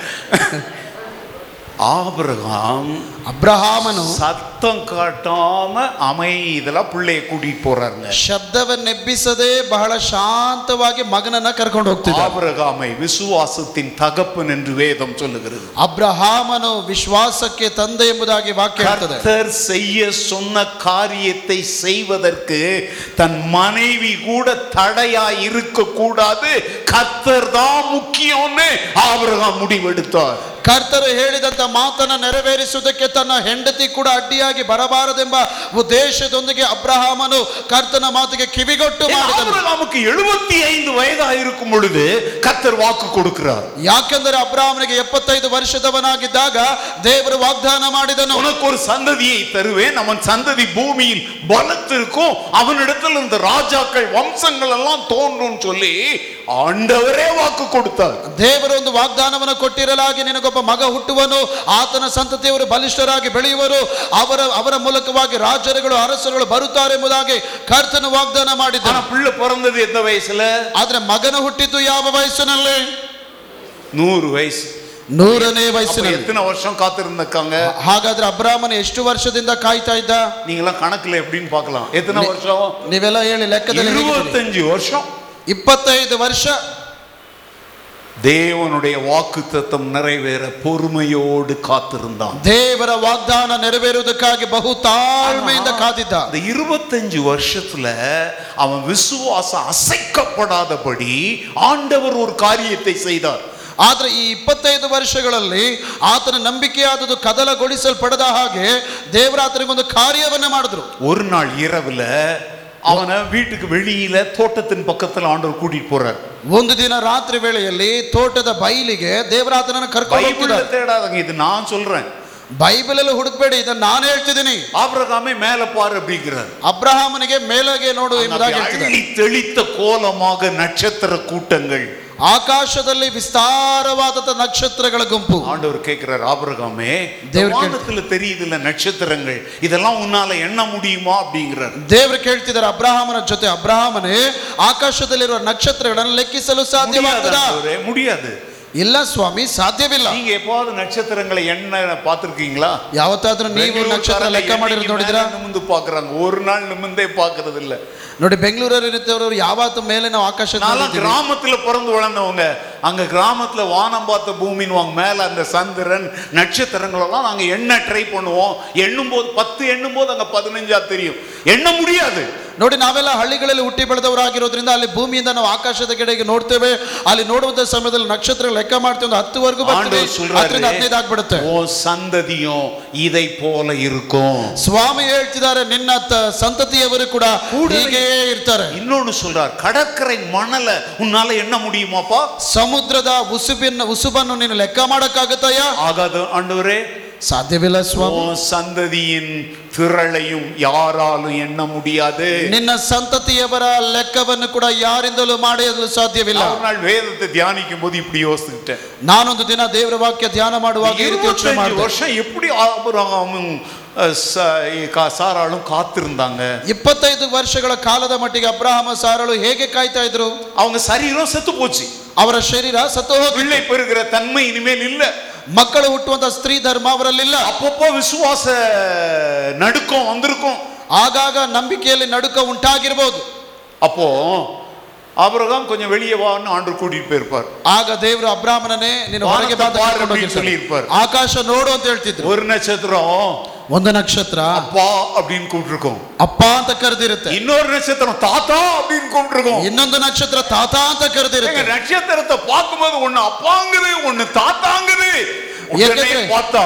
ஆபிரகாம் ಅಬ್ರಹಾಮನು சத்தம் காட்டாம அமைதியா பிள்ளைய கூட்டிட்டு போறாருங்க ಶಬ್ದವನ್ನೆಬ್ಬಿಸದೆ ಬಹಳ ಶಾಂತವಾಗಿ ಮಗನನ್ನ ಕರ್ಕೊಂಡು ಹೋಗ್ತಿದ್ದ ஆபிரகாமை விசுவாசத்தின் தகப்பன் என்று வேதம் சொல்லுகிறது ಅಬ್ರಹಾಮನು ವಿಶ್ವಾಸಕ್ಕೆ ತಂದೆ ಎಂಬುದಾಗಿ ವಾಕ್ಯ ಹೇಳ್ತದೆ கர்த்தர் செய்ய சொன்ன காரியத்தை செய்வதற்கு தன் மனைவி கூட தடையா இருக்க கூடாது கர்த்தர் தான் முக்கியம்னு ஆபிரகாம் முடிவெடுத்தார் ಕರ್ತರು ಹೇಳಿದಂತ ಮಾತನ್ನ ನೆರವೇರಿಸುವುದಕ್ಕೆ ತನ್ನ ಹೆಂಡತಿ ಕೂಡ ಅಡ್ಡಿಯಾಗಿ ಬರಬಾರದೆಂಬ ಉದ್ದೇಶದೊಂದಿಗೆ ಅಬ್ರಹಾಮನು ಕರ್ತನ ಮಾತಿಗೆ ಕಿವಿಗೊಟ್ಟು ಮಾಡಿದನು ஆபிரகாமுக்கு எழுபத்தி ஐந்து வயதா இருக்கும் பொழுது கர்த்தர் வாக்கு கொடுக்கிறார் ಯಾಕೆಂದರೆ ಅಬ್ರಹಾಮನಿಗೆ ಎಪ್ಪತ್ತೈದು ವರ್ಷದವನಾಗಿದ್ದಾಗ ದೇವರು ವಾಗ್ದಾನ ಮಾಡಿದನು உனக்கு ஒரு சந்ததியை தருவேன் அவன் சந்ததி பூமியில் பலத்திற்கும் அவனிடத்தில் இந்த ராஜாக்கள் வம்சங்கள் எல்லாம் தோன்றும் சொல்லி ஆண்டவரே வாக்கு கொடுத்தார் ದೇವರು ಒಂದು ವಾಗ್ದಾನವನ್ನು ಕೊಟ್ಟಿರಲಾಗಿ ನಿನಗೊಬ್ಬ ಮಗ ಹುಟ್ಟುವನು ಆತನ ಸಂತತಿಯವರು ಬಲಿಷ್ಠರಾಗಿ ಬೆಳೆಯುವರು ಅವರ ಅವರ ಮೂಲಕವಾಗಿ ರಾಜರುಗಳು ಅರಸರುಗಳು ಬರುತ್ತಾರೆ ಎಂಬುದಾಗಿ ಕರ್ತನು ವಾಗ್ದಾನ ஆனா ಮಾಡಿದ್ದಾನೆ பிள்ளை பிறந்தது எந்த வயசுல ಆದ್ರೆ மகನ ಹುಟ್ಟಿದ್ದು ಯಾವ ವಯಸ್ಸಿನಲ್ಲಿ நூறு வயசு ನೂರನೇ அப்ப ವಯಸ್ಸಿನಲ್ಲಿ எத்தனை வருஷம் காத்திருந்திருக்காங்க ಹಾಗಾದ್ರೆ ಅಬ್ರಾಹ್ಮನ ಎಷ್ಟು ವರ್ಷದಿಂದ ಕಾಯ್ತಾ ಇದ್ದ நீங்க எல்லாம் ಕಣಕ್ಲೆ எப்படின்னு பார்க்கலாம் எத்தனை வருஷம் ನೀವೆಲ್ಲ ಹೇಳಿ ಲೆಕ್ಕದಲ್ಲಿ ಹೇಳಿ ಬಿಡಿ. இருபத்தஞ்சு வருஷம் ಇಪ್ಪತ್ತೈದು ವರ್ಷ தேவனுடைய வாக்குத்தத்தம் நிறைவேற பொறுமையோடு காத்திருந்தான் ದೇವರ ವಾಗ್ದಾನ ನೆರವೇರುವುದಕ್ಕಾಗಿ ಬಹು ತಾಳ್ಮೆಯಿಂದ ಕಾದಿದ್ದ அந்த இருபத்தஞ்சு வருஷத்துல அவன் விசுவாசம் அசைக்கப்படாதபடி ஆண்டவர் ஒரு காரியத்தை செய்தார் ಆದ್ರೆ ಈ ಇಪ್ಪತ್ತೈದು ವರ್ಷಗಳಲ್ಲಿ ಆತನ ನಂಬಿಕೆಯಾದದ್ದು ಕದಲಗೊಳಿಸಲ್ಪಡದ ಹಾಗೆ ದೇವರ ಆತನಿಗೊಂದು ಕಾರ್ಯವನ್ನ ಮಾಡಿದ್ರು ஒரு நாள் இரவுல அவனை வீட்டுக்கு வெளியில தோட்டத்தின் பக்கத்துல ஆண்டவர் கூட்டிட்டு போறார் ಒಂದು ದಿನ ರಾತ್ರಿ ವೇಳೆಯಲ್ಲಿ ತೋಟದ ಬಯಲಿಗೆ ದೇವರ ಆತನನ್ನು ಕರ್ಕೊಂಡು பைபிள்ல ಹೋಗ್ತಿದ್ದಾರೆ தேடாதங்க இது நான் சொல்றேன் ಬೈಬಲ್ ಅಲ್ಲಿ ಹುಡುಕ್ಬೇಡಿ ಇದನ್ನ ನಾನು ಹೇಳ್ತಿದ್ದೀನಿ ஆபிரகாமே மேல பாரு அப்படிங்கிறார் ಅಬ್ರಹಾಮನಿಗೆ ಮೇಲಗೆ ನೋಡು ಎಂಬುದಾಗಿ ಹೇಳ್ತಿದ್ದಾರೆ அள்ளி தெளித்த கோலமாக நட்சத்திர கூட்டங்கள் ಆಕಾಶದಲ್ಲಿ ವಿಸ್ತಾರವಾದ ನಕ್ಷತ್ರಗಳ ಗುಂಪು ஆண்டவர் கேட்கிறார் ஆபிரகாமே தேவர் கேட்டு- வானத்துல தெரியுதுல்ல நட்சத்திரங்கள் இதெல்லாம் உன்னால எண்ண முடியுமா அப்படிங்கிறார் ದೇವರು ಕೇಳ್ತಿದ್ದಾರೆ ಅಬ್ರಹಾಮನ ಜೊತೆ ಅಬ್ರಹಾಮನೇ ಆಕಾಶದಲ್ಲಿರುವ ನಕ್ಷತ್ರಗಳನ್ನು ಲೆಕ್ಕಿಸಲು முடியாது ಸಾಧ್ಯವಾಗ್ತದಾ ஆண்டவரே, முடியாது ಇಲ್ಲ ಸ್ವಾಮಿ ಸಾಧ್ಯವಿಲ್ಲ நீங்க எப்பாவது நட்சத்திரங்களை எண்ண பார்த்திருக்கீங்களா ಯಾವತ್ತಾದ್ರೂ ನೀವು ನಕ್ಷತ್ರ ಲೆಕ್ಕ ಮಾಡಿರೋದು ನೋಡಿದ್ರಾ நிமிந்து பாக்குறாங்க ஒரு நாள் நிமிந்தே பாக்குறது இல்ல ನೋಡಿ ಬೆಂಗಳೂರಲ್ಲಿ ಇರುತ್ತವರು ಯಾವತ್ತು ಮೇಲೆ ನಾವು ಆಕಾಶ நான்லாம் கிராமத்துல பிறந்து வளர்ந்தவங்க அங்க கிராமத்துல வானம் பார்த்த பூமின்வாங்க மேல அந்த சந்திரன் நட்சத்திரங்களெல்லாம் நாங்க எண்ண ட்ரை பண்ணுவோம் எண்ணும் போது பத்து எண்ணும் போது அங்க பதினஞ்சா தெரியும் எண்ண முடியாது ನೋಡಿ ನಾವೆಲ್ಲ ಹಳ್ಳಿಗಳಲ್ಲಿ ಹುಟ್ಟಿ ಬೆಳೆದವರಾಗಿರೋದ್ರಿಂದ ಅಲ್ಲಿ ಭೂಮಿಯಿಂದ ನಾವು ಆಕಾಶದ ಕಡೆಗೆ ನೋಡ್ತೇವೆ ಅಲ್ಲಿ ನೋಡುವಂತ ಸಮಯದಲ್ಲಿ ನಕ್ಷತ್ರ ಲೆಕ್ಕ ಮಾಡ್ತೇವೆ ಒಂದು ಹತ್ತುವರೆಗೂ ಬರ್ತದೆ ஆண்டவர் சொல்றாரு ಹತ್ತರಿಂದ ಹದಿನೈದು ಆಗ್ಬಿಡುತ್ತೆ உன் சந்ததியும் இதை போல இருக்கும் ಸ್ವಾಮಿ ಹೇಳ್ತಿದ್ದಾರೆ ನಿನ್ನ ತ- ಸಂತತಿಯವರು ಕೂಡ ಹೀಗೆಯೇ ಇರ್ತಾರೆ இன்னொன்னு சொல்றார் கடற்கரை மணல உன்னால எண்ண முடியுமாப்பா ಸಮುದ್ರದ ಉಸುಬಿನ ಉಸುಬನ್ನು ನೀನು ಲೆಕ್ಕ ಮಾಡಕ್ಕಾಗತ್ತಯ್ಯ ஆகாது ஆண்டவரே ಸಾಧ್ಯವಿಲ್ಲ ಸ್ವಾಮಿ உன் சந்ததியின் திரளையும் யாராலும் எண்ண முடியாது ನಿನ್ನ ಸಂತತಿಯವರ ಲೆಕ್ಕವನ್ನು ಕೂಡ ಯಾರಿಂದಲೂ ಮಾಡಲು நான் ಸಾಧ್ಯವಿಲ್ಲ ஒரு நாள் வேதத்தை தியானிக்கும் போது இப்படி யோசிச்சுட்டேன் ನಾನೊಂದು ದಿನ ದೇವರ ವಾಕ್ಯ ಧ್ಯಾನ ಮಾಡುವಾಗ ಈ ರೀತಿ ಯೋಚನೆ இருபத்தஞ்சு ಮಾಡಿದೆ வருஷம் எப்படி ஆபிரகாமும் அஹ், ச- கா- சாராளும் காத்திருந்தாங்க ಇಪ್ಪತ್ತೈದು ವರ್ಷಗಳ ಕಾಲದ ಮಟ್ಟಿಗೆ ಅಬ್ರಾಹಮ ಸಾರಳು ಹೇಗೆ ಕಾಯ್ತಾ ಇದ್ರು அவங்க சரீரம் செத்து போச்சு ಅವರ ಶರೀರ ಸತ್ತು ಹೋಗಿ பிள்ளை பெறுகிற தன்மை இனிமேல் இல்ல ಮಕ್ಕಳು ಹುಟ್ಟುವಂತ ಸ್ತ್ರೀ ಧರ್ಮ ಅವರಲ್ಲಿಲ್ಲ அப்பப்போ விசுவாச நடுக்கம் வந்திருக்கும் ಆಗಾಗ ನಂಬಿಕೆಯಲ್ಲಿ ನಡುಕ ಉಂಟಾಗಿರ್ಬೋದು அப்போ ஆபிரகாம் கொஞ்சம் வெளியே வான்னு ஆண்டு கூட்டிட்டு போயிருப்பார் ಆಗ ದೇವರು ಅಬ್ರಾಹ್ಮಣನೇ ನೀನು ವಾನದ ಹೊರಗೆ ಬಾ ಅಂತ ಬಾರ್ ಕರ್ಕೊಂಡು ಬೀಸಲು ಹೋಗಿರ್ತಾನೆ. ಇರ್ಬಾರ್ದು. ಆಕಾಶ ನೋಡು ಅಂತ ಹೇಳ್ತಿದ್ರು ஒரு நட்சத்திரம் ಒಂದು ನಕ್ಷತ್ರ அப்பா அப்படின்னு கூப்பிட்டுருக்கோம் ಅಪ್ಪ ಅಂತ ಕರೆದಿರುತ್ತೆ இன்னொரு நட்சத்திரம் தாத்தா அப்படின்னு கூப்பிட்டுருக்கோம் ಇನ್ನೊಂದು ನಕ್ಷತ್ರ ತಾತ ಅಂತ எங்க ಕರೆದಿರುತ್ತೆ நட்சத்திரத்தை பார்க்கும்போது ஒண்ணு அப்பாங்குது ஒண்ணு தாத்தாங்குது உடனே ஏற்கனவே- பார்த்தா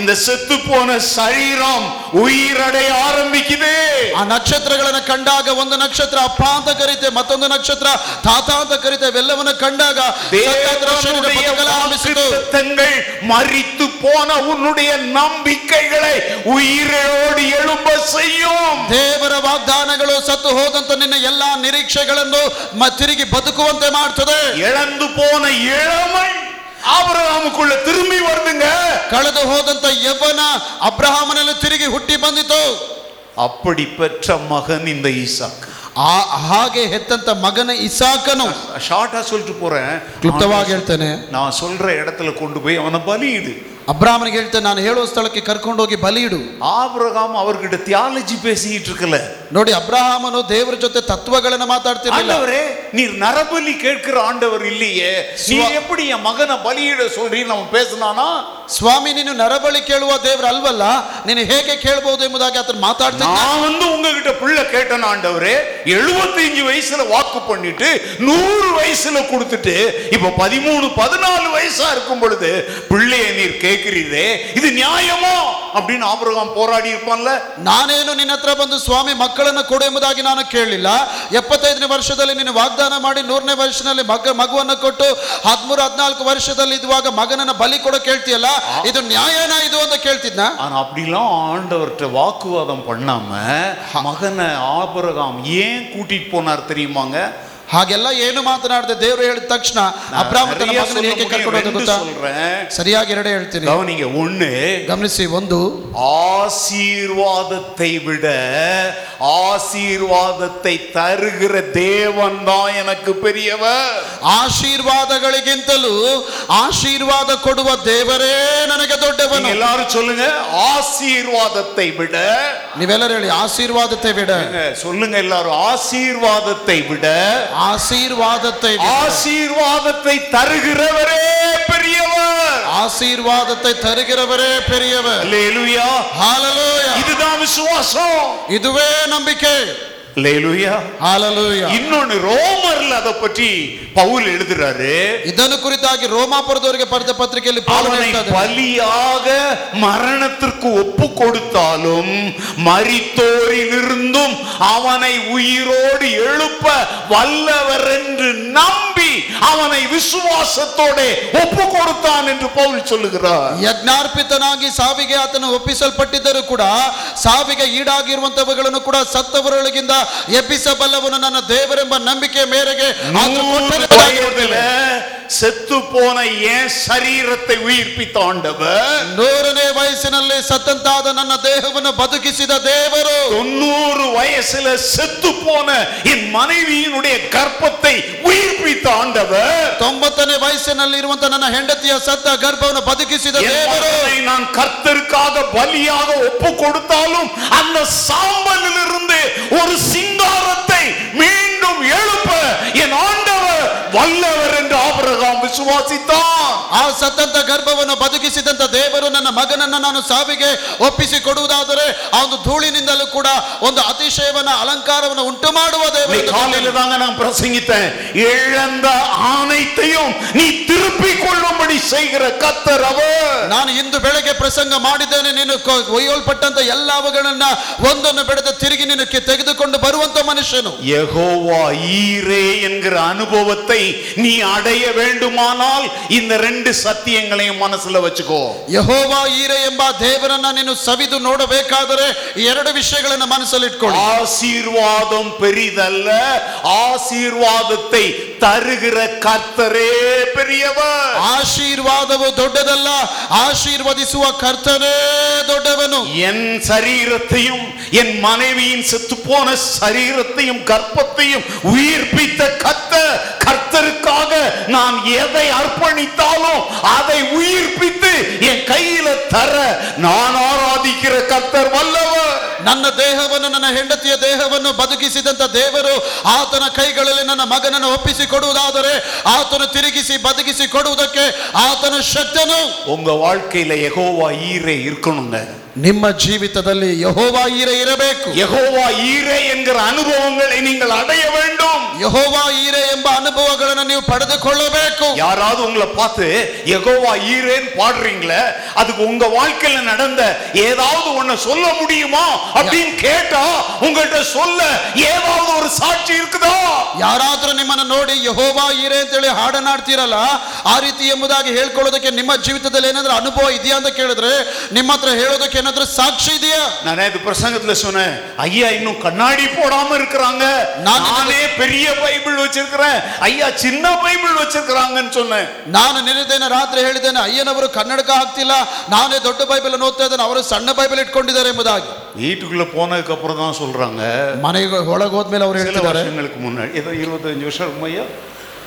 இந்த செத்து போன சரீரம் உயிரடைய ஆரம்பிக்குது ಆ ನಕ್ಷತ್ರಗಳನ್ನು ಕಂಡಾಗ ಒಂದು ನಕ್ಷತ್ರ ಅಪ್ಪ ಅಂತ ಕರೀತೆ ಮತ್ತೊಂದು ನಕ್ಷತ್ರ ತಾತ ಅಂತ ಕರೀತೆ ಇವೆಲ್ಲವನ್ನು ಕಂಡಾಗ ಸತ್ತಂತ್ರ ಶರೀರ ಬದುಕಲಾರಂಭಿಸಿತು அசத்தங்கள் மறித்து போன உன்னுடைய நம்பிக்கைகளை உயிரோடு எழும்ப செய்யும் ದೇವರ ವಾಗ್ದಾನಗಳು ಸತ್ತು ಹೋದಂತ ನಿನ್ನ ಎಲ್ಲಾ ನಿರೀಕ್ಷೆಗಳನ್ನು ಮ- ತಿರುಗಿ ಬದುಕುವಂತೆ ಮಾಡ್ತದೆ இழந்து போன இளமை ஆபிரகாமுக்குள்ள திரும்பி வருதுங்க ಕಳೆದು ಹೋದಂತ ಯೌವನ ಅಬ್ರಹಾಮನಲ್ಲಿ ತಿರುಗಿ ಹುಟ್ಟಿ ಬಂದಿತು அப்படி பெற்ற மகன் இந்த ஈசாக்கு ಆ ಹಾಗೆ ಹೆತ್ತಂತ ಮಗನ ಇಸಾಕನು ஷார்ட்டா சொல்லிட்டு போறேன் ಕ್ಲುಪ್ತವಾಗಿ ಹೇಳ್ತೇನೆ நான் சொல்ற இடத்துல கொண்டு போய் ಅವನ பலியிடு ಅಬ್ರಾಹ್ಮನಿಗೆ ಹೇಳ್ತೇನೆ ನಾನು ಹೇಳುವ ಸ್ಥಳಕ್ಕೆ ಕರ್ಕೊಂಡೋಗಿ ಬಲಿಯಿಡು ஆபிரகாம் அவர்கிட்ட தியாலஜி பேசிக்கிட்டு இருக்கல ನೋಡಿ ಅಬ್ರಹಾಮನು ದೇವರ ಜೊತೆ ತತ್ವಗಳನ್ನ ಮಾತಾಡ್ತಿರ್ಲಿಲ್ಲ ஆண்டவரே நீர் நரபலி கேட்கிற ஆண்டவர் இல்லையே நீ எப்படி என் மகனை பலியிட சொல்றீன்னு அவன் பேசினானா ಸ್ವಾಮಿ ನೀನು ನರಬಳಿ ಕೇಳುವ ದೇವ್ರ ಅಲ್ವಲ್ಲ ನೀನು ಹೇಗೆ ಕೇಳ್ಬೋದು ಎಂಬುದಾಗಿ ಆತನು ಮಾತಾಡ್ತಿದ್ದ நான் வந்து உங்ககிட்ட பிள்ளை கேட்டேன் ஆண்டவரே 75 வயசுல வாக்கு பண்ணிட்டு நூறு வயசுல கொடுத்துட்டு இப்ப பதிமூணு பதினாலு வயசா இருக்கும் பொழுது பிள்ளையை நீர் கேட்கிறீரே இது நியாயமோ அப்படின்னு ஆபிரகாம் போராடி இருப்பான்ல ನಾನೇನು ನಿನ್ನ ಹತ್ರ ಬಂದು ಸ್ವಾಮಿ ಮಕ್ಕಳನ್ನು ಕೊಡು ಎಂಬುದಾಗಿ ನಾನು ಕೇಳಲಿಲ್ಲ ಎಪ್ಪತ್ತೈದನೇ ವರ್ಷದಲ್ಲಿ ನೀನು ವಾಗ್ದಾನ ಮಾಡಿ ನೂರನೇ ವರ್ಷದಲ್ಲಿ ಮಗ ಮಗುವನ್ನು ಕೊಟ್ಟು ಹದಿಮೂರು ಹದಿನಾಲ್ಕು ವರ್ಷದಲ್ಲಿ ಇದುವಾಗ ಮಗನನ್ನ ಬಲಿ ಕೊಡ ಕೇಳ್ತೀಯಲ್ಲ ಇದು ನ್ಯಾಯನಾ ಇದು ಅಂತ ಕೇಳ್ತಿದ್ನ ஆனா அப்படிலாம் ஆண்டவர்கிட்ட வாக்குவாதம் பண்ணாம மகனை ஆபிரகாம் ஏன் கூட்டிட்டு போனார் தெரியுமாங்க ಹಾಗೆಲ್ಲ ಏನು ಮಾತನಾಡದೆ ದೇವರು ಹೇಳಿದ ತಕ್ಷಣ நான் ಅಬ್ರಾಹ್ಮ ತನ್ನ நிறைய ಮಗನನ್ನ சொல்ல ಏಕೆ முடியும், ಕರ್ಕೊಂಡು ரெண்டு ಗೊತ್ತಾ சொல்றேன் ಸರಿಯಾಗಿ ಎರಡೇ ಹೇಳ್ತೀನಿ கவனிங்க ஒண்ணு ಗಮನಿಸಿ ಒಂದು ஆசீர்வாதத்தை விட ஆசீர்வாதத்தை தருகிற தேவன் தான் எனக்கு பெரியவர் ಆಶೀರ್ವಾದಗಳಿಗಿಂತಲೂ ಆಶೀರ್ವಾದ ಕೊಡುವ ದೇವರೇ ನನಗೆ நீங்க ದೊಡ್ಡವನು எல்லாரும் சொல்லுங்க ஆசீர்வாதத்தை விட ನೀವೆಲ್ಲರೂ ಹೇಳಿ ಆಶೀರ್ವಾದತೆ ಬಿಡ சொல்லுங்க எல்லாரும் ஆசீர்வாதத்தை விட ಆಶೀರ್ವಾದತೆ ಬಿಡ. ஆசீர்வாதத்தை தருகிறவரே பெரியவர் ஆசீர்வாதத்தை தருகிறவரே பெரியவர் லேலுயா ஹalleluya இதுதான் விசுவாசம் இதுவே நம்பிக்கை லேலுயா ஹalleluya இன்னொன்னு ரோமர்ல அதை பற்றி பவுல் எழுதுறாரு ಇದನ್ನು ಕುರಿತಾಗಿ ರೋಮಾಪುರದವರಿಗೆ ಬರೆದ ಪತ್ರಿಕೆಯಲ್ಲಿ ಪೌಲನು அவனை ಹೇಳ್ತಾನೆ, பலியாக மரணத்திற்கு ஒப்பு கொடுத்தாலும் மரித்தோரிலிருந்தும் அவனை உயிரோடு எழுப்ப வல்லவர் என்று நம்பி அவனை விசுவாசத்தோட ஒப்பு கொடுத்தான் என்று பவுல் சொல்லுகிறார் ಯಜ್ಞಾರ್ಪಿತನಾಗಿ ಸಾವಿಗೆ ಆತನು ಒಪ್ಪಿಸಲ್ಪಟ್ಟಿದ್ದರೂ ಕೂಡ ಸಾವಿಗೆ ಈಡಾಗಿರುವಂತವುಗಳನ್ನು ಕೂಡ ಸತ್ತವರೊಳಗಿಂದ ಎಬ್ಬಿಸಬಲ್ಲವನು ನನ್ನ ದೇವರೆಂಬ ನಂಬಿಕೆ ಮೇರೆಗೆ ಆತನು ಕೊಟ್ಟರೆ நூறு வயதுல செத்து போன என் சரீரத்தை உயிர்ப்பித்த ஆண்டவர் ನೂರನೇ ವಯಸ್ಸಿನಲ್ಲಿ ಸತ್ತಂತಾದ ನನ್ನ ದೇಹವನ್ನು ಬದುಕಿಸಿದ ದೇವರು தொண்ணூறு வயசுல செத்து போன என் மனைவியினுடைய கற்பத்தை உயிர்ப்பித்த ஆண்டவர் ತೊಂಬತ್ತನೇ ವಯಸ್ಸಿನಲ್ಲಿ ಇರುವಂತಹ ನನ್ನ ಹೆಂಡತಿಯ ಸತ್ತ ಗರ್ಭವನ್ನು ಬದುಕಿಸಿದ என் ದೇವರು மகனை நான் கர்த்தருக்காக பலியாக ஒப்பு கொடுத்தாலும் அந்த சாம்பலிலிருந்து ஒரு சிங்காரத்தை மீண்டும் எழுப்ப என் ஆண்டவர் வல்லவர் என்று ஆபிரகாம் விசுவாசித்தான் ಆ ಸತ್ತಂತ ಗರ್ಭವನ್ನು ಬದುಕಿಸಿದಂತ ದೇವರು ನನ್ನ ಮಗನನ್ನ ನಾನು ಸಾವಿಗೆ ಒಪ್ಪಿಸಿ ಕೊಡುವುದಾದರೆ ಆ ಒಂದು ಧೂಳಿನಿಂದಲೂ ಕೂಡ ಒಂದು ಅತಿಶಯವನ್ನ ಅಲಂಕಾರವನ್ನು ಉಂಟು ಮಾಡುವ இன்னைக்கு ದೇವರು காலையில தாங்க நான் பிரசங்கித்தேன் இழந்த ஆணைத்தையும் நீ திருப்பிக் கொள்ளும்படி செய்கிற கர்த்தர் அவர் ನಾನು ಇಂದು ಬೆಳಗ್ಗೆ ಪ್ರಸಂಗ ಮಾಡಿದ್ದೇನೆ ನೀನು ಕೊ- ಒಯ್ಯಲ್ಪಟ್ಟಂತ ಎಲ್ಲವುಗಳನ್ನ ಒಂದನ್ನು ಬಿಡದೆ ತಿರುಗಿ ನೀನು ಕೆ- ತೆಗೆದುಕೊಂಡು ಬರುವಂತ ಮನುಷ್ಯನು யெகோவா ஈரே என்கிற அனுபவத்தை நீ அடைய வேண்டுமானால் இந்த ரெண்டு சத்தியங்களையும் மனசுல வச்சுக்கோ ಯಹೋವ ಈರೆ ಎಂಬ ದೇವರನ್ನ ನೀನು ಸವಿದು ನೋಡಬೇಕಾದರೆ ಈ ಎರಡು ವಿಷಯಗಳನ್ನ ಮನಸ್ಸಲ್ಲಿ ಇಟ್ಕೊಳ್ಳಿ ஆசீர்வாதம் பெரிதல்ல ஆசீர்வாதத்தை தருகிற கர்த்தரே பெரியவர் ಆಶೀರ್ವಾದವು ದೊಡ್ಡದಲ್ಲ ಆಶೀರ್ವದಿಸುವ ಕರ್ತನೇ ದೊಡ್ಡವನು என் சரீரத்தையும் என் மனைவியின் செத்து போன சரீரத்தையும் கற்பத்தையும் உயிர்ப்பித்த கர்த்தர் கர்த்தருக்காக நான் எதை அர்ப்பணித்தாலும் அதை உயிர்ப்பித்து என் கையில தர நான் ஆராதிக்கிற கர்த்தர் வல்லவர் ನನ್ನ ದೇಹವನ್ನು ನನ್ನ ಹೆಂಡತಿಯ ದೇಹವನ್ನು ಬದುಕಿಸಿದಂತ ದೇವರು ಆತನ ಕೈಗಳಲ್ಲಿ ನನ್ನ ಮಗನನ್ನು ಒಪ್ಪಿಸಿ ಕೊಡುವುದಾದರೆ ಆತನು ತಿರುಗಿಸಿ ಬದುಕಿಸಿ ಕೊಡುವುದಕ್ಕೆ ಆತನ ಶಕ್ತನು உங்க வாழ்க்கையில எகோவா ஈரே இருக்கணுங்க ನಿಮ್ಮ ಜೀವಿತದಲ್ಲಿ ಯಹೋವಾ ಈರೆ ಇರಬೇಕು யெகோவா ஈரே என்கிற அனுபவங்களை நீங்கள் அடைய வேண்டும் ಯಹೋವಾ ಈರೆ ಎಂಬ ಅನುಭವಗಳನ್ನು ನೀವು ಪಡೆದುಕೊಳ್ಳಬೇಕು யாராவது உங்களை பார்த்து யெகோவா ஈரேன்னு பாடுறீங்களே அதுக்கு உங்க வாழ்க்கையில நடந்த ஏதாவது ஒண்ண சொல்ல முடியுமா அப்படின்னு கேட்டா உங்கள்கிட்ட சொல்ல ஏதாவது ஒரு சாட்சி இருக்குதா ಯಾರಾದ್ರೂ ನಿಮ್ಮನ್ನ ನೋಡಿ ಯಹೋವಾ ಈರೆ ಅಂತೇಳಿ ಹಾಡನಾಡ್ತೀರಲ್ಲ ಆ ರೀತಿ ಎಂಬುದಾಗಿ ಹೇಳ್ಕೊಳ್ಳೋದಕ್ಕೆ ನಿಮ್ಮ ಜೀವಿತದಲ್ಲಿ ಏನಾದ್ರೂ ಅನುಭವ ಇದೆಯಾ ಅಂತ ಕೇಳಿದ್ರೆ ನಿಮ್ಮ ಹತ್ರ ಹೇಳೋದಕ್ಕೆ ಏನಾದ್ರೂ ಸಾಕ್ಷಿ ಇದೆಯಾ நான் இது பிரசங்கத்துல சொன்னேன் ஐயா இன்னும் கண்ணாடி போடாம இருக்கிறாங்க நான் நானே பெரிய பைபிள் வச்சிருக்கிறேன் ஐயா சின்ன பைபிள் வச்சிருக்கிறாங்கன்னு சொன்னேன் ನಾನು ನಿನ್ನಿದ್ದೇನೆ ರಾತ್ರಿ ಹೇಳಿದ್ದೇನೆ ಅಯ್ಯನವರು ಕನ್ನಡಕ ಹಾಕ್ತಿಲ್ಲ ನಾನೇ ದೊಡ್ಡ ಬೈಬಲ್ ಅನ್ನು ಓದ್ತಾ ಇದ್ದೇನೆ ಅವರು ಸಣ್ಣ ಬೈಬಲ್ ಇಟ್ಕೊಂಡಿದ್ದಾರೆ ಎಂಬುದಾಗಿ வீட்டுக்குள்ள போனதுக்கு அப்புறம் தான் சொல்றாங்க ಮನೆಗೆ ಒಳಗೆ ಹೋದ್ಮೇಲೆ ಅವ್ರು சில ಹೇಳ್ತಿದ್ದಾರೆ வருஷங்களுக்கு முன்னாடி ஏதோ இருபத்தஞ்சு வருஷம் இருக்குமா ஐயா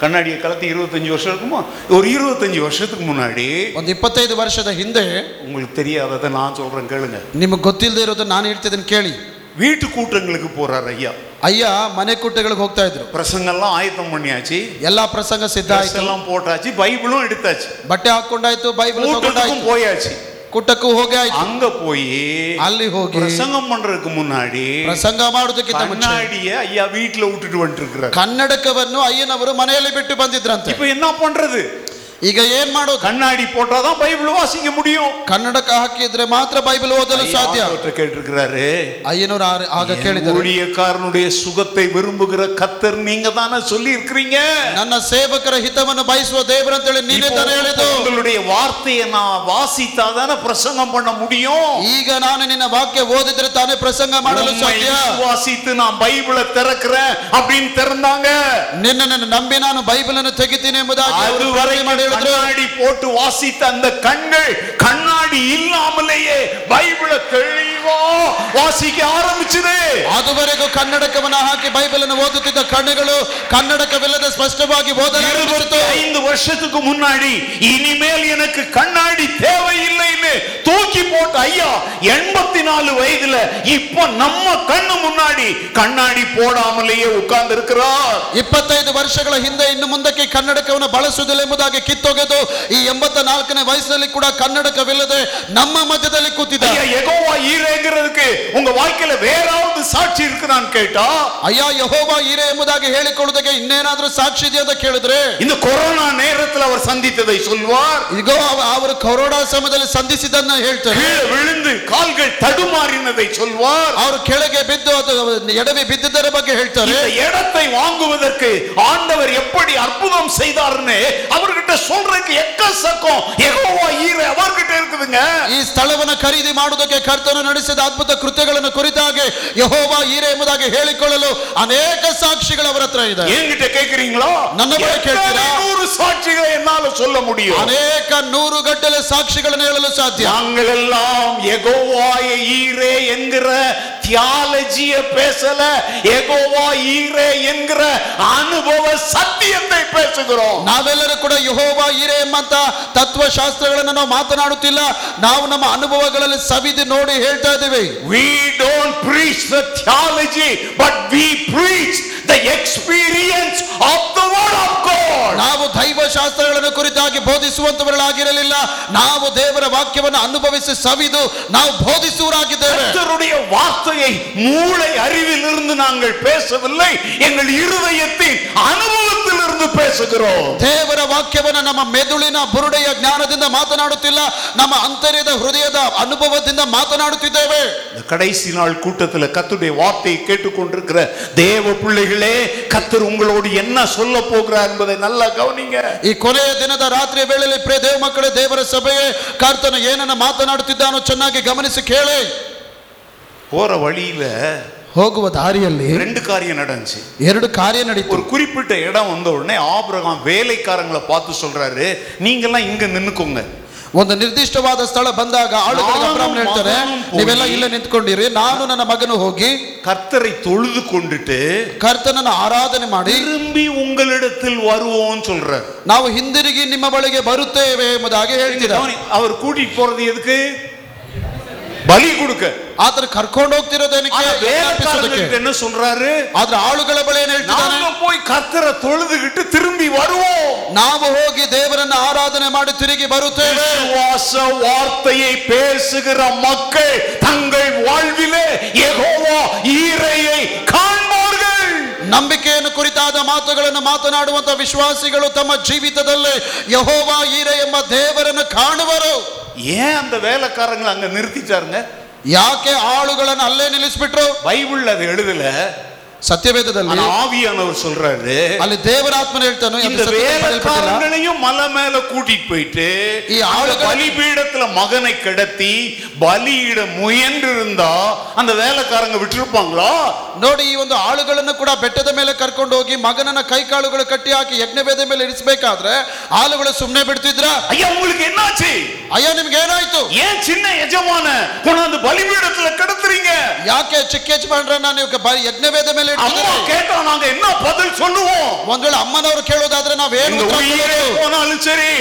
கண்ணாடியை கலத்தி இருபத்தஞ்சு வருஷம் இருக்குமா ஒரு இருபத்தஞ்சு வருஷத்துக்கு முன்னாடி ಒಂದು ಇಪ್ಪತ್ತೈದು ವರ್ಷದ ಹಿಂದೆ உங்களுக்கு தெரியாததை நான் சொல்றேன் கேளுங்க ನಿಮಗೆ ಗೊತ್ತಿಲ್ಲದೆ ಇರೋದು ನಾನು ಹೇಳ್ತಿದ್ದೀನಿ ಕೇಳಿ வீட்டு கூட்டங்களுக்கு போறார் ஐயா ಅಯ್ಯ ಮನೆ ಕುಟ್ಟೆಗಳಿಗೆ ಹೋಗ್ತಾ ಇದ್ರು பிரசங்கெல்லாம் ஆயத்தம் பண்ணியாச்சு ಎಲ್ಲಾ ಪ್ರಸಂಗ ಸಿದ್ಧ dress ಆಯ್ತು எல்லாம் போட்டாச்சு பைபிளும் எடுத்தாச்சு ಬಟ್ಟೆ ಹಾಕೊಂಡಾಯ್ತು ಬೈಬಲ್ கூட்டத்துக்கும் ತಗೊಂಡಾಯ್ತು போயாச்சு ಕುಟ್ಟಕ್ಕೂ ಹೋಗಿ ಆಯ್ತು அங்க போய் ಅಲ್ಲಿ ಹೋಗಿ பிரசங்கம் பண்றதுக்கு முன்னாடி ಪ್ರಸಂಗ ಮಾಡೋದಕ್ಕಿಂತ ಮುಂಚೆ கண்ணாடிய ஐயா வீட்டுல விட்டுட்டு வந்துட்டு இருக்கிறார் ಕನ್ನಡಕವನ್ನು ಅಯ್ಯನವರು ಮನೆಯಲ್ಲಿ ಬಿಟ್ಟು ಬಂದಿದ್ರಂತೆ இப்ப என்ன பண்றது ಈಗ ಏನ್ ಮಾಡೋದು கண்ணாடி போட்டாதான் பைபிள் வாசிக்க முடியும் ಕನ್ನಡಕ ಹಾಕಿದ್ರೆ மாத்திர பைபிள் ஓதಲು சாத்தியா கேட்டிருக்கிறாரு ஐயனூர் ஆறு ஆக கேளிதர் ஊழியக்காரனுடைய சுகத்தை விரும்புகிற கத்தர் நீங்க தானே சொல்லி இருக்கிறீங்க ನನ್ನ ಸೇವಕರ ಹಿತವನ್ನು ಬಯಸುವ ದೇವರಂತೇಳಿ ನೀನೇ ತಾನೇ ಹೇಳಿದ್ದು உங்களுடைய வார்த்தையை நான் வாசித்தா தானே பிரசங்கம் பண்ண முடியும் ಈಗ ನಾನು ನಿನ್ನ ವಾಕ್ಯ ಓದಿದ್ರೆ ತಾನೇ ಪ್ರಸಂಗ ಮಾಡಲು உம்மை ಸಾಧ್ಯ விசுவாசித்து நான் பைபிளை திறக்கிறேன் அப்படின்னு திறந்தாங்க ನಿನ್ನನ್ನು ನಂಬಿ ನಾನು ಬೈಬಲ್ ಅನ್ನು ತೆಗಿತೀನಿ ಎಂಬುದಾಗಿ ಅವರು அதுவரை ಮಾಡಿ ಹೇಳಿದ್ರು கண்ணாடி போட்டு வாசித்த அந்த கண்கள் கண்ணாடி இல்லாமலேயே பைபிளை தெளிவா வாசிக்க ஆரம்பிச்சது ಅದುವರೆಗೂ ಕನ್ನಡಕವನ್ನು ಹಾಕಿ ಬೈಬಲ್ ಅನ್ನು ಓದುತ್ತಿದ್ದ ಕಣ್ಣುಗಳು ಕನ್ನಡಕವಿಲ್ಲದೆ ಸ್ಪಷ್ಟವಾಗಿ இருபத்தி ಓದಲಾರಂಭಿಸಿತು ஐந்து வருஷத்துக்கு முன்னாடி இனிமேல் எனக்கு கண்ணாடி தேவையில்லைன்னு தூக்கி போட்ட ஐயா எண்பத்தி நாலு வயதுல இப்ப நம்ம கண்ணு முன்னாடி கண்ணாடி போடாமலேயே உட்கார்ந்து இருக்கிறார் ಇಪ್ಪತ್ತೈದು ವರ್ಷಗಳ ಹಿಂದೆ ಇನ್ನು ಮುಂದಕ್ಕೆ ಕನ್ನಡಕವನ್ನು ಬಳಸುವುದಿಲ್ಲ ಎಂಬುದಾಗಿ ಕಿತ್ತೊಗೆದು ಈ ಎಂಬತ್ತ ನಾಲ್ಕನೇ ವಯಸ್ಸಿನಲ್ಲಿ ಕೂಡ ಕನ್ನಡಕವಿಲ್ಲದೆ ನಮ್ಮ ಮಧ್ಯದಲ್ಲಿ ಕೂತಿದ್ದ ஐயா எகோவா ஈரேங்கிறதுக்கு உங்க வாழ்க்கையில வேறாவது சாட்சி இருக்குதான்னு கேட்டா ಅಯ್ಯ ಯಹೋವಾ ಹೀರೆ ಎಂಬುದಾಗಿ ಹೇಳಿಕೊಳ್ಳುವುದಕ್ಕೆ ಇನ್ನೇನಾದ್ರೂ ಸಾಕ್ಷಿ ಇದೆಯಾ ಅಂತ ಕೇಳಿದ್ರೆ இந்த கொரோனா நேரத்துல அவர் சந்தித்ததை சொல்வார் ಇಗೋ ಅವ- ಅವರು ಕೊರೋನಾ ಸಮಯದಲ್ಲಿ ಸಂಧಿಸಿದ್ದನ್ನ ಹೇಳ್ತಾರೆ கீழே விழுந்து கால்கள் தடுமாறினதை சொல்வார் ಅವರು ಕೆಳಗೆ ಬಿದ್ದು ಅದು ಎಡವಿ ಬಿದ್ದಿದ್ದರ ಬಗ್ಗೆ ಹೇಳ್ತಾರೆ இந்த இடத்தை வாங்குவதற்கு ஆண்டவர் எப்படி அற்புதம் செய்தார்னு அவர்கிட்ட சொல்றதுக்கு எக்க சக்கம் எகோவா ஈரே அவர்கிட்ட இருக்குதுங்க ಈ ಸ್ಥಳವನ್ನು ಖರೀದಿ ಮಾಡುವುದಕ್ಕೆ ಕರ್ತನು ನಡೆಸಿದ ಅದ್ಭುತ ಕೃತ್ಯಗಳನ್ನು ಕುರಿತಾಗಿ ಯಹೋವಾ ಹೀರೆ ಎಂಬುದಾಗಿ ಹೇಳಿಕೊಳ್ಳಲು ಅನೇಕ ಸಾಕ್ಷಿಗಳು ಅವರ ಹತ್ರ ಇದೆ என்கிட்ட கேக்குறீங்களா ನನ್ನ ಬಳಿ எத்தனை கேட்கிறா? நூறு சாட்சிகளை என்னால சொல்ல முடியும் ಅನೇಕ ನೂರು ಗಟ್ಟಲೆ ಸಾಕ್ಷಿಗಳನ್ನು ಹೇಳಲು ಸಾಧ್ಯ நாங்கள் எல்லாம் எகோவாய ஈரே என்கிற தியாலஜிய பேசல எகோவா ஈரே என்கிற அனுபவ சத்தியத்தை பேசுகிறோம் ನಾವೆಲ್ಲರೂ ಕೂಡ ಯಹೋವಾ ಹೀರೆ ಎಂಬಂತ ತತ್ವಶಾಸ್ತ್ರಗಳನ್ನು ನಾವು ಮಾತನಾಡುತ್ತಿಲ್ಲ ನಾವು ನಮ್ಮ ಅನುಭವಗಳಲ್ಲಿ ಸವಿದು ನೋಡಿ ಹೇಳ್ತಾ ಇದ್ದೀವಿ we don't preach the theology but we preach the experience of the word of god ನಾವು ದೈವಶಾಸ್ತ್ರಗಳನ್ನು ಕುರಿತಾಗಿ ಬೋಧಿಸುವಂತವರಾಗಿರಲಿಲ್ಲ ನಾವು ದೇವರ ವಾಕ್ಯವನ್ನು ಅನುಭವಿಸಿ ಸವಿದು ನಾವು ಬೋಧಿಸುವರಾಗಿದ್ದೇವೆ கர்த்தருடைய வார்த்தையை மூளை அறிவிலிருந்து நாங்கள் பேசவில்லை எங்கள் இருதயத்தின் அனுபவத்திலிருந்து பேசுகிறோம் ದೇವರ ವಾಕ್ಯವನ್ನು ನಮ್ಮ ಮೆದುಳಿನ ಬುರುಡೆಯ ಜ್ಞಾನದಿಂದ ಮಾತನಾಡುತ್ತಿಲ್ಲ ನಮ್ಮ ಅಂತರ್ಯದ ಹೃದಯದ ಅನುಭವದಿಂದ ಮಾತನಾಡುತ್ತಿದ್ದೇವೆ இந்த கடைசி நாள் கூட்டத்துல கர்த்தருடைய வார்த்தையை கேட்டுக்கொண்டிருக்கிற தேவ பிள்ளைகளே கர்த்தர் உங்களோடு என்ன சொல்ல போகிறார் என்பதை நல்லா கவனிங்க ಈ ಕೊನೆಯ ದಿನದ ರಾತ್ರಿಯ ವೇಳೆಯಲ್ಲಿ ಪ್ರೇ ದೇವ ಮಕ್ಕಳೇ ದೇವರ ಸಭೆಯೇ ಕರ್ತನು ಏನನ್ನ ಮಾತನಾಡುತ್ತಿದ್ದಾನೋ ಚೆನ್ನಾಗಿ ಗಮನಿಸಿ ಕೇಳಿ போற வழியில ಹೋಗುವ ದಾರಿಯಲ್ಲಿ ரெண்டு காரியம் நடந்துச்சு ಎರಡು ಕಾರ್ಯ ನಡೀತು ஒரு குறிப்பிட்ட இடம் வந்த உடனே ஆபிரகாம் வேலைக்காரங்களை பார்த்து சொல்றாரு நீங்கெல்லாம் இங்க நின்னுக்கோங்க ಒಂದು ನಿರ್ದಿಷ್ಟವಾದ ಸ್ಥಳ ಬಂದಾಗ ಆಳುಗಳಿಗೆ ಅಬ್ರಾಮನ್ ಹೇಳ್ತಾರೆ ನೀವೆಲ್ಲ ಇಲ್ಲೇ ನಿಂತ್ಕೊಂಡಿರಿ ನಾನು ನನ್ನ ಮಗನು ಹೋಗಿ கர்த்தரை தொழுது கொண்டுட்டு ಕರ್ತನನ್ನ ಆರಾಧನೆ ಮಾಡಿ திரும்பி உங்களிடத்தில் வருவோம்னு சொல்றாரு ನಾವು ಹಿಂದಿರುಗಿ ನಿಮ್ಮ ಬಳಿಗೆ ಬರುತ್ತೇವೆ ಎಂಬುದಾಗಿ ಹೇಳ್ತಿದ್ದಾರೆ கவனி, அவர் கூட்டிட்டு போறது எதுக்கு பலி கொடுக்க ಆದ್ರೆ ಕರ್ಕೊಂಡು ಹೋಗ್ತಿರೋದೇನಕ್ಕೆ ஆனா ಜ್ಞಾಪಿಸೋದಕ್ಕೆ. வேலைக்காரங்களுக்கு என்ன சொல்றாரு ಆದ್ರೆ ಆಳುಗಳ ಬಳಿ ಏನ್ ಹೇಳ್ತಿದ್ದಾನೆ நாங்க போய் கர்த்தரை தொழுதுகிட்டு திரும்பி வருவோம் ನಾವು ಹೋಗಿ ದೇವರನ್ನ ಆರಾಧನೆ ಮಾಡಿ ತಿರುಗಿ ಬರುತ್ತೇವೆ விசுவாச வார்த்தையை பேசுகிற மக்கள் தங்கள் வாழ்விலே யெகோவா ஈரையை காண்பார்கள் ನಂಬಿಕೆಯನ್ನು ಕುರಿತಾದ ಮಾತುಗಳನ್ನು ಮಾತನಾಡುವಂತ ವಿಶ್ವಾಸಿಗಳು ತಮ್ಮ ಜೀವಿತದಲ್ಲಿ ಯಹೋವ ಈರೆ ಎಂಬ ದೇವರನ್ನು ಕಾಣುವರು ஏன் அந்த வேலைக்காரங்களை அங்க நிறுத்திட்டாருங்க ಯಾಕೆ ಆಳುಗಳನ್ನು ಅಲ್ಲೇ ನಿಲ್ಲಿಸ್ಬಿಟ್ರು பைபிள்ல அது எழுதல ಸತ್ಯವೇದದಲ್ಲಿ ஆனா ஆவியானவர் சொல்றாரு ಅಲ್ಲಿ ದೇವರ ಆತ್ಮನ ಹೇಳ್ತಾನೆ ಅದು இந்த ಸತ್ಯದಲ್ಲಿ ಬರೆಯಲ್ಪಟ್ಟಿಲ್ಲ. வேலைக்காரங்களையும் மலை மேல கூட்டிட்டு போயிட்டு ಈ அந்த ஆளுகளை- பலிபீடத்துல மகனை கிடத்தி பலியிட முயன்று இருந்தா அந்த வேலைக்காரங்க விட்டிருப்பாங்களா ನೋಡಿ ಈ ಒಂದು ಆಳುಗಳನ್ನು ಕೂಡ ಬೆಟ್ಟದ ಮೇಲೆ ಕರ್ಕೊಂಡು ಹೋಗಿ ಮಗನನ್ನ ಕೈ ಕಾಲುಗಳು ಕಟ್ಟಿ ಹಾಕಿ ಯಜ್ಞವೇದ ಮೇಲೆ ಇರಿಸಬೇಕಾದ್ರೆ ಆಳುಗಳು ಸುಮ್ಮನೆ ಬಿಡ್ತಿದ್ರ ஐயா உங்களுக்கு என்னாச்சு ಅಯ್ಯೋ ನಿಮ್ಗೆ ಏನಾಯ್ತು ஏன் சின்ன எஜமான கொண்டாந்து பலிபீடத்துல கிடத்துறீங்க ಯಾಕೆ ಚಿಕ್ಕ ಯಜಮಾನ್ರನ್ನ ನೀವು ಬ- ಯಜ್ಞವೇದ ಮೇಲೆ அம்மா ಇಡ್ತಿದ್ದೀರಿ? கேட்டா நாங்க என்ன பதில் சொல்லுவோம் ಒಂದ್ ವೇಳೆ ಅಮ್ಮನವರು ಕೇಳೋದಾದ್ರೆ ನಾವೇನು எங்க ಉತ್ತರ உயிரே ಕೊಡೋದು? போனாலும் சரி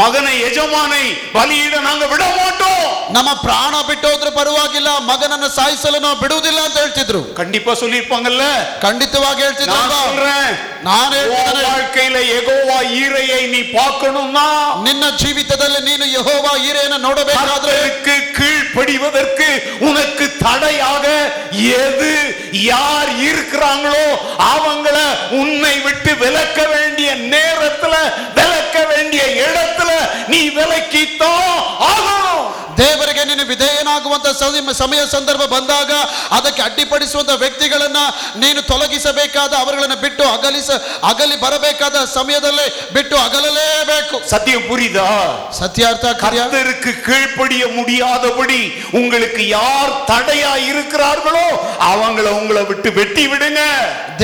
மகனை எஜமானை பலியிட நாங்க விட மாட்டோம் ನಮ್ಮ ಪ್ರಾಣ ಬಿಟ್ಟೋದ್ರೆ ಪರವಾಗಿಲ್ಲ ಮಗನನ್ನ ಸಾಯಿಸಲು ನಾವು ಬಿಡುವುದಿಲ್ಲ ಅಂತ ಹೇಳ್ತಿದ್ರು கண்டிப்பா சொல்லியிருப்பாங்கல்ல ಖಂಡಿತವಾಗಿ ಹೇಳ್ತಿದ್ರು நான் ಅಲ್ವಾ? சொல்றேன் ನಾನು உன் ಹೇಳ್ತಿದ್ದೇನೆ வாழ்க்கையில எகோவா ஈரையை நீ பார்க்கணும்னா ನಿನ್ನ ಜೀವಿತದಲ್ಲಿ ನೀನು ಯಹೋವ ಹೀರೆಯನ್ನು ನೋಡಬೇಕಾದ್ರೆ கர்த்தருக்கு கீழ்ப்படிவதற்கு உனக்கு தடையாக எது யார் இருக்கிறாங்களோ அவங்கள உன்னை விட்டு விலக்க வேண்டிய நேரத்துல விலக்க வேண்டிய இடத்துல நீ விலக்கித்தான் ஆகணும் ದೇವರಿಗೆ ನೀನು ವಿಧೇಯನಾಗುವಂತ ಸದಿ- ಸಮಯ ಸಂದರ್ಭ ಬಂದಾಗ ಅದಕ್ಕೆ ಅಡ್ಡಿಪಡಿಸುವಂತ ವ್ಯಕ್ತಿಗಳನ್ನ ನೀನು ತೊಲಗಿಸಬೇಕಾದ ಅವರುಗಳನ್ನು ಬಿಟ್ಟು ಅಗಲಿಸ ಅಗಲಿ ಬರಬೇಕಾದ ಸಮಯದಲ್ಲಿ ಬಿಟ್ಟು ಅಗಲಲೇಬೇಕು சத்தியம் புரியுதா ಸತ್ಯಾರ್ಥ ಕಾರ್ಯ கர்த்தருக்கு கீழ்ப்படிய முடியாதபடி உங்களுக்கு யார் தடையா இருக்கிறார்களோ அவங்கள உங்களை விட்டு வெட்டி விடுங்க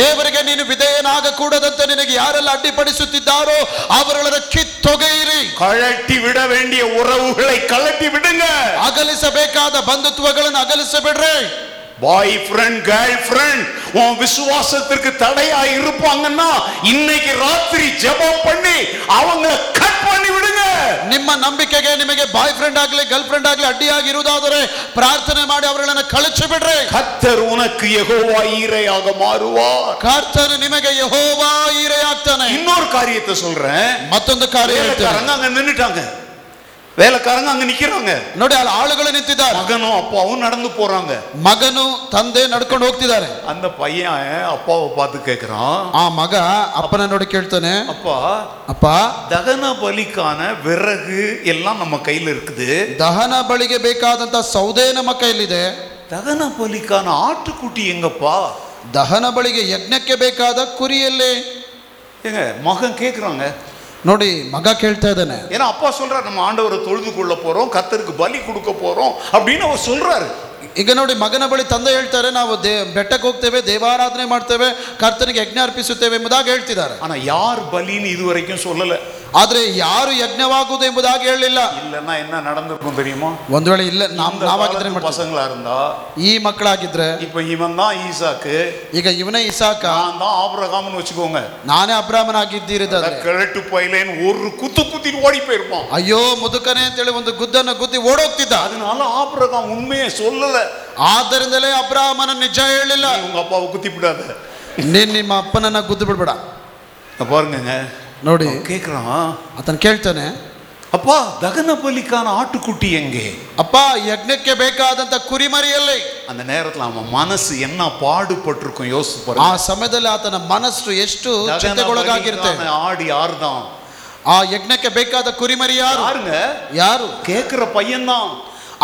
ದೇವರಿಗೆ ನೀನು ವಿಧೇಯನಾಗ ಕೂಡದಂತೆ ನಿನಗೆ ಯಾರೆಲ್ಲ ಅಡ್ಡಿಪಡಿಸುತ್ತಿದ್ದಾರೋ ಅವರುಗಳನ್ನು ಕಿತ್ತೊಗೆಯಿರಿ கழட்டி விட வேண்டிய உறவுகளை கழட்டி விடுங்க ಅಗಲಿಸಬೇಕಾದ ಬಂಧುತ್ವಗಳನ್ನು ಅಗಲಿಸಬಿಡ್ರಿ பாய் ஃப்ரெண்ட் கேர்ள் ஃப்ரெண்ட் உன் விசுவாசத்திற்கு தடையா இருப்பாங்கன்னா இன்னைக்கு ராத்திரி ஜெபம் பண்ணி அவங்க கட் பண்ணி விடுங்க ನಿಮ್ಮ ನಂಬಿಕೆಗೆ ನಿಮಗೆ ಬಾಯ್ ಫ್ರೆಂಡ್ ಆಗ್ಲಿ ಗರ್ಲ್ ಫ್ರೆಂಡ್ ಆಗ್ಲಿ ಅಡ್ಡಿಯಾಗಿರುವುದಾದರೆ ಪ್ರಾರ್ಥನೆ ಮಾಡಿ ಅವರನ್ನು ಕಳಿಸಿ ಬಿಡ್ರಿ கத்தர் உனக்கு யெகோவா ஈரையாக மாறுவார் ಕರ್ತನು ನಿಮಗೆ ಯಹೋವಾ ಈರೆ ಆಗ್ತಾನೆ இன்னொரு காரியத்தை சொல்றேன் ಮತ್ತೊಂದು ಕಾರ್ಯ ಹೇಳ್ತೇನೆ வேலைக்காரங்க அங்க நின்னுட்டாங்க வேலைக்காரங்க அங்க நிக்கிறாங்க ನೋಡಿ ಅಲ್ಲಿ ಆಳುಗಳು ನಿಂತಿದ್ದಾರೆ மகனும் அப்பாவும் நடந்து போறாங்க ಮಗನು ತಂದೆ ನಡ್ಕೊಂಡು ಹೋಗ್ತಿದ್ದಾರೆ அந்த பையன் அப்பாவை பார்த்து கேக்குறான் ಆ ಮಗ ಅಪ್ಪನ ನೋಡಿ ಕೇಳ್ತಾನೆ அப்பா ಅಪ್ಪ தகன பலிக்கான விறகு எல்லாம் நம்ம கையில இருக்குது ದಹನ ಬಳಿಗೆ ಬೇಕಾದಂತ ಸೌದೆ ನಮ್ಮ ಕೈಲಿದೆ தகன பலிக்கான ஆட்டுக்குட்டி எங்கப்பா ದಹನ ಬಳಿಗೆ ಯಜ್ಞಕ್ಕೆ ಬೇಕಾದ ಕುರಿಯಲ್ಲಿ ஏங்க மகன் கேட்குறாங்க ನೋಡಿ ಮಗ ಕೇಳ್ತಾ ಇದ್ದಾನೆ ஏன்னா அப்பா சொல்றாரு நம்ம ஆண்டவரை தொழுது கொள்ள போறோம் கத்தருக்கு பலி கொடுக்க போறோம் அப்படின்னு அவர் சொல்றாரு ಈಗ ನೋಡಿ ಮಗನ ಬಳಿ ತಂದೆ ಹೇಳ್ತಾರೆ ನಾವು ದೇ ಬೆಟ್ಟಕ್ಕೆ ಹೋಗ್ತೇವೆ ದೇವಾರಾಧನೆ ಮಾಡ್ತೇವೆ ಕರ್ತನಿಗೆ ಯಜ್ಞ ಅರ್ಪಿಸುತ್ತೇವೆ ಎಂಬುದಾಗಿ ಹೇಳ್ತಿದ್ದಾರೆ ஆனா யார் பலின்னு இது வரைக்கும் சொல்லல ಆದ್ರೆ ಯಾರು ಯಜ್ಞವಾಗುವುದು ಎಂಬುದಾಗಿ ಹೇಳಿಲ್ಲ இல்லைன்னா என்ன நடந்திருக்கும் தெரியுமா ಒಂದ್ ವೇಳೆ ಇಲ್ಲ ನಾವ್ அந்த ನಾವಾಗಿದ್ರೆ ಏನ್ காலத்து ಮಾಡ್ತೀವಿ? பசங்களா இருந்தா ಈ ಮಕ್ಕಳಾಗಿದ್ರೆ இப்ப இவன் தான் ஈசாக்கு ಈಗ ಇವನೇ ಇಸಾಕ நான் தான் ஆபிரகாம்னு வச்சுக்கோங்க ನಾನೇ ಅಬ್ರಾಹ್ಮನ ಆಗಿದ್ದೀರಿದ್ದಾರೆ கிழட்டு பயிலேன்னு ஒரு குத்து குத்திட்டு ஓடி போயிருப்பான் ಅಯ್ಯೋ ಮುದುಕನೇ ಅಂತೇಳಿ ಒಂದು ಗುದ್ದನ್ನು ಗುದ್ದಿ ಓಡೋಗ್ತಿದ್ದ அதனால ஆபிரகாம் உண்மையை சொல்லல ಆದ್ದರಿಂದಲೇ ಅಬ್ರಾಹ್ಮನ ನಿಜ ಹೇಳಿಲ್ಲ நீ உங்க அப்பாவை குத்திவிடாத ನೀನ್ ನಿಮ್ಮ ಅಪ್ಪನನ್ನ ಗುದ್ದು ಬಿಡ್ಬೇಡ பாருங்க ನೋಡಿ கேக்குறான் ಆತನ್ ಕೇಳ್ತಾನೆ அப்பா தகன பலிக்கான ஆட்டுக்குட்டி எங்கே ಅಪ್ಪ ಯಜ್ಞಕ್ಕೆ ಬೇಕಾದಂತ ಕುರಿಮರಿಯಲ್ಲಿ அந்த நேரத்துல அவன் மனசு என்ன பாடுபட்டிருக்கும் யோசிச்சு ಆ பாருங்க ಸಮಯದಲ್ಲಿ ಆತನ ಮನಸ್ಸು ಎಷ್ಟು தகன ಚಿಂತೆಗೊಳಗಾಗಿರುತ್ತೆ பலிக்கான ஆடு யார்தான் ಆ ಯಜ್ಞಕ್ಕೆ ಬೇಕಾದ ಕುರಿಮರಿ ಯಾರು பாருங்க ಯಾರು கேக்குற பையன்தான்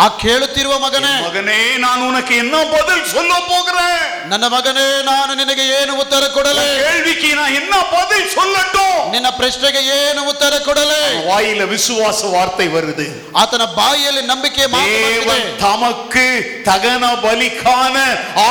ಆ ಕೇಳುತ್ತಿರುವ ಮಗನೇ என் மகனே நான் உனக்கு என்ன பதில் சொல்ல போகிறேன் ನನ್ನ ಮಗನೇ ನಾನು ನಿನಗೆ ಏನು ಉತ್ತರ ಕೊಡಲೇ உன் கேள்விக்கு நான் என்ன பதில் சொல்லட்டும் ನಿನ್ನ ಪ್ರಶ್ನೆಗೆ ಏನು ಉತ್ತರ ಕೊಡಲೇ வாயில விசுவாச வார்த்தை வருது ಆತನ ಬಾಯಿಯಲ್ಲಿ ನಂಬಿಕೆ ಮಾತು ಬರ್ತಿದೆ. தேவன் தமக்கு தகன பலிக்கான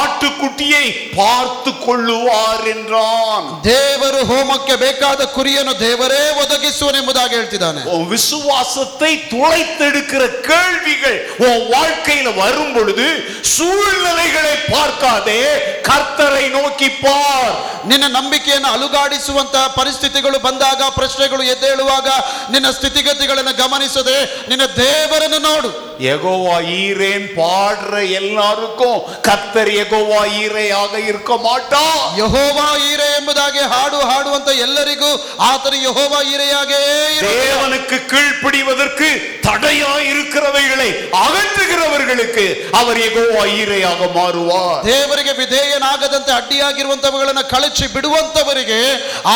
ஆட்டுக்குட்டியை பார்த்து கொள்ளுவார் என்றான் ದೇವರು ಹೋಮಕ್ಕೆ ಬೇಕಾದ ಕುರಿಯನ್ನು ದೇವರೇ ಒದಗಿಸುವನೆಂಬುದಾಗಿ ಹೇಳ್ತಿದ್ದಾನೆ உன் விசுவாசத்தை துளைத்தெடுக்கிற கேள்விகள் உன் வாழ்க்கையில வரும் பொழுது சூழ்நிலைகளை பார்க்காதே கர்த்தரை நோக்கி பார் ನಿನ್ನ ನಂಬಿಕೆಯನ್ನು ಅಲುಗಾಡಿಸುವಂತಹ ಪರಿಸ್ಥಿತಿಗಳು ಬಂದಾಗ ಪ್ರಶ್ನೆಗಳು ಎದ್ದೇಳುವಾಗ ನಿನ್ನ ಸ್ಥಿತಿಗತಿಗಳನ್ನು ಗಮನಿಸದೆ ನಿನ್ನ ದೇವರನ್ನು ನೋಡು எகோவா ஈரேன் பாடுற எல்லாருக்கும் கர்த்தர் எகோவா ஈரையாக இருக்க மாட்டார் ಯಹೋವಾ ಈರೆ ಎಂಬುದಾಗಿ ಹಾಡು ಹಾಡುವಂತ ಎಲ್ಲರಿಗೂ ಆತನು ಯಹೋವಾ ಈರೆಯಾಗೇ ಇರು தேவனுக்கு கீழ்ப்படிவதற்கு தடையா இருக்கிறவைகளை அகற்றுகிறவர்களுக்கு அவர் எகோவா ஈரையாக மாறுவார் ದೇವರಿಗೆ ವಿಧೇಯನಾಗದಂತೆ ಅಡ್ಡಿಯಾಗಿರುವಂತವುಗಳನ್ನು ಕಳಚಿ ಬಿಡುವಂತವರಿಗೆ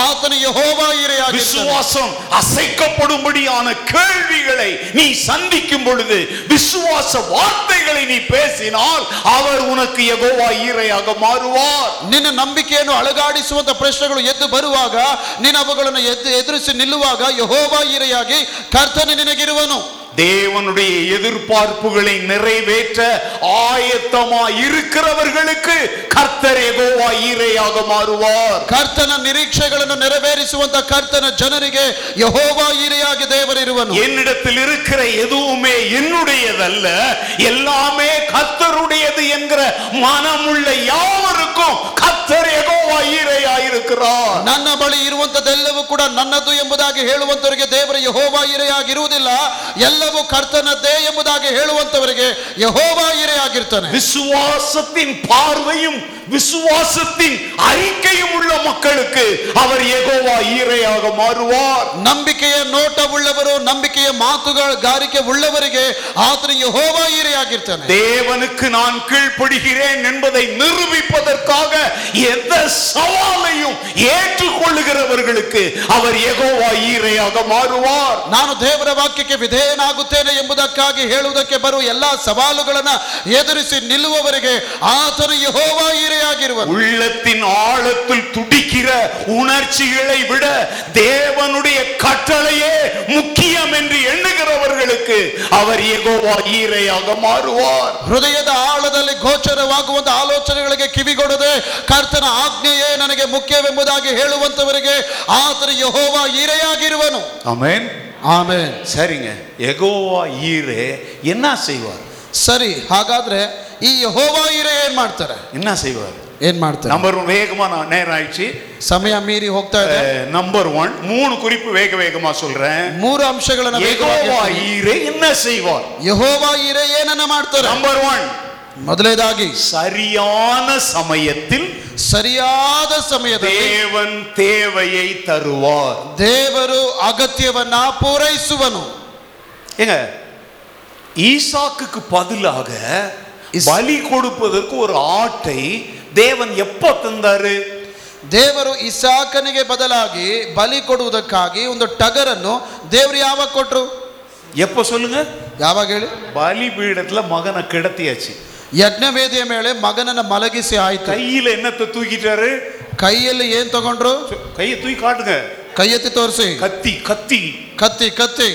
ಆತನು ಯಹೋವಾ ಈರೆಯಾಗಿ விசுவாசம் அசைக்கப்படும்படியான கேள்விகளை நீ சந்திக்கும் பொழுது விசுவாச வார்த்தைகளை நீ பேசினால் அவர் உனக்கு எகோவா ஈரையாக மாறுவார் ನಿನ್ನ ನಂಬಿಕೆಯನ್ನು ಅಳಗಾಡಿಸುವಂತ ಪ್ರಶ್ನೆಗಳು ಎದ್ದು ಬರುವಾಗ ನೀನು ಅವುಗಳನ್ನು ಎದ್ದು ಎದುರಿಸಿ ನಿಲ್ಲುವಾಗ ಯಹೋವಾ ಈರೆಯಾಗಿ ಕರ್ತನೆ ನಿನಗಿರುವನು தேவனுடைய எதிர்பார்ப்புகளை நிறைவேற்ற ஆயத்தமா இருக்கிறவர்களுக்கு கர்த்தர் எகோவா ஈரையாக மாறுவார் ಕರ್ತನ ನಿರೀಕ್ಷೆಗಳನ್ನು ನೆರವೇರಿಸುವಂತ ಕರ್ತನ ಜನರಿಗೆ ಯಹೋವಾ ಈರೆಯಾಗಿ ದೇವರಿರುವನು என்னிடத்தில் இருக்கிற எதுவுமே என்னுடையதல்ல எல்லாமே கர்த்தருடையது என்கிற மனமுள்ள யாவருக்கும் கர்த்தர் எகோவா ஈரையா இருக்கிறார் ನನ್ನ ಬಳಿ ಇರುವಂತದ್ದೆಲ್ಲವೂ ಕೂಡ ನನ್ನದು ಎಂಬುದಾಗಿ ಹೇಳುವಂತವರಿಗೆ ದೇವರ ಯಹೋವಾ ಇರೆಯಾಗಿರುವುದಿಲ್ಲ ಎಲ್ಲವೂ ಕರ್ತನದ್ದೇ ಎಂಬುದಾಗಿ ಹೇಳುವಂತವರಿಗೆ ಯಹೋವಾ ಇರೆಯಾಗಿರ್ತಾನೆ விசுவாசத்தின் பார்வையும் விசுவாசத்தின் அறிக்கையும் உள்ள மக்களுக்கு அவர் எகோவா ஈரையாக மாறுவார் ನಂಬಿಕೆಯ ನೋಟವುಳ್ಳವರು ನಂಬಿಕೆಯ ಮಾತುಗಳ ಗಾರಿಕೆ ಉಳ್ಳವರಿಗೆ ಆತನು ಯಹೋವಾ ಇರೆಯಾಗಿರ್ತಾನೆ தேவனுக்கு நான் கீழ்ப்படுகிறேன் என்பதை நிரூபிப்பதற்காக எந்த சவாலையும் ஏற்றுக்கொள்ளுகிறவர்களுக்கு அவர் எகோவா ஈரையாக மாறுவார் ನಾನು ದೇವರ ವಾಕ್ಯಕ್ಕೆ ವಿಧೇಯನಾಗುತ್ತೇನೆ ಎಂಬುದಕ್ಕಾಗಿ ಹೇಳುವುದಕ್ಕೆ ಬರುವ ಎಲ್ಲಾ ಸವಾಲುಗಳನ್ನ ಎದುರಿಸಿ ನಿಲ್ಲುವವರಿಗೆ ಆತನು ಯಹೋವಾ ಇರೆಯಾಗಿರುವನು உள்ளத்தின் ஆழத்தில் துடிக்கிற உணர்ச்சிகளை விட தேவனுடைய கட்டளையே முக்கியம் என்று எண்ணுகிறவர்களுக்கு அவர் எகோவா ஈரையாக மாறுவார் ಹೃದಯದ ಆಳದಲ್ಲಿ ಗೋಚರವಾಗುವಂತ ಆಲೋಚನೆಗಳಿಗೆ ಕಿವಿಗೊಡದೆ ಕರ್ತನ ಆಜ್ಞೆಯೇ ನನಗೆ ಮುಖ್ಯವೆಂಬುದಾಗಿ ಹೇಳುವಂತವರಿಗೆ ಆತನು ಯಹೋವಾ ಇರೆಯಾಗಿರುವನು ஆமென் ಆಮೇಲೆ சரிங்க எகோவா ஈரே என்ன செய்வார் ಸರಿ ಹಾಗಾದ್ರೆ ಈ ಯಹೋವಾ ಇರೆ ಏನ್ ಮಾಡ್ತಾರೆ என்ன செய்வார் ಏನ್ ಮಾಡ್ತಾರೆ நம்பர் ஒன் வேகமா நான் நேரம் ஆயிடுச்சு ಸಮಯ ಮೀರಿ ಹೋಗ್ತಾ ಇದೆ நம்பர் ஒன் மூணு குறிப்பு வேக வேகமா சொல்றேன் ಮೂರು ಅಂಶಗಳನ್ನ ವೇಗವಾಗಿ யெகோவா ಹೇಳ್ತೀನಿ. ஈரே என்ன செய்வார் ಯಹೋವಾ ಇರೆ ಏನನ್ನ ಮಾಡ್ತಾರೆ நம்பர் ஒன் ಮೊದಲನೇದಾಗಿ சரியான சமயத்தில் ಸರಿಯಾದ ಸಮಯದಲ್ಲಿ தேவன் தேவையை தருவார் ದೇವರು ಅಗತ್ಯವನ್ನ ಪೂರೈಸುವನು ஏங்க ஈசாக்குக்கு பதிலாக இஸ்- பலி கொடுப்பதற்கு ஒரு ஆட்டை தேவன் எப்ப தந்தாரு ದೇವರು ಇಸಾಕನಿಗೆ ಬದಲಾಗಿ ಬಲಿ ಕೊಡುವುದಕ್ಕಾಗಿ ಒಂದು ಟಗರನ್ನು ದೇವರು ಯಾವಾಗ ಕೊಟ್ರು எப்ப சொல்லுங்க ಯಾವಾಗ ಹೇಳಿ பலி பீடத்துல ಮಗನ கிடத்தியாச்சு ಯಜ್ಞವೇದಿಯ ಮೇಲೆ ಮಗನನ್ನ ಮಲಗಿಸಿ ಆಯ್ತು கையில என்னத்தை தூக்கிட்டாரு ಕೈಯಲ್ಲಿ ಏನ್ ತಗೊಂಡ್ರು சொ- கையை தூக்கி காட்டுங்க ಕೈ ಎತ್ತಿ ತೋರಿಸಿ கத்தி கத்தி ಕತ್ತಿ ಕತ್ತಿ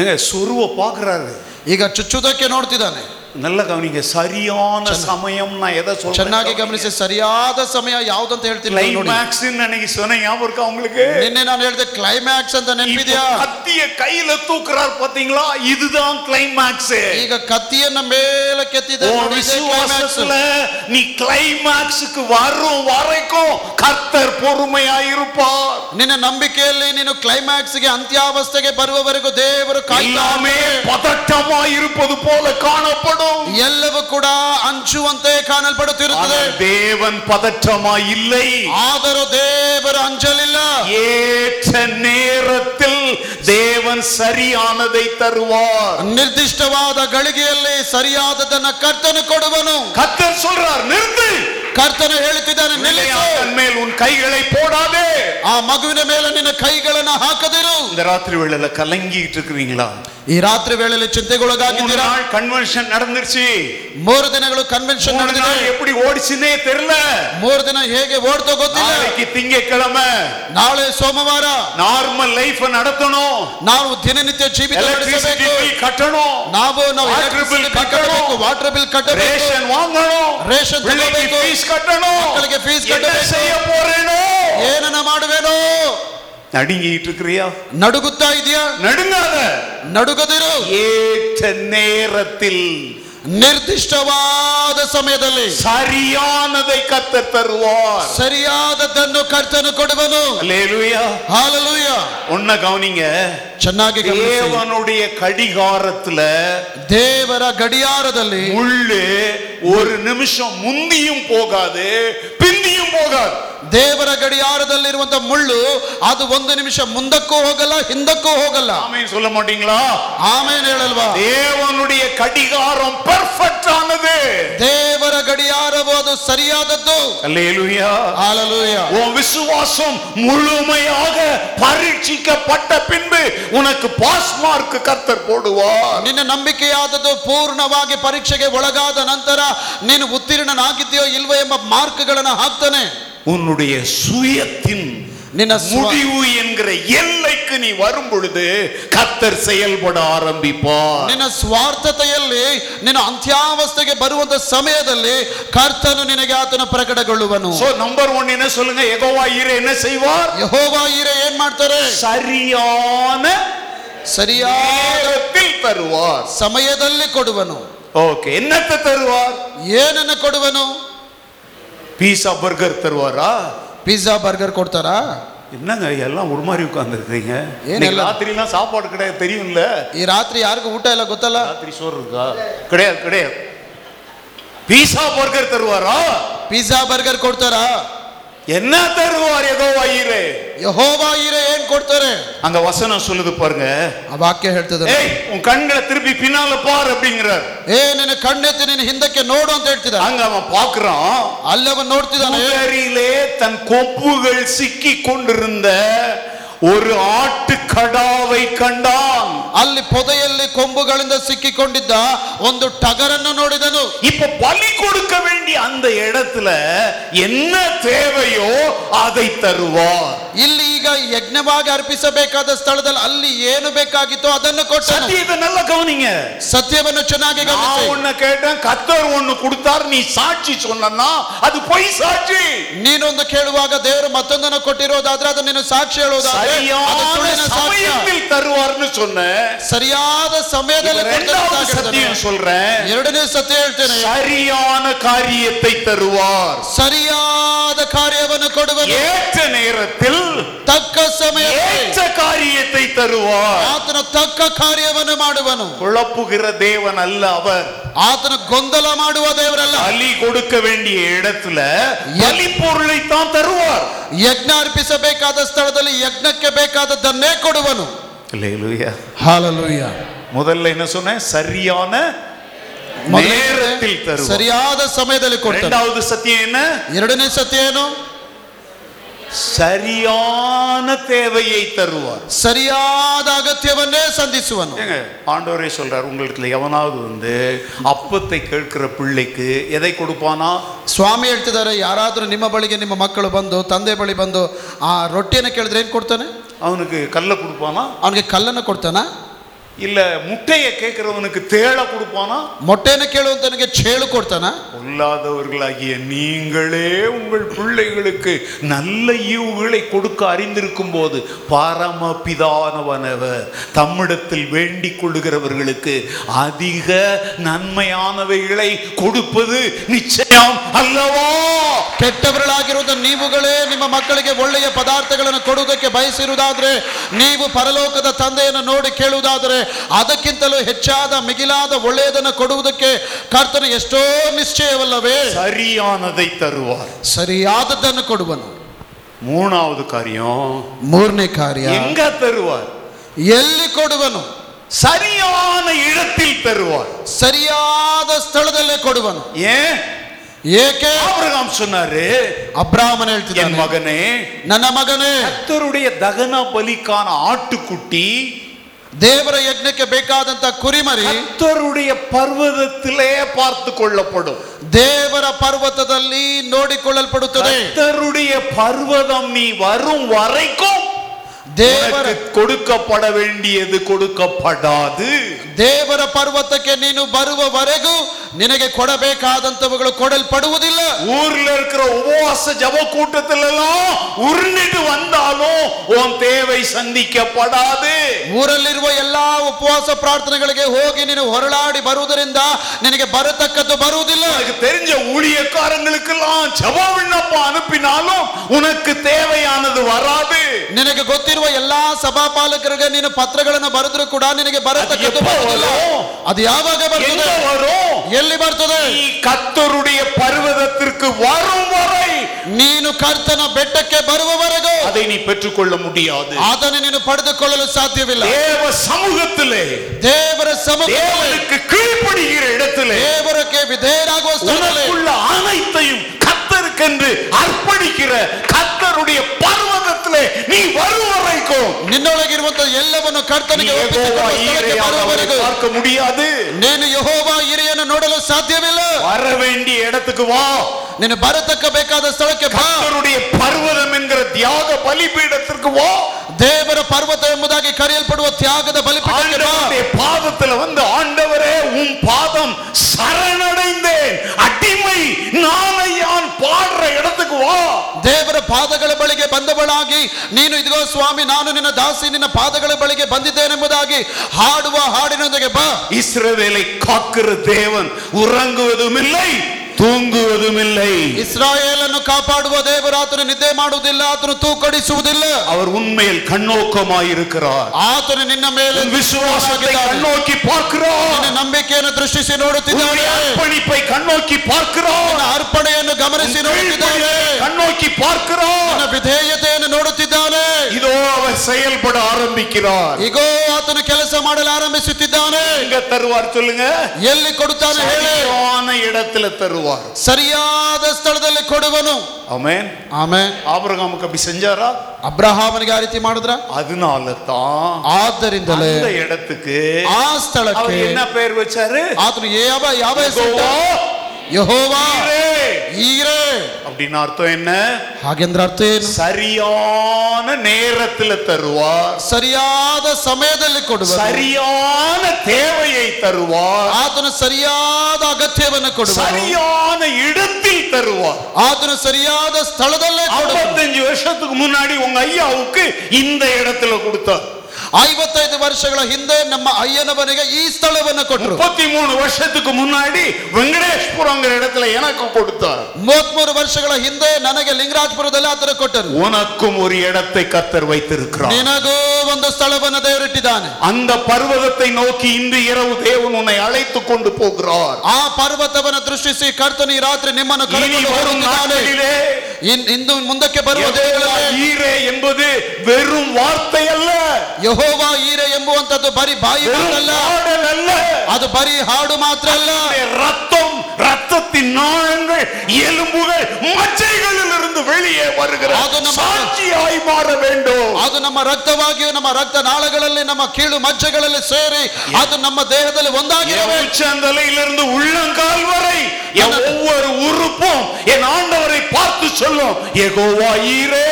ஏங்க சொருவ பாக்குறாரு ಈಗ ಚುಚ್ಚುದಕ್ಕೆ ನೋಡ್ತಿದ್ದಾನೆ நல்ல கவனிங்க சரியான சமயம் நான் எதை ಚೆನ್ನಾಗಿ சொல்றேன் ಗಮನಿಸಿ ಸರಿಯಾದ ಸಮಯ ಯಾವ್ದಂತ ಹೇಳ್ತೀನಿ ನೋಡಿ கிளைமாக்ஸ் அன்னைக்கு சொன்ன ஞாபகம் இருக்கா உங்களுக்கு ನಿನ್ನೆ ನಾನು ಹೇಳಿದೆ ಕ್ಲೈಮ್ಯಾಕ್ಸ್ ಅಂತ இப்போ ನೆನಪಿದ್ಯಾ கத்திய கையில தூக்குறார் பாத்தீங்களா இதுதான் கிளைமாக்ஸ் ಈಗ ಕತ್ತಿಯನ್ನ ಮೇಲೆ ಕೆತ್ತಿದೆ உன் ನೋಡಿ, ಇದೇ climax. விசுவாசத்துல நீ கிளைமாக்ஸுக்கு வரும் வரைக்கும் கர்த்தர் பொறுமையா இருப்பார் ನಿನ್ನ ನಂಬಿಕೆಯಲ್ಲಿ ನೀನು ಕ್ಲೈಮ್ಯಾಕ್ಸ್ಗೆ ಅಂತ್ಯಾವಸ್ಥೆಗೆ ಬರುವವರೆಗೂ ದೇವರು ಕಾಯ್ತಾ எல்லாமே பதட்டமா இருப்பது போல காணப்படும் ಎಲ್ಲವೂ ಕೂಡ ಹಂಚುವಂತೆ ಕಾಣಲ್ಪಡುತ್ತಿರುತ್ತದೆ ஆனால் தேவன் பதற்றமா இல்லை ಆದರೂ ದೇವರು ಅಂಜಲಿಲ್ಲ ஏற்ற நேரத்தில் தேவன் சரியானதை தருவார் ನಿರ್ದಿಷ್ಟವಾದ ಗಳಿಗೆಯಲ್ಲಿ ಸರಿಯಾದದನ್ನ ಕರ್ತನು ಕೊಡುವನು கத்தர் சொல்றார் நிறுத்து ಕರ್ತನು ಹೇಳುತ್ತಿದ್ದಾನೆ ನಿಲ್ಲಿಸು நிலையாதன் மேல் உன் கைகளை போடாதே ಆ ಮಗುವಿನ ಮೇಲೆ ನಿನ್ನ ಕೈಗಳನ್ನ ಹಾಕದಿರು இந்த ராத்திரி வேளையில கலங்கிட்டு இருக்கிறீங்களா ಈ ರಾತ್ರಿ ವೇಳೆಯಲ್ಲಿ மூணு ಚಿಂತೆಗೊಳಗಾಗಿದ್ದೀರಾ நாள் கன்வென்ஷன் நடந்துருச்சு ಮೂರು ದಿನಗಳು ಕನ್ವೆನ್ಷನ್ மூணு ನಡೆದಿದೆ நாள் எப்படி ஓடிச்சுன்னே தெரியல ಮೂರು ದಿನ ಹೇಗೆ ಓಡ್ತೋ ಗೊತ್ತಿಲ್ಲ நாளைக்கு திங்கட்கிழமை ನಾಳೆ ಸೋಮವಾರ நார்மல் லைஃப் நடத்தணும் ನಾವು ದಿನನಿತ್ಯ ಜೀವಿತ எலக்ட்ரிசிட்டி ನಡೆಸಬೇಕು பில் கட்டணும் ನಾವು ನಾವು Water bill electricity ಕಟ್ಟಬೇಕು. ಕಟ್ಟಬೇಕು ವಾಟರ್ ಬಿಲ್ ಕಟ್ಟಬೇಕು ரேஷன் வாங்கணும் ரேஷன் பிள்ளைக்கு தரಬೇಕು. ஃபீஸ் கட்டணும் மக்களுக்கு fees என்ன கட்டಬೇಕು. செய்ய போறேனோ ಏನನ್ನ ಮಾಡುವೇನೋ நடுங்கிட்டு இருக்கிறியா ನಡುಗುತ್ತಾ ಇದೆಯಾ நடுங்காத ನಡುಗದಿರು ஏற்ற நேரத்தில் ನಿರ್ದಿಷ್ಟವಾದ ಸಮಯದಲ್ಲಿ சரியானதை கத்தர் தருவார் ಸರಿಯಾದದ್ದನ್ನು ಕರ್ತನು ಕೊಡುವನು அல்லேலூயா ಹಾಲಲೂಯ ஒன்ன கவனிங்க ಚೆನ್ನಾಗಿ ಗಮನಿಸಿ. தேவனுடைய கடிகாரத்துல ದೇವರ ಗಡಿಯಾರದಲ್ಲಿ முள்ளு ஒரு நிமிஷம் முந்தியும் போகாது பிந்தியும் போகாது ದೇವರ ಗಡಿಯಾರದಲ್ಲಿರುವಂತಹ ಮುಳ್ಳು ಅದು ಒಂದು ನಿಮಿಷ ಮುಂದಕ್ಕೂ ಹೋಗಲ್ಲ ಹಿಂದಕ್ಕೂ ಹೋಗಲ್ಲ ஆமீன் சொல்ல மாட்டீங்களா ಆಮೇಲೆ ಹೇಳಲ್ವಾ தேவனுடைய கடிகாரம் பெர்ஃபெக்ட் ஆனது ದೇವರ ಗಡಿಯಾರವು ಅದು ಸರಿಯಾದದ್ದು அல்லேலூயா ಹಾಲಲೂಯ உன் விசுவாசம் முழுமையாக பரீட்சிக்கப்பட்ட பின்பு உனக்கு பாஸ் மார்க் கர்த்தர் போடுவார் ನಿನ್ನ ನಂಬಿಕೆಯಾದದ್ದು ಪೂರ್ಣವಾಗಿ ಪರೀಕ್ಷೆಗೆ ಒಳಗಾದ ನಂತರ ನೀನು ಉತ್ತೀರ್ಣನಾಗಿದ್ದೀಯೋ ಇಲ್ವೋ ಎಂಬ ಮಾರ್ಕ್ಗಳನ್ನು ಹಾಕ್ತಾನೆ உன்னுடைய சுயத்தின் ನಿನ್ನ ಸ್ವ- முடிவு என்கிற எல்லைக்கு நீ வரும் பொழுது கர்த்தர் செயல்பட ஆரம்பிப்பார் ನಿನ್ನ ಸ್ವಾರ್ಥತೆಯಲ್ಲಿ ನಿನ್ನ ಅಂತ್ಯಾವಸ್ಥೆಗೆ ಬರುವಂತ ಸಮಯದಲ್ಲಿ ಕರ್ತನು ನಿನಗೆ ಆತನ ಪ್ರಕಟಗೊಳ್ಳುವನು சோ நம்பர் ஒன் என்ன சொல்லுங்க எகோவா ஈரே என்ன செய்வார் ಯಹೋವ ಈರೆ ಏನ್ ಮಾಡ್ತಾರೆ சரியான ಸರಿಯಾದ நேரத்தில் தருவார் ಸಮಯದಲ್ಲಿ ಕೊಡುವನು ஓகே என்னத்தை தருவார் ಏನನ್ನ ಕೊಡುವನು பீஸா பர்கர் தருவாரா ಪಿಜ್ಜಾ ಬರ್ಗರ್ ಕೊಡ್ತಾರಾ என்னங்க எல்லாம் ஒரு மாதிரி உட்கார்ந்துருக்கீங்க ஏன் இன்னைக்கு எல்லாம்? ராத்திரிலாம் சாப்பாடு கிடையாது தெரியும்ல ಈ ರಾತ್ರಿ ಯಾರಿಗೂ ಊಟ ಇಲ್ಲ ಗೊತ್ತಲ್ಲ ராத்திரி சோறு இருக்கா கிடையாது கிடையாது பீஸா பர்கர் தருவாரா ಪಿಜ್ಜಾ ಬರ್ಗರ್ ಕೊಡ್ತಾರಾ என்ன தருவார் ஏதோ வயிறு ಯಹೋವ ಈರೆ ಏನ್ ಕೊಡ್ತಾರೆ அங்க வசனம் சொல்லுது பாருங்க ಆ ವಾಕ್ಯ ಹೇಳ್ತದೆ ஏய் உன் கண்களை திருப்பி பின்னால பார் அப்படிங்கிறார் ಏ ನಿನ್ನ ಕಣ್ಣೆತ್ತಿ ನಿನ್ನ ಹಿಂದಕ್ಕೆ ನೋಡು ಅಂತ ಹೇಳ್ತಿದ್ದ அங்க அவன் பாக்குறான் ಅಲ್ಲವ ನೋಡ್ತಿದ್ದಾನೆ பூதரிலே தன் கொப்புகள் சிக்கி கொண்டிருந்த ஒரு ஆட்டு கடாவை கண்டான் ಅಲ್ಲಿ ಪೊದೆಯಲ್ಲಿ ಕೊಂಬುಗಳಿಂದ ಸಿಕ್ಕಿಕೊಂಡಿದ್ದ ಒಂದು ಟಗರನ್ನು ನೋಡಿದನು இப்ப பலி கொடுக்க வேண்டிய அந்த இடத்துல என்ன தேவையோ அதை தருவார் ಇಲ್ಲಿ ಈಗ ಯಜ್ಞವಾಗಿ ಅರ್ಪಿಸಬೇಕಾದ ಸ್ಥಳದಲ್ಲಿ ಅಲ್ಲಿ ಏನು ಬೇಕಾಗಿತ್ತೋ ಅದನ್ನು ಕೊಟ್ಟನು சத்தியத்தை நல்லா கவனிங்க ಸತ್ಯವನ್ನು ಚೆನ್ನಾಗಿ ಗಮನಿಸಿ நான் உன்னை கேட்டேன் கத்தர் ஒண்ணு கொடுத்தார் நீ சாட்சி சொன்னா அது பொய் சாட்சி ನೀನೊಂದು ಕೇಳುವಾಗ ದೇವರು ಮತ್ತೊಂದನ್ನು ಕೊಟ್ಟಿರೋದಾದ್ರೆ ಅದು ನೀನು ಸಾಕ್ಷಿ ಹೇಳೋದಾದ್ರೆ ಅದು சரியான ಸುಳ್ಳಿನ ಸಾಕ್ಷ್ಯ. சமயத்தில் தருவார்னு சொன்ன ಸರಿಯಾದ ಸಮಯದಲ್ಲಿ ரெண்டாவது சத்தியம் ಕೊಟ್ಟಂತಾಗಿರ್ತದೆ. சொல்றேன் ಎರಡನೇ ಸತ್ಯ ಹೇಳ್ತೇನೆ சரியான காரியத்தை தருவார் ಸರಿಯಾದ ಕಾರ್ಯವನ್ನು ಕೊಡುವನು ஏற்ற நேரத்தில் ತಕ್ಕ ಸಮಯದಲ್ಲಿ ஏற்ற காரியத்தை தருவார் ಆತನ ತಕ್ಕ ಕಾರ್ಯವನ್ನು ಮಾಡುವನು குழப்புகிற தேவன் அல்ல அவர் ಆತನ ಗೊಂದಲ ಮಾಡುವ ದೇವರಲ್ಲ பலி கொடுக்க வேண்டிய இடத்துல எ- பலி பொருளை தான் தருவார் ಯಜ್ಞ ಅರ್ಪಿಸಬೇಕಾದ ಸ್ಥಳದಲ್ಲಿ ಯಜ್ಞಕ್ಕೆ ಬೇಕಾದದ್ದನ್ನೇ ಕೊಡುವನು ಹಾಲಲೂಯ முதல்ல என்ன சொன்னேன் சரியான நேரத்தில் தருவார் ಸರಿಯಾದ ಸಮಯದಲ್ಲಿ ಕೊಡ್ತಾನೆ இரண்டாவது சத்தியம் என்ன ಎರಡನೇ ಸತ್ಯ ಏನು சரியான தேவையை தருவார் ಸರಿಯಾದ ಅಗತ್ಯವನ್ನೇ ಸಂಧಿಸುವನು ஏங்க, ஆண்டவரே சொல்றார் உங்களுக்கு எவனாவது வந்து அப்பத்தை கேட்கிற பிள்ளைக்கு எதை கொடுப்பானா ಸ್ವಾಮಿ ಹೇಳ್ತಿದ್ದಾರೆ ಯಾರಾದ್ರೂ ನಿಮ್ಮ ಬಳಿಗೆ ನಿಮ್ಮ ಮಕ್ಕಳು ಬಂದು ತಂದೆ ಬಳಿ ಬಂದು ಆ ರೊಟ್ಟಿಯನ್ನು ಕೇಳಿದ್ರೆ ಏನ್ ಕೊಡ್ತಾನೆ அவனுக்கு கல்லை கொடுப்பானா ಅವನಿಗೆ ಕಲ್ಲನ್ನು ಕೊಡ್ತಾನ இல்ல முட்டையை கேட்கிறவனுக்கு தேளை கொடுப்பானா ಮೊಟ್ಟೆಯನ್ನು ಕೇಳುವಂತನಿಗೆ ಚೇಳು ಕೊಡ್ತಾನ பொல்லாதவர்களாகிய நீங்களே உங்கள் பிள்ளைகளுக்கு நல்ல ஈவுகளை கொடுக்க அறிந்திருக்கும் போது பரமபிதானவனவர் தம்மிடத்தில் வேண்டிக் கொள்ளுகிறவர்களுக்கு அதிக நன்மையானவைகளை கொடுப்பது நிச்சயம் அல்லவா ಕೆಟ್ಟವರಳಾಗಿರುವಂತ ನೀವುಗಳೇ ನಿಮ್ಮ ಮಕ್ಕಳಿಗೆ ಒಳ್ಳೆಯ ಪದಾರ್ಥಗಳನ್ನು ಕೊಡುವುದಕ್ಕೆ ಬಯಸಿರುವುದಾದ್ರೆ ನೀವು ಪರಲೋಕದ ತಂದೆಯನ್ನು ನೋಡಿ ಕೇಳುವುದಾದರೆ ಅದಕ್ಕಿಂತಲೂ ಹೆಚ್ಚಾದ ಮಿಗಿಲಾದ ಒಳ್ಳೆಯದನ್ನು ಕೊಡುವುದಕ್ಕೆ ಕರ್ತನು ಎಷ್ಟೋ ನಿಶ್ಚಯವಲ್ಲವೇ சரியானதை தருவார் ಸರಿಯಾದದ್ದನ್ನು ಕೊಡುವನು மூணாவது காரியம் ಮೂರನೇ ಕಾರ್ಯ எங்க தருவார் ಎಲ್ಲಿ ಕೊಡುವನು சரியான இடத்தில் தருவார் ಸರಿಯಾದ ಸ್ಥಳದಲ್ಲೇ ಕೊಡುವನು ஏன் ಏಕೆ ஆபிரகாம் சொன்னாரு ಅಬ್ರಾಹ್ಮನ್ என் ಹೇಳ್ತಿದ್ದಾನೆ மகனே ನನ್ನ ಮಗನೇ கர்த்தருடைய தகன பலிக்கான ஆட்டுக்குட்டி ದೇವರ ಯಜ್ಞಕ್ಕೆ ಬೇಕಾದಂತ ಕುರಿಮರಿ கர்த்தருடைய பர்வதத்திலே பார்த்து கொள்ளப்படும் ದೇವರ ಪರ್ವತದಲ್ಲಿ ನೋಡಿಕೊಳ್ಳಲ್ಪಡುತ್ತದೆ கர்த்தருடைய பர்வதம் நீ வரும் வரைக்கும் ದೇವರ உனக்கு கொடுக்கப்பட வேண்டியது கொடுக்கப்படாது ದೇವರ ಪರ್ವತಕ್ಕೆ ನೀನು ಬರುವವರೆಗೂ ನಿನಗೆ ಕೊಡಬೇಕಾದಂತವುಗಳು ಕೊಡಲ್ಪಡುವುದಿಲ್ಲ ஊர்ல இருக்கிற உபவாச ஜப கூட்டத்துல எல்லாம் உருண்டுட்டு வந்தாலும் உன் தேவை சந்திக்கப்படாது ಊರಲ್ಲಿರುವ ಎಲ್ಲಾ ಉಪವಾಸ ಪ್ರಾರ್ಥನೆಗಳಿಗೆ ಹೋಗಿ ನೀನು ಹೊರಳಾಡಿ ಬರುವುದರಿಂದ ನಿನಗೆ ಬರತಕ್ಕದ್ದು ಬರುವುದಿಲ್ಲ உனக்கு தெரிஞ்ச ஊழியக்காரங்களுக்கெல்லாம் ஜப விண்ணப்பம் அனுப்பினாலும் உனக்கு தேவையானது வராது ನಿನಗೆ ಗೊತ್ತಿರುವ ಎಲ್ಲಾ ಸಭಾಪಾಲಕರಿಗೆ ನೀನು ಪತ್ರಗಳನ್ನು ಬರೆದ್ರು ಕೂಡ ನಿನಗೆ ಬರತಕ್ಕದ್ದು ಅದು ಎಪ್ಪ ಬರುವುದಿಲ್ಲ ವரும்? ಅದು ಯಾವಾಗ எங்க ಬರ್ತದೆ வரும் ಎಲ್ಲಿ ಬರ್ತದೆ நீ கர்த்தருடைய பர்வதத்திற்கு வரும் வரை ನೀನು ಕರ್ತನ ಬೆಟ್ಟಕ್ಕೆ ಬರುವವರೆಗೂ அதை நீ பெற்றுக்கொள்ள முடியாது ಅದನ್ನು ನೀನು ಪಡೆದುಕೊಳ್ಳಲು ಸಾಧ್ಯವಿಲ್ಲ தேவ சமூகத்திலே ದೇವರ ಸಮೂಹದಲ್ಲಿ தேவனுக்கு கீழ்ப்படுகிற இடத்திலே ದೇವರಕ್ಕೆ ವಿಧೇಯರಾಗುವ ಸ್ಥಳದಲ್ಲಿ உனக்குள்ள அனைத்தையும் கத்தருக்கென்று அர்ப்பணிக்கிற கத்தருடைய பர்வதத்திலே நீ வரும் வரைக்கும் ನಿನ್ನೊಳಗಿರುವಂತಹ ಎಲ್ಲವನ್ನು நீ ಕರ್ತನಿಗೆ யெகோவா ಒಪ್ಪಿಸಿಕೊಂಡು ಸ್ಥಳಕ್ಕೆ ஈரையாக அவரை ಬರುವವರೆಗೂ பார்க்க முடியாது ನೀನು ಯಹೋವ ಹಿರಿಯನ್ನು ನೋಡಲು ಸಾಧ್ಯವಿಲ್ಲ வர வேண்டிய இடத்துக்கு வா ನೀನು ಬರತಕ್ಕ ಬೇಕಾದ ಸ್ಥಳಕ್ಕೆ ಬಾ கத்தருடைய பர்வதம் என்கிற தியாக பலிபீடத்திற்கு வா ದೇವರ ಪರ್ವತ ಎಂಬುದಾಗಿ ಕರೆಯಲ್ಪಡುವ ತ್ಯಾಗದ ಬಲಿಪೀಠಕ್ಕೆ ಬಾ ஆண்டவருடைய பாதத்துல வந்து ஆண்டவரே உன் பாதம் சரணடைந்தேன் அடிமை நானையான் பாடுற இடத்துக்கு வா ದೇವರ ಪಾದಗಳ ಬಳಿಗೆ ಬಂದವಳಾಗಿ ನೀನು ಇದಿಗೋ ಸ್ವಾಮಿ ನಾನು ನಿನ್ನ ದಾಸಿ ನಿನ್ನ ಪಾದಗಳ ಬಳಿಗೆ ಬಂದಿದ್ದೇನೆಂಬುದಾಗಿ ಹಾಡುವ ಹಾಡಿನೊಂದಿಗೆ ಬಾ இஸ்ரவேலை காக்கிற தேவன் உறங்குவதும் இல்லை தூங்குவதும் இல்லை ಇಸ್ರಾಯೇಲನ್ನು ಕಾಪಾಡುವ ದೇವರು ಆತನು ನಿದ್ದೆ ಮಾಡುವುದಿಲ್ಲ ಆತನು ತೂಕಡಿಸುವುದಿಲ್ಲ அவர் உண்மையில் கண்ணோக்கமாயிருக்கிறார் ಆತನು ನಿನ್ನ ಮೇಲೆ உன் விசுவாசத்தை ಆಗಿದ್ದಾನೆ. கண்ணோக்கி ನಿನ್ನ பார்க்கிறார் ನಂಬಿಕೆಯನ್ನು ದೃಷ್ಟಿಸಿ உன்னுடைய ನೋಡುತ್ತಿದ್ದಾನೆ அர்ப்பணிப்பை கண்ணோக்கி ನಿನ್ನ பார்க்கிறார் ಅರ್ಪಣೆಯನ್ನು உன் ಗಮನಿಸಿ ನೋಡುತ್ತಿದ್ದಾನೆ கீழ்ப்படிதலை கண்ணோக்கி பார்க்கிறார் ನಿನ್ನ ವಿಧೇಯತೆಯನ್ನು ನೋಡುತ್ತಿದ್ದಾನೆ இதோ அவர் செயல்பட ஆரம்பிக்கிறார் ಈಗೋ ಆತನು ಕೆಲಸ ಮಾಡಲು ಆರಂಭಿಸುತ್ತಿದ್ದಾನೆ எங்க தருவார் சொல்லுங்க ಎಲ್ಲಿ ಕೊಡುತ್ತಾನೆ ಹೇಳಿ சரியான இடத்துல தருவார் ಸರಿಯಾದ ಸ್ಥಳದಲ್ಲಿ ಕೊಡುವನು ஆமென் ಆಮೇಲೆ ஆபிரகாமுக்கு அப்படி செஞ்சாரா ಅಬ್ರಹಾಮನಿಗೆ ಆ ರೀತಿ ಮಾಡಿದ್ರ அதனால தான் ಆದ್ದರಿಂದಲೇ அந்த இடத்துக்கு ಆ அவர் ಸ್ಥಳಕ್ಕೆ என்ன பெயர் வச்சாரு ಆತನು ಯಾವ ಯಾವ ಹೆಸರು ಇಟ್ಟ? யெகோவா ಯೆಹೋವಾ ஈரே. ಈರೇ அப்படின்னு ಅರ್ಥம் என்ன ಹಾಗೆಂದ್ರ ಅರ್ಥ ಏನು சரியான நேரத்துல தருவார் ಸರಿಯಾದ ಸಮಯದಲ್ಲಿ ಕೊಡುವ சரியான தேவையை தருவார் ಆತನು ಸರಿಯಾದ ಅಗತ್ಯವನ್ನು ಕೊಡುವನು சரியான இடத்தில் தருவார் ಆತನು ಸರಿಯಾದ ಸ್ಥಳದಲ್ಲೇ ಕೊಡುವನು ஐம்பத்தஞ்சு வருஷத்துக்கு முன்னாடி உங்க ஐயாவுக்கு இந்த இடத்துல கொடுத்தார் ಐವತ್ತೈದು ವರ್ಷಗಳ ಹಿಂದೆ ನಮ್ಮ ಅಯ್ಯನವನಿಗೆ ಈ ಸ್ಥಳವನ್ನು ಕೊಟ್ಟರು முப்பத்தி மூணு வருஷத்துக்கு முன்னாடி வெங்கடேஷ்புரங்கிற இடத்துல எனக்கு கொடுத்தார் ಮೂವತ್ಮೂರು ವರ್ಷಗಳ ಹಿಂದೆ ನನಗೆ ಲಿಂಗರಾಜಪುರದಲ್ಲಿ ಆತನ ಕೊಟ್ಟರು உனக்கும் ஒரு இடத்தை கத்தர் வைத்திருக்கிறார் ನಿನಗೂ ಒಂದು ಸ್ಥಳವನ್ನು ದೇವರಿಟ್ಟಿದ್ದಾನೆ அந்த பர்வதத்தை நோக்கி இன்று இரவு தேவன் உன்னை அழைத்து கொண்டு போகிறார் ಆ ಪರ್ವತವನ್ನು ದೃಷ್ಟಿಸಿ ಕರ್ತನು ಈ ರಾತ್ರಿ ನಿಮ್ಮನ್ನು இனி ಕರೆಕೊಂಡು வரும் ಹೋಗುತ್ತಿದ್ದಾನೆ நாட்களிலே ಇನ್- ಇಂದು ಮುಂದಕ್ಕೆ ಬರುವ யெகோவா ದೇವರಲ್ಲಿ ஈரே என்பது வெறும் வார்த்தை அல்ல ಯಹೋವಾ ಈರೆ ಎಂಬುವಂತದ್ದು ಬರೀ ಬಾಯಿ வெறும் ಮಾತಲ್ಲ பாடல் அல்ல ಅದು ಬರೀ ಹಾಡು ಮಾತ್ರ ಅಲ್ಲ அவருடைய ரத்தம் ரத்தத்தின் நாணங்கள் எலும்புகள் மச்சைகளில் இருந்து வெளியே அது வருகிறது நம்ம- சாட்சியாய் மாற வேண்டும் ಅದು ನಮ್ಮ ರಕ್ತವಾಗಿಯೂ ನಮ್ಮ ರಕ್ತ ನಾಳಗಳಲ್ಲಿ ನಮ್ಮ ಕೀಳು ಮಜ್ಜೆಗಳಲ್ಲಿ ಸೇರಿ ಅದು ನಮ್ಮ ದೇಹದಲ್ಲಿ ಒಂದಾಗಿರಬೇಕು உச்சந்தலையிலிருந்து உள்ளங்கால் வரை என் ஒவ்வொரு உறுப்பும் என் ஆண்டவரை பார்த்து சொல்லும் எகோவா ஈரே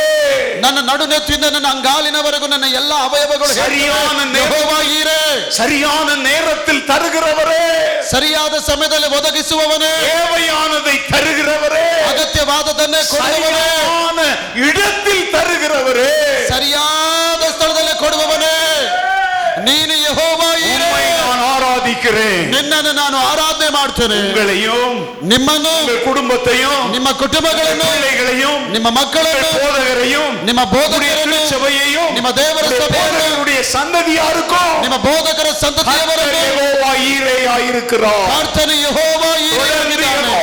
ನನ್ನ ನಡುನೆತ್ತಿಂದ ನನ್ನ ಅಂಗಾಲಿನವರೆಗೂ ನನ್ನ ಎಲ್ಲಾ ಅವಯವಗಳು சரியான ಹೇಳ್ತವೆ, நேரம். ಯೆಹೋವಾ ಈರೇ சரியான நேரத்தில் தருகிறவரே ಸರಿಯಾದ ಸಮಯದಲ್ಲಿ ಒದಗಿಸುವವನೇ தேவையானதை தருகிறவரೇ ಅಗತ್ಯವಾದದನ್ನೇ ಕೊಡುವವನೇ சரியான இடத்தில் தருகிறவரே ಸರಿಯಾದ ಸ್ಥಳದಲ್ಲಿ ಕೊಡುವವನೇ ನೀನು ಯೆಹೋವಾ ಈರೇ உம்மை நான் ஆராதிக்கிறேன் ನಿನ್ನನ್ನು ನಾನು ಆರಾಧನೆ ಮಾಡ್ತೇನೆ உங்களையும் ನಿಮ್ಮನ್ನು உங்கள் குடும்பத்தையும் ನಿಮ್ಮ ಕುಟುಂಬಗಳನ್ನು பிள்ளைகளையும் ನಿಮ್ಮ உங்கள் ಮಕ್ಕಳನ್ನು போதகரையும் ನಿಮ್ಮ ಬೋಧನೆಯನ್ನು உங்களுடைய சபையையும் ನಿಮ್ಮ ದೇವರ உங்கள் ಸಭೆಯನ್ನು, போதகருடைய சந்ததியாருக்கும் ನಿಮ್ಮ ಬೋಧಕರ ಸಂತತಿಯವರನ್ನು ஈரையாயிருக்கிறார் ಪ್ರಾರ್ಥನೆ ಯೆಹೋವ ಈರೆಯಾಗಿದ್ದಾನೆ.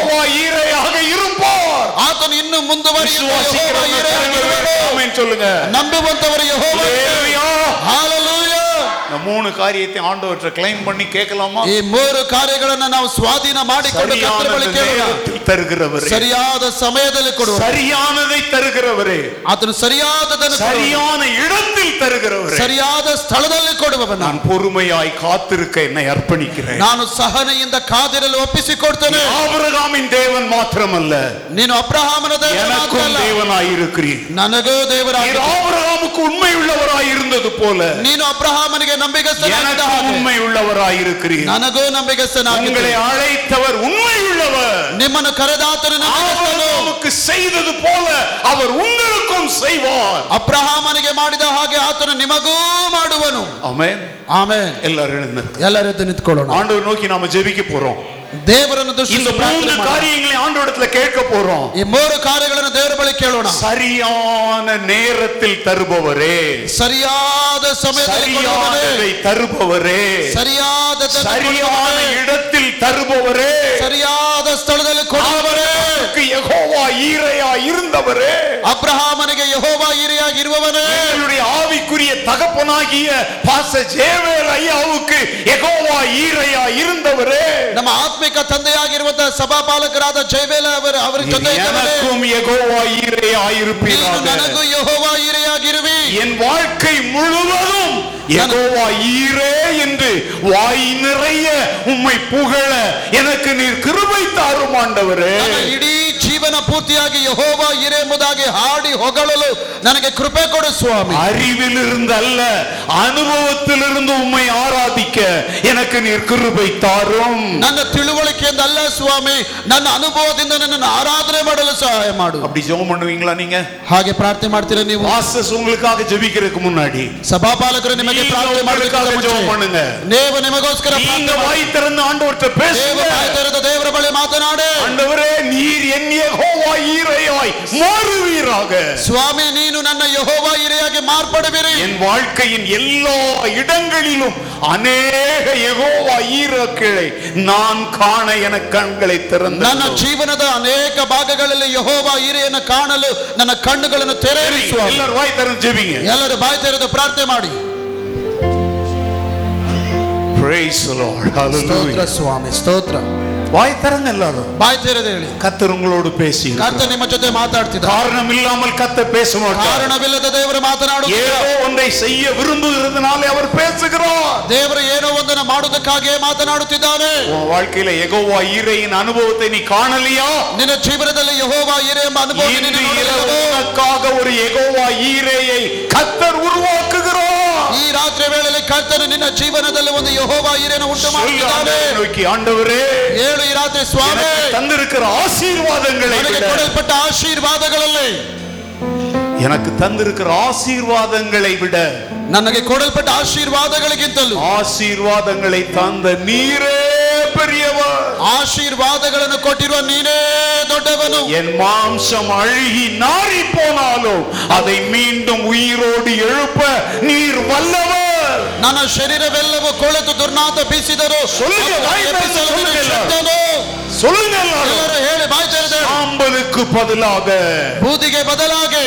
ஈரையாக இருப்பார் ಆತನು ಇನ್ನು ಮುಂದುವರಿಯುವ ಯೆಹೋವ விசுவாசிக்கிறவர்கள் ಈರೆಯಾಗಿರುವನು. ஆமென் சொல்லுங்க ನಂಬುವಂತವರು ಯೆಹೋವ ಈರೆ. ஹalleluya. ಹಾಲೆಲೂಯ. இந்த மூணு காரியத்தை ஆண்டவற்றை claim பண்ணி கேட்கலாமா ಈ ಮೂರು ಕಾರ್ಯಗಳನ್ನು ನಾವು ಸ್ವಾಧೀನ ಮಾಡಿಕೊಂಡು ಕರ್ತನ சரியானதை ಬಳಿ ಕೇಳೋಣ. நேரத்தில் தருகிறவரே ಸರಿಯಾದ ಸಮಯದಲ್ಲಿ ಕೊಡುವ சரியானதை ತರುகிறவரೇ ಆತನು ಸರಿಯಾದದನ್ನು ಕೊಡುವನು. சரியான இடத்தில் தருகிறவரே ಸರಿಯಾದ ಸ್ಥಳದಲ್ಲಿ ಕೊಡುವವನು நான் பொறுமையாய் காத்திருக்க என்னை அர்ப்பணிக்கிறேன் ನಾನು ಸಹನೆಯಿಂದ ಕಾದಿರಲು ಒಪ್ಪಿಸಿಕೊಡ್ತೇನೆ ஆபிரகாமின் தேவன் மாத்திரமல்ல ನೀನು ಅಬ್ರಹಾಮನ ದೇವರು ಮಾತ್ರ எனக்கும் ಅಲ್ಲ. தேவனாய் இருக்கிறீர் ನನಗೂ ದೇವರಾಗಿ நீர் ஆபிரகாமுக்கு உண்மை உள்ளவராய் இருந்தது போல ನೀನು ಅಬ್ರಹಾಮನಿಗೆ ನಂಬಿಗಸ್ತನಾಗಿದ್ದ எனக்கு ಹಾಗೆ உண்மை உள்ளவராய் இருக்கிறீர் ನನಗೂ உங்களை ನಂಬಿಗಸ್ತನಾಗಿದ್ದೆ அழைத்தவர் உண்மை உள்ளவர் ನಿಮ್ಮನ್ನು ಕರೆದಾತನು ನಂಬಿಗಸ್ತನು ஆபரகாமுக்கு செய்தது போல அவர் உங்களுக்கும் செய்வார் ಅಬ್ರಹಾಮನಿಗೆ ಮಾಡಿದ ಹಾಗೆ ಆತನು ನಿಮಗೂ ಮಾಡುವನು ஆமென் ಆಮೇಲೆ எல்லாரும் எழுந்திருங்க. ಎಲ್ಲರೆದ್ದು ನಿಂತ್ಕೊಳ್ಳೋಣ ஆண்டவரை நோக்கி நாம ஜெபிக்க போறோம் ದೇವರನ್ನು இந்த ದೃಷ್ಟಿಸಿ மூன்று ಪ್ರಾರ್ಥನೆ ಮಾಡೋಣ. காரியங்களை ஆண்டவரிடத்துல கேட்க போறோம் ಈ ಮೂರು ಕಾರ್ಯಗಳನ್ನು ದೇವರ ಬಳಿ ಕೇಳೋಣ சரியான நேரத்தில் தருபவரே ಸರಿಯಾದ ಸಮಯದಲ್ಲಿ ಕೊಡುವವನೇ, சரியானதை ತರುபವರೇ ಸರಿಯಾದ ದರದಲ್ಲಿ சரியான ಕೊಡುವವನೇ, இடத்தில் தருபவரே ಸರಿಯಾದ ಸ್ಥಳದಲ್ಲಿ ಕೊಡುವವರೇ அவருக்கு யெகோவா ஈரையா இருந்தவரே ಅಬ್ರಹಾಮನಿಗೆ ಯಹೋವ ಹಿರಿಯಾಗಿರುವವನೇ எங்களுடைய ஆவிக்குரிய தகப்பனாகிய பாச ஜேவேல் ஐயாவுக்கு யெகோவா ஈரையா இருந்தவரே ನಮ್ಮ ಆತ್ಮಿಕ ತಂದೆಯಾಗಿರುವಂತಹ ಸಭಾಪಾಲಕರಾದ ಜೈಬೇಲ ಅವರ ಅವರ ಜೊತೆ ಇದ್ದವನೇ, எனக்கும் யெகோவா ஈரையா ನೀನು இருப்பீராக ನನಗೂ ಯಹೋವ ಹಿರಿಯಾಗಿರುವಿ என் வாழ்க்கை முழுவதும் யெகோவா ஈரே என்று வாய் நிறைய உம்மை புகழ எனக்கு நீர் கிருபை தாரும் ஆண்டவரே ನನ್ನ ಇಡೀ ಜೀವನ ಪೂರ್ತಿಯಾಗಿ ಯಹೋವ ಹಿರೇ ಎಂಬುದಾಗಿ ಹಾಡಿ ಹೊಗಳಲು ನನಗೆ ಕೃಪೆ ಕೊಡು ಸ್ವಾಮಿ அறிவிலிருந்து அல்ல அனுபவத்திலிருந்து உம்மை ஆராதிக்க எனக்கு நீர் கிருபை தாரும் ನನ್ನ ತಿಳುವಳಿಕೆಯಿಂದ ಅಲ್ಲ ಸ್ವಾಮಿ ನನ್ನ ಅನುಭವದಿಂದ ನನ್ನನ್ನು ಆರಾಧನೆ ಮಾಡಲು ಸಹಾಯ ಮಾಡು அப்படி ஜெபம் பண்ணுவீங்களா நீங்க ಹಾಗೆ ಪ್ರಾರ್ಥನೆ ಮಾಡ್ತೀರಾ ನೀವು மாஸ்டர்ஸ் உங்களுக்காக ஜெபிக்கிறதுக்கு முன்னாಡಿ ಸಭಾಪಾಲಕರು ನಿಮಗೆ நீங்க ಪ್ರಾರ್ಥನೆ உங்களுக்காக ಮಾಡಬೇಕಾದ ஜெபம் பண்ணுங்க ನೀವು ನಿಮಗೋಸ್ಕರ நீங்க ಪ್ರಾರ್ಥನೆ ಮಾಡಿ. வாய் திறந்து ஆண்டவர்கிட்ட ದೇವ பேசுங்க ಬಾಯಿ ತೆರೆದು ದೇವರ ಬಳಿ ಮಾತನಾಡಿ ஆண்டவரே நீர் என் யெகோவாய் ஈரையாய் மாறுவீராக ಸ್ವಾಮಿ ನೀನು ನನ್ನ ಯಹೋವ ಹಿರಿಯಾಗಿ ಮಾರ್ಪಡುವಿರಿ என் வாழ்க்கையின் எல்லா இடங்களிலும் அநேக யெகோவா ஈரக்கிளை நான் காண என கண்களை திறந்து ನನ್ನ ಜೀವನದ ಅನೇಕ ಭಾಗಗಳಲ್ಲಿ ಯಹೋವ ಹಿರಿಯನ್ನು ಕಾಣಲು ನನ್ನ ಕಣ್ಣುಗಳನ್ನು ತೆರೆಯಿರಿ ಸ್ವಾಮಿ எல்லாரும் வாய் திறந்து ஜெபிங்க ಎಲ್ಲರೂ ಬಾಯಿ ತೆರೆದು ಪ್ರಾರ್ಥನೆ ಮಾಡಿ Praise the Lord. ಸ್ತೋತ್ರ Hallelujah. ಸ್ವಾಮಿ ಸ್ತೋತ್ರ வாய் திறங்க எல்லாரும் ಬಾಯಿ ತೆರೆದು ಹೇಳಿ கத்தர் உங்களோடு பேசி ಕರ್ತ ನಿಮ್ಮ ಜೊತೆ ಮಾತಾಡ್ತಿದ್ದ காரணம் இல்லாமல் கத்த பேச மாட்டார் ಕಾರಣವಿಲ್ಲದ ದೇವರು ಮಾತನಾಡುತ್ತಿದ್ದ ஏதோ ஒன்றை செய்ய விரும்புகிறதுனாலே அவர் பேசுகிறார் ದೇವರು ಏನೋ ಒಂದನ್ನು ಮಾಡುವುದಕ್ಕಾಗಿಯೇ ಮಾತನಾಡುತ್ತಿದ್ದಾನೆ உன் வாழ்க்கையில எகோவா ஈரையின் அனுபவத்தை நீ காணலையா ನಿನ್ನ ಜೀವನದಲ್ಲಿ ಯಹೋವ ಹಿರಿಯ ಎಂಬ ಅನುಭವ இன்று ನೀನು இரவு ನೋಡಿಲ್ಲವೋ? உனக்காக ஒரு எகோவா ஈரையை கத்தர் உருவாக்குகிறார் ಈ ರಾತ್ರಿ ವೇಳೆಯಲ್ಲಿ ಕರ್ತನು ನಿನ್ನ ಜೀವನದಲ್ಲಿ ಒಂದು ಯಹೋವ ಹಿರಿಯನ ಉಂಟು ಮಾಡುತ್ತಿದ್ದಾನೆ சொல்லுகிறாரே, நோக்கி ஆண்டவரே ಹೇಳು ಈ ರಾತ್ರಿ ಸ್ವಾಮಿ எனக்கு தந்திருக்கிற ஆசீர்வாதங்களை ನನಗೆ விட ಕೊಡಲ್ಪಟ್ಟ ಆಶೀರ್ವಾದಗಳಲ್ಲಿ எனக்கு தந்திருக்கிற ஆசீர்வாதங்களை விட ನನಗೆ ಕೊಡಲ್ಪಟ್ಟ ಆಶೀರ್ವಾದಗಳಿಗಿಂತಲೂ ஆசீர்வாதங்களை தந்த நீரே பெரியவர் ಆಶೀರ್ವಾದಗಳನ್ನು ಕೊಟ್ಟಿರುವ ನೀನೇ ದೊಡ್ಡವನು என் மாம்சம் அழுகி நாறி போனாலும் அதை மீண்டும் உயிரோடு எழுப்ப நீர் வல்லவர் ನನ್ನ ಶರೀರವೆಲ್ಲವೂ ಕೊಳೆತು ದುರ್ನಾತ ಬೀಸಿದರು சொல்லுங்க, வாய் திறந்து ಎಬ್ಬಿಸಲು ನೀನು சொல்லுங்க. ಶಕ್ತನು. சொல்லுங்க எல்லாரும். ಎಲ್ಲರೂ ಹೇಳಿ ಬಾಯಿ ತೆರೆದು ಹೇಳು. சாம்பலுக்கு பதிலாக ಬೂದಿಗೆ ಬದಲಾಗಿ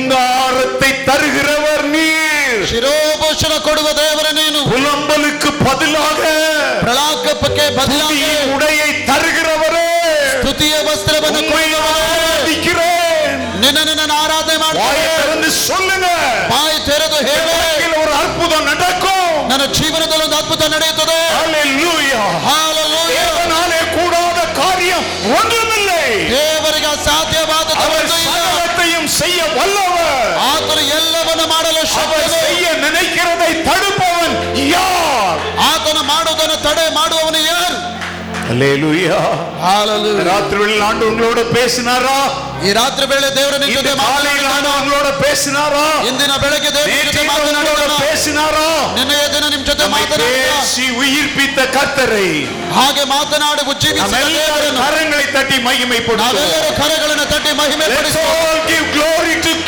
சிங்காரத்தை தருகிறவர் நீர் ಶಿರೋಭೂಷಣ ಕೊಡುವ ದೇವರ ನೀನು புலம்பலுக்கு பதிலாக ಪ್ರಲಾಪಕ್ಕೆ ಬದಲಾಗಿ நீ உடையை தருகிறவரே ಸ್ತುತಿಯ ವಸ್ತ್ರವನ್ನು உம்மை ஆராதிக்கிறேன் ನಿನ್ನನ್ನು ನಾನು ಆರಾಧನೆ வாயை ಮಾಡ್ತೇನೆ திறந்து சொல்லுங்க ಬಾಯಿ ತೆರೆದು ಹೇಳು வாழ்க்கையில் ஒரு அற்புதம் நடக்கும் ನನ್ನ ಜೀವನದಲ್ಲಿ ಒಂದು ಅದ್ಭುತ ನಡೆಯುತ್ತದೆ ஹalleluya ಹಾಲೆಲೂಯಾ. தேவனாலே கூடாத காரியம் ஒன்றுமில்லை ದೇವರಿಗೆ ಅಸಾಧ್ಯವಾದ அவர் சகலத்தையும் செய்ய வல்லவர் ಆತನು ಎಲ್ಲವನ್ನು ಮಾಡಲು அவர் ಶಕ್ತನು செய்ய நினைக்கிறதை தடுப்பவன் யார் ಆತನು ಮಾಡುವುದನ್ನು ತಡೆ ಮಾಡುವವನು ಯಾರು ஹalleluya ಹಾಲೆಲೂಯಾ. ராத்திரியில் ஆண்டு உங்களோட பேசினாரா ಈ ರಾತ್ರಿ ವೇಳೆ ದೇವರು ನಿನ್ನ இந்த ಜೊತೆ காலையில் ಮಾತನಾಡಿದ್ದಾನೆ. ஆண்டு உங்களோட பேசினாரா ಇಂದಿನ ಬೆಳಗ್ಗೆ ದೇವರು ನಿನ್ನ நேற்று ಜೊತೆ இரவு உங்களோட ಮಾತನಾಡಿದ್ದಾನೆ. பேசினாரா ನಿನ್ನೆಯ ದಿನ ನಿಮ್ ಜೊತೆ நம்மை ಮಾತನಾಡಿದ பேசி உயிர்ப்பித்த கர்த்தரை ಹಾಗೆ ಮಾತನಾಡಿ நாம் ಜೀವಿಸಿದ எல்லாரும் ದೇವರನ್ನು கரங்களை தட்டி மகிமைப்படுத்துவோம் ನಾವೆಲ್ಲರೂ ಕರೆಗಳನ್ನು ತಟ್ಟಿ ಮಹಿಮೆ Let's ಪಡಿಸುವ all give glory to